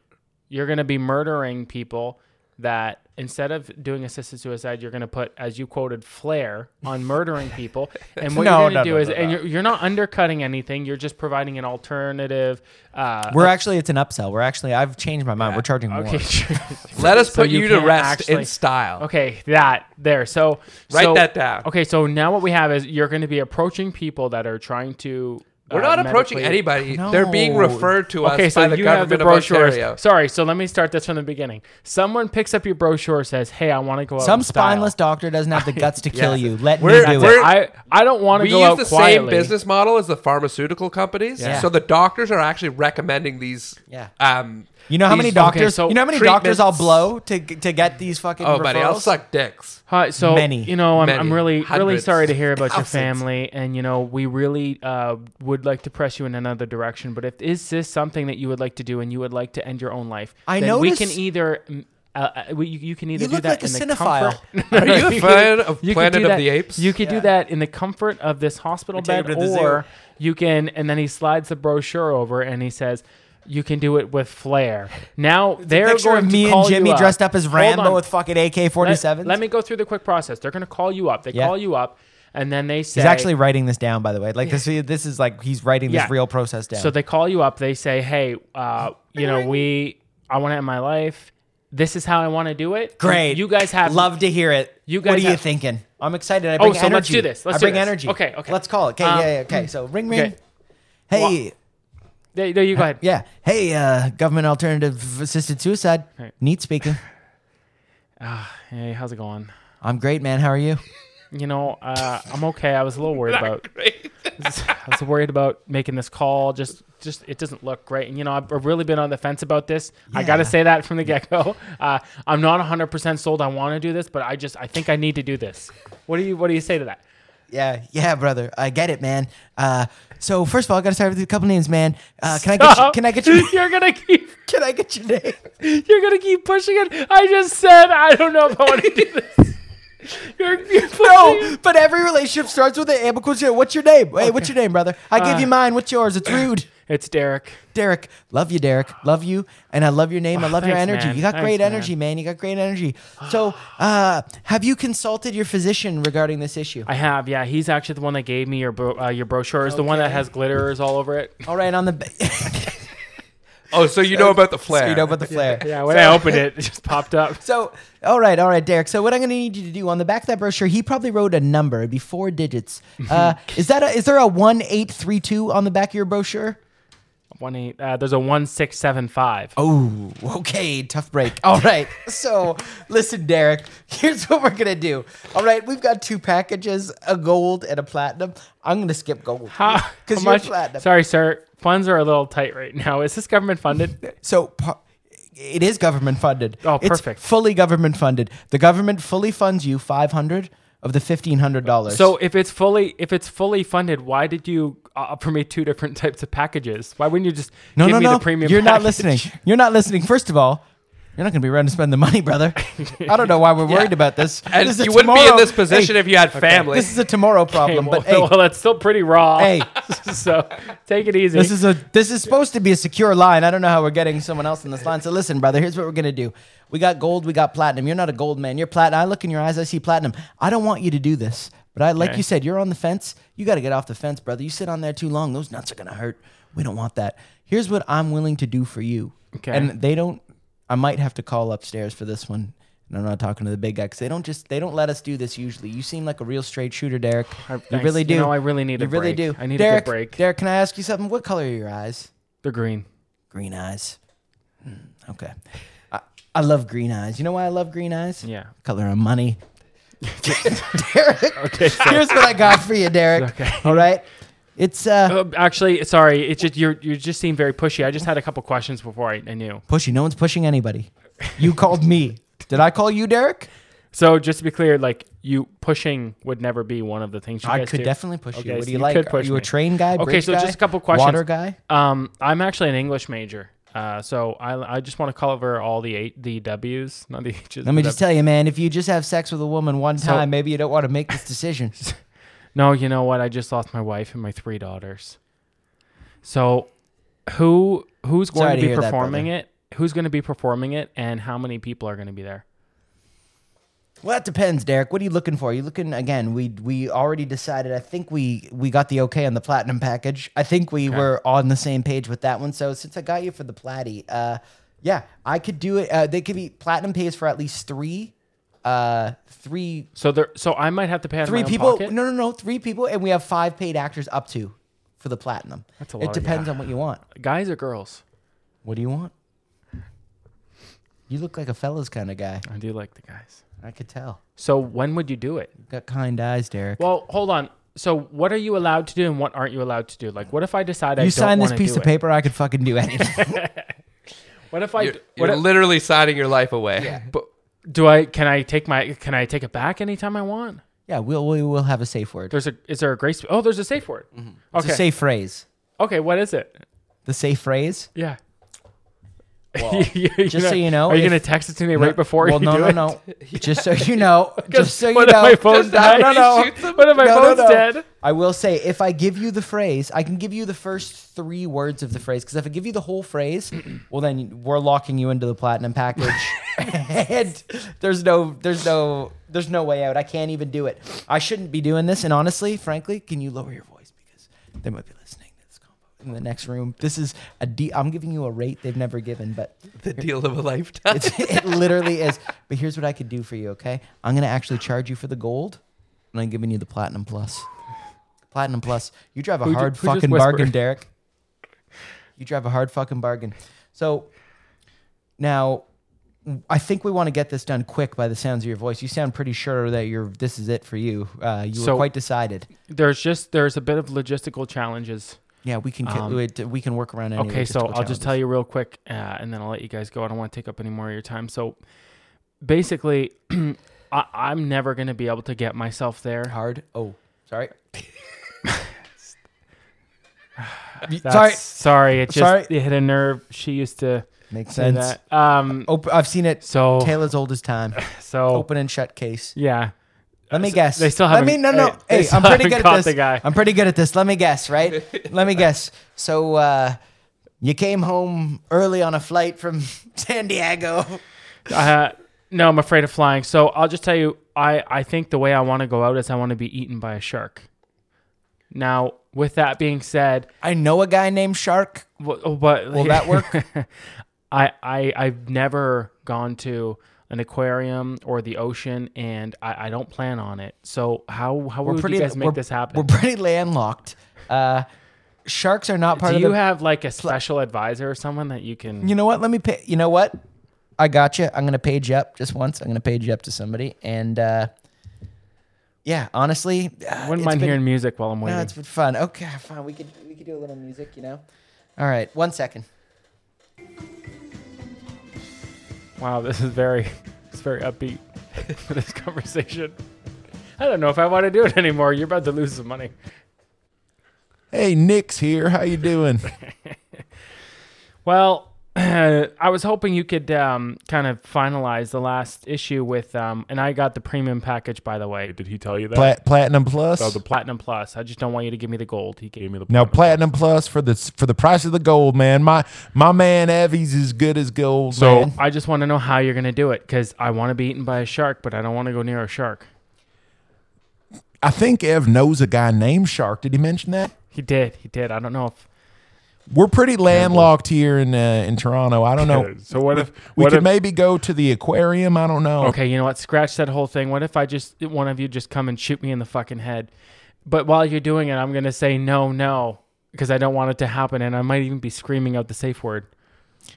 You're going to be murdering people that instead of doing assisted suicide, you're going to put, as you quoted, flair on murdering people. And what No, you're going to no, do no, is, no, and no. you're, you're not undercutting anything. You're just providing an alternative. Uh, We're actually it's an upsell. We're actually I've changed my mind. We're charging more. okay, sure. Let us So put you, to can't rest in actually- style. Okay, that there. So Write so- that down. Okay, so now what we have is you're going to be approaching people that are trying to. We're uh, not approaching medically- anybody. They're being No. referred to us Okay, so by the you have government the of brochures. Ontario. Sorry, so let me start this from the beginning. Someone picks up your brochure, says, "Hey, I want to go out." Some in Oh, style." spineless doctor doesn't have the guts to kill Yes. you. Let We're- me do we're- it. I I don't want to we go use out the quietly. same business model as the pharmaceutical companies. Yeah. So the doctors are actually recommending these. Yeah. Um, You know how these- many doctors? so you know how many doctors I'll treatments- blow to to get these fucking. Oh, buddy, I'll referrals? suck dicks. Hi, so Many. you know, I'm, I'm Many. really really Hundreds. sorry to hear about your Thousands. family, and you know, we really uh, would like to press you in another direction. But if is this something that you would like to do, and you would like to end your own life, I then we can notice- either. mm, Uh, uh, we, you, you can either You do look like that a in the cinephile. comfort. Are you a fan of You could Planet do of that- the Apes? You could do Yeah. that in the comfort of this hospital take bed, him to the zoo. or you can. And then he slides the brochure over, and he says, "You can do it with flair." Now they're picture going of to me call and you Jimmy up. dressed up as Hold Rambo on. with fucking AK Let- 47s. Let, me go through the quick process. They're going to call you up. They Yeah. call you up, and then they say. He's actually writing this down, by the way. Like this, this is like he's writing this Yeah. real process down. So they call you up. They say, "Hey, uh, you know, we I want to end my life. This is how I want to do it. great. You guys have love to hear it. you what guys are you have- thinking? I'm excited. I Oh, bring so let's energy. do this. Let's I do bring this. energy. Okay, okay. Let's call it. Okay, Um, yeah, yeah, okay. So ring, ring. okay. Hey, There, there you go ahead. yeah, hey, uh, government alternative assisted suicide. Neat speaking. Hey, how's it going? I'm great, man. How are you? You know, uh, I'm okay. I was a little worried about. I was worried about making this call. Just, just it doesn't look great. And you know, I've I've really been on the fence about this. I got Yeah. to say that from the get go. Uh, I'm not 100 percent sold. I want to do this, but I just, I think I need to do this. What do you, what do you say to that? Yeah, yeah, brother. I get it, man. Uh, so first of all, I gotta start with a couple names, man. Uh, can I get you, can I get you You're gonna keep. can I get your name? You're gonna keep pushing it. I just said I don't know if I want to do this. You're, you're pushing. No, but every relationship starts with an ambiguous. What's your name? Hey, what's your name, brother? I gave you Uh. mine. What's yours? It's rude. It's Derek. Derek, love you, Derek. Love you, and I love your name. I Oh, love your thanks, energy. man. You got Thanks, great man. energy, man. You got great energy. So, uh, have you consulted your physician regarding this issue? I have. Yeah, he's actually the one that gave me your bro- uh, your brochure. Is the one that has glitters all over it. All right, on the ba- Oh, so you know about the flare. you know about the flare. Yeah, when I opened it, it just popped up. So, all right, all right, Derek. So, what I'm going to need you to do on the back of that brochure, he probably wrote a number. It'd be four digits. Uh, is that a, is there a one eight three two on the back of your brochure? One eight. Uh, there's a one six seven five. Oh, okay. Tough break. All right. So, listen, Derek, here's what we're going to do. All right. We've got two packages, a gold and a platinum. I'm going to skip gold. How- Because how you're much? platinum. Sorry, sir. Funds are a little tight right now. Is this government funded? So, par- it is government funded. Oh, It's perfect. fully government funded. The government fully funds you 500 of the $1,500. so if it's fully if it's fully funded, why did you offer me two different types of packages? Why wouldn't you just No, give no, me no. the premium? You're not package? listening. You're not listening. First of all, you're not going to be ready to spend the money, brother. I don't know why we're worried about this. and This is a you wouldn't be in tomorrow- this position Hey, if you had family. This is a tomorrow problem, Okay, well, but hey, well, that's still pretty raw. Hey. so take it easy. this is a this is supposed to be a secure line. I don't know how we're getting someone else in this line. So listen, brother, here's what we're gonna do. We got gold, we got platinum. You're not a gold man. You're platinum. I look in your eyes, I see platinum. I don't want you to do this, but I like you said, you're on the fence. You got to get off the fence, brother. You sit on there too long, those nuts are gonna hurt. We don't want that. Here's what I'm willing to do for you. Okay. And they don't. I might have to call upstairs for this one. And I'm not talking to the big guy because they don't just they don't let us do this usually. You seem like a real straight shooter, Derek. You thanks. really You do. know, I really need You a really do. break. I need a good Derek, break. Derek, can I ask you something? What color are your eyes? the green. Green eyes. Hmm, Okay. I, I love green eyes. You know why I love green eyes? Yeah. Color of money. Derek, Okay. so- here's what I got for you, Derek. Okay. All right. It's uh, Uh, actually, sorry. It just you're you just seem very pushy. I just had a couple questions before I, I knew. pushy. No one's pushing anybody. You called me. Did I call you Derek? So just to be clear, like you pushing would never be one of the things you I guys could do. definitely push you. What do you so like? could Are push you a me. train guy, Okay, bridge so guy, just a couple questions. water guy? Um, I'm actually an English major. Uh, so I, I just want to cover all the eight the W's, not the H's. Let me the just tell you, man, if you just have sex with a woman one time, maybe you don't want to make this decision. No, you know what? I just lost my wife and my three daughters. So, who who's going Sorry to to be hear that, performing it? Who's going to be performing it, and how many people are going to be there? Well, that depends, Derek. What are you looking for? you looking again? We we already decided. I think we we got the okay on the platinum package. I think we were on the same page with that one. So since I got you for the platy, uh, yeah, I could do it. Uh, they could be platinum pays for at least three, uh, three So there, so I might have to pay out of three my own people. pocket? No, no, no, three people, and we have five paid actors up to for the platinum. That's a It lot, depends yeah. on what you want. guys or girls? What do you want? You look like a fellas kind of guy. I do like the guys. I could tell. So when would you do it? You've got kind eyes, Derek. Well, hold on. So what are you allowed to do, and what aren't you allowed to do? Like, what if I decide I you don't sign this wanna piece do of it? paper, I could fucking do anything. What if I You're, what you're if- literally signing your life away. But do I can I take my can I take it back anytime I want? yeah, we'll we will have a safe word. There's a is there a grace? Oh, there's a safe word. Mm-hmm. It's Okay, a safe phrase. okay. What is it? The safe phrase. Yeah. You- you Just so you know, are you if- gonna text it to me right before Well, you no, do no, it? no. Just so you know. Just so you what know. if my phone's Just- no, dead? no, no. Shoots him? What if my No, no, phone's no. dead? I will say, if I give you the phrase, I can give you the first three words of the phrase. Because if I give you the whole phrase, well, then we're locking you into the platinum package, and there's no, there's no, there's no way out. I can't even do it. I shouldn't be doing this. And honestly, frankly, can you lower your voice because they might be listening to this combo in the next room. This is a de- I'm giving you a rate they've never given, but the deal of a lifetime. it's, it literally is. But here's what I could do for you, okay? I'm gonna actually charge you for the gold, and I'm giving you the platinum plus. Platinum plus. You drive a Who ju- hard who just fucking bargain, whispered? Derek. You drive a hard fucking bargain. So now, I think we want to get this done quick. By the sounds of your voice, you sound pretty sure that you're. This is it for you. Uh, you So- were quite decided. There's just there's a bit of logistical challenges. Yeah, we can ca- Um, we- we can work around. Any Okay, so logistical I'll just challenges. tell you real quick, uh, and then I'll let you guys go. I don't want to take up any more of your time. So basically, I, I'm never gonna be able to get myself there. hard. Oh, sorry. That's- sorry. sorry, it just Sorry. It hit a nerve. She used to Makes say sense. that. Um, Op- I've seen it. so Taylor's old as time. so Open and shut case. Oh. yeah. Let me so guess. they still Let me no haven't- no. they Hey, still I'm pretty haven't good caught at this. the guy. I'm pretty good at this. Let me guess, right? Let me guess. So uh, you came home early on a flight from San Diego. Uh, no, I'm afraid of flying. So I'll just tell you, I, I think the way I want to go out is I want to be eaten by a shark. Now, with that being said, I know a guy named Shark. wh- oh, but Will that work? I, I I've never gone to an aquarium or the ocean, and I, I don't plan on it. So how how would you guys make we're- this We're happen? pretty landlocked. Uh, sharks are not part Do of you the have like a special advisor or someone that you can? you know what? Let me pay. You know what? I got you. I'm gonna page you up just once. I'm gonna page you up to somebody, and uh, yeah, honestly, uh, I wouldn't it's mind been- hearing music while I'm waiting. No, it's been fun. Okay, fine. We could we could do a little music, you know. All right, one second. Wow, this is very, it's very upbeat. this conversation. I don't know if I want to do it anymore. You're about to lose some money. Hey, Nick's here. How you doing? Well, I was hoping you could um, kind of finalize the last issue with, um, and I got the premium package by the way. Did he tell you that? Oh, Plat- platinum plus. the platinum plus. I just don't want you to give me the gold. He gave me the now platinum plus for the for the price of the gold, man. My my man Evie's as good as gold. So man. I just want to know how you're gonna do it because I want to be eaten by a shark, but I don't want to go near a shark. I think Ev knows a guy named Shark. Did he mention that? He did. He did. I don't know if We're pretty landlocked here in uh, in Toronto. I don't know. So what if we could maybe go to the aquarium. I don't Oh. know. Okay, you know what? Scratch that whole thing. What if I just one of you just come and shoot me in the fucking head? But while you're doing it, I'm gonna say no, no, because I don't want it to happen, and I might even be screaming out the safe word.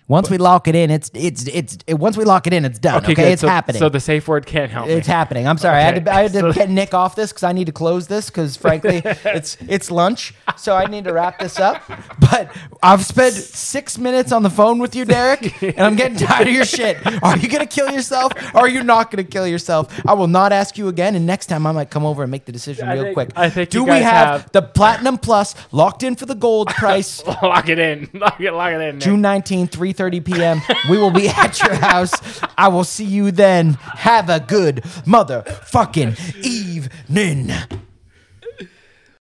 Once we lock it in, it's it's it's it, once we lock it in, it's done. Okay, good. it's so, happening. So the safe word can't help. me. it's happening. I'm sorry. I had Okay. to, I had to So- get Nick off this because I need to close this because frankly, it's it's lunch, so I need to wrap this up. But I've spent six minutes on the phone with you, Derek, and I'm getting tired of your shit. Are you gonna kill yourself? Or are you not gonna kill yourself? I will not ask you again. And next time, I might come over and make the decision I real think- quick. I think Do you we guys have, have- the platinum plus locked in for the gold price? lock it in. Lock it. Lock it in. Nick. June 19th, 3:30 p.m. We will be at your house. I will see you then. Have a good motherfucking evening.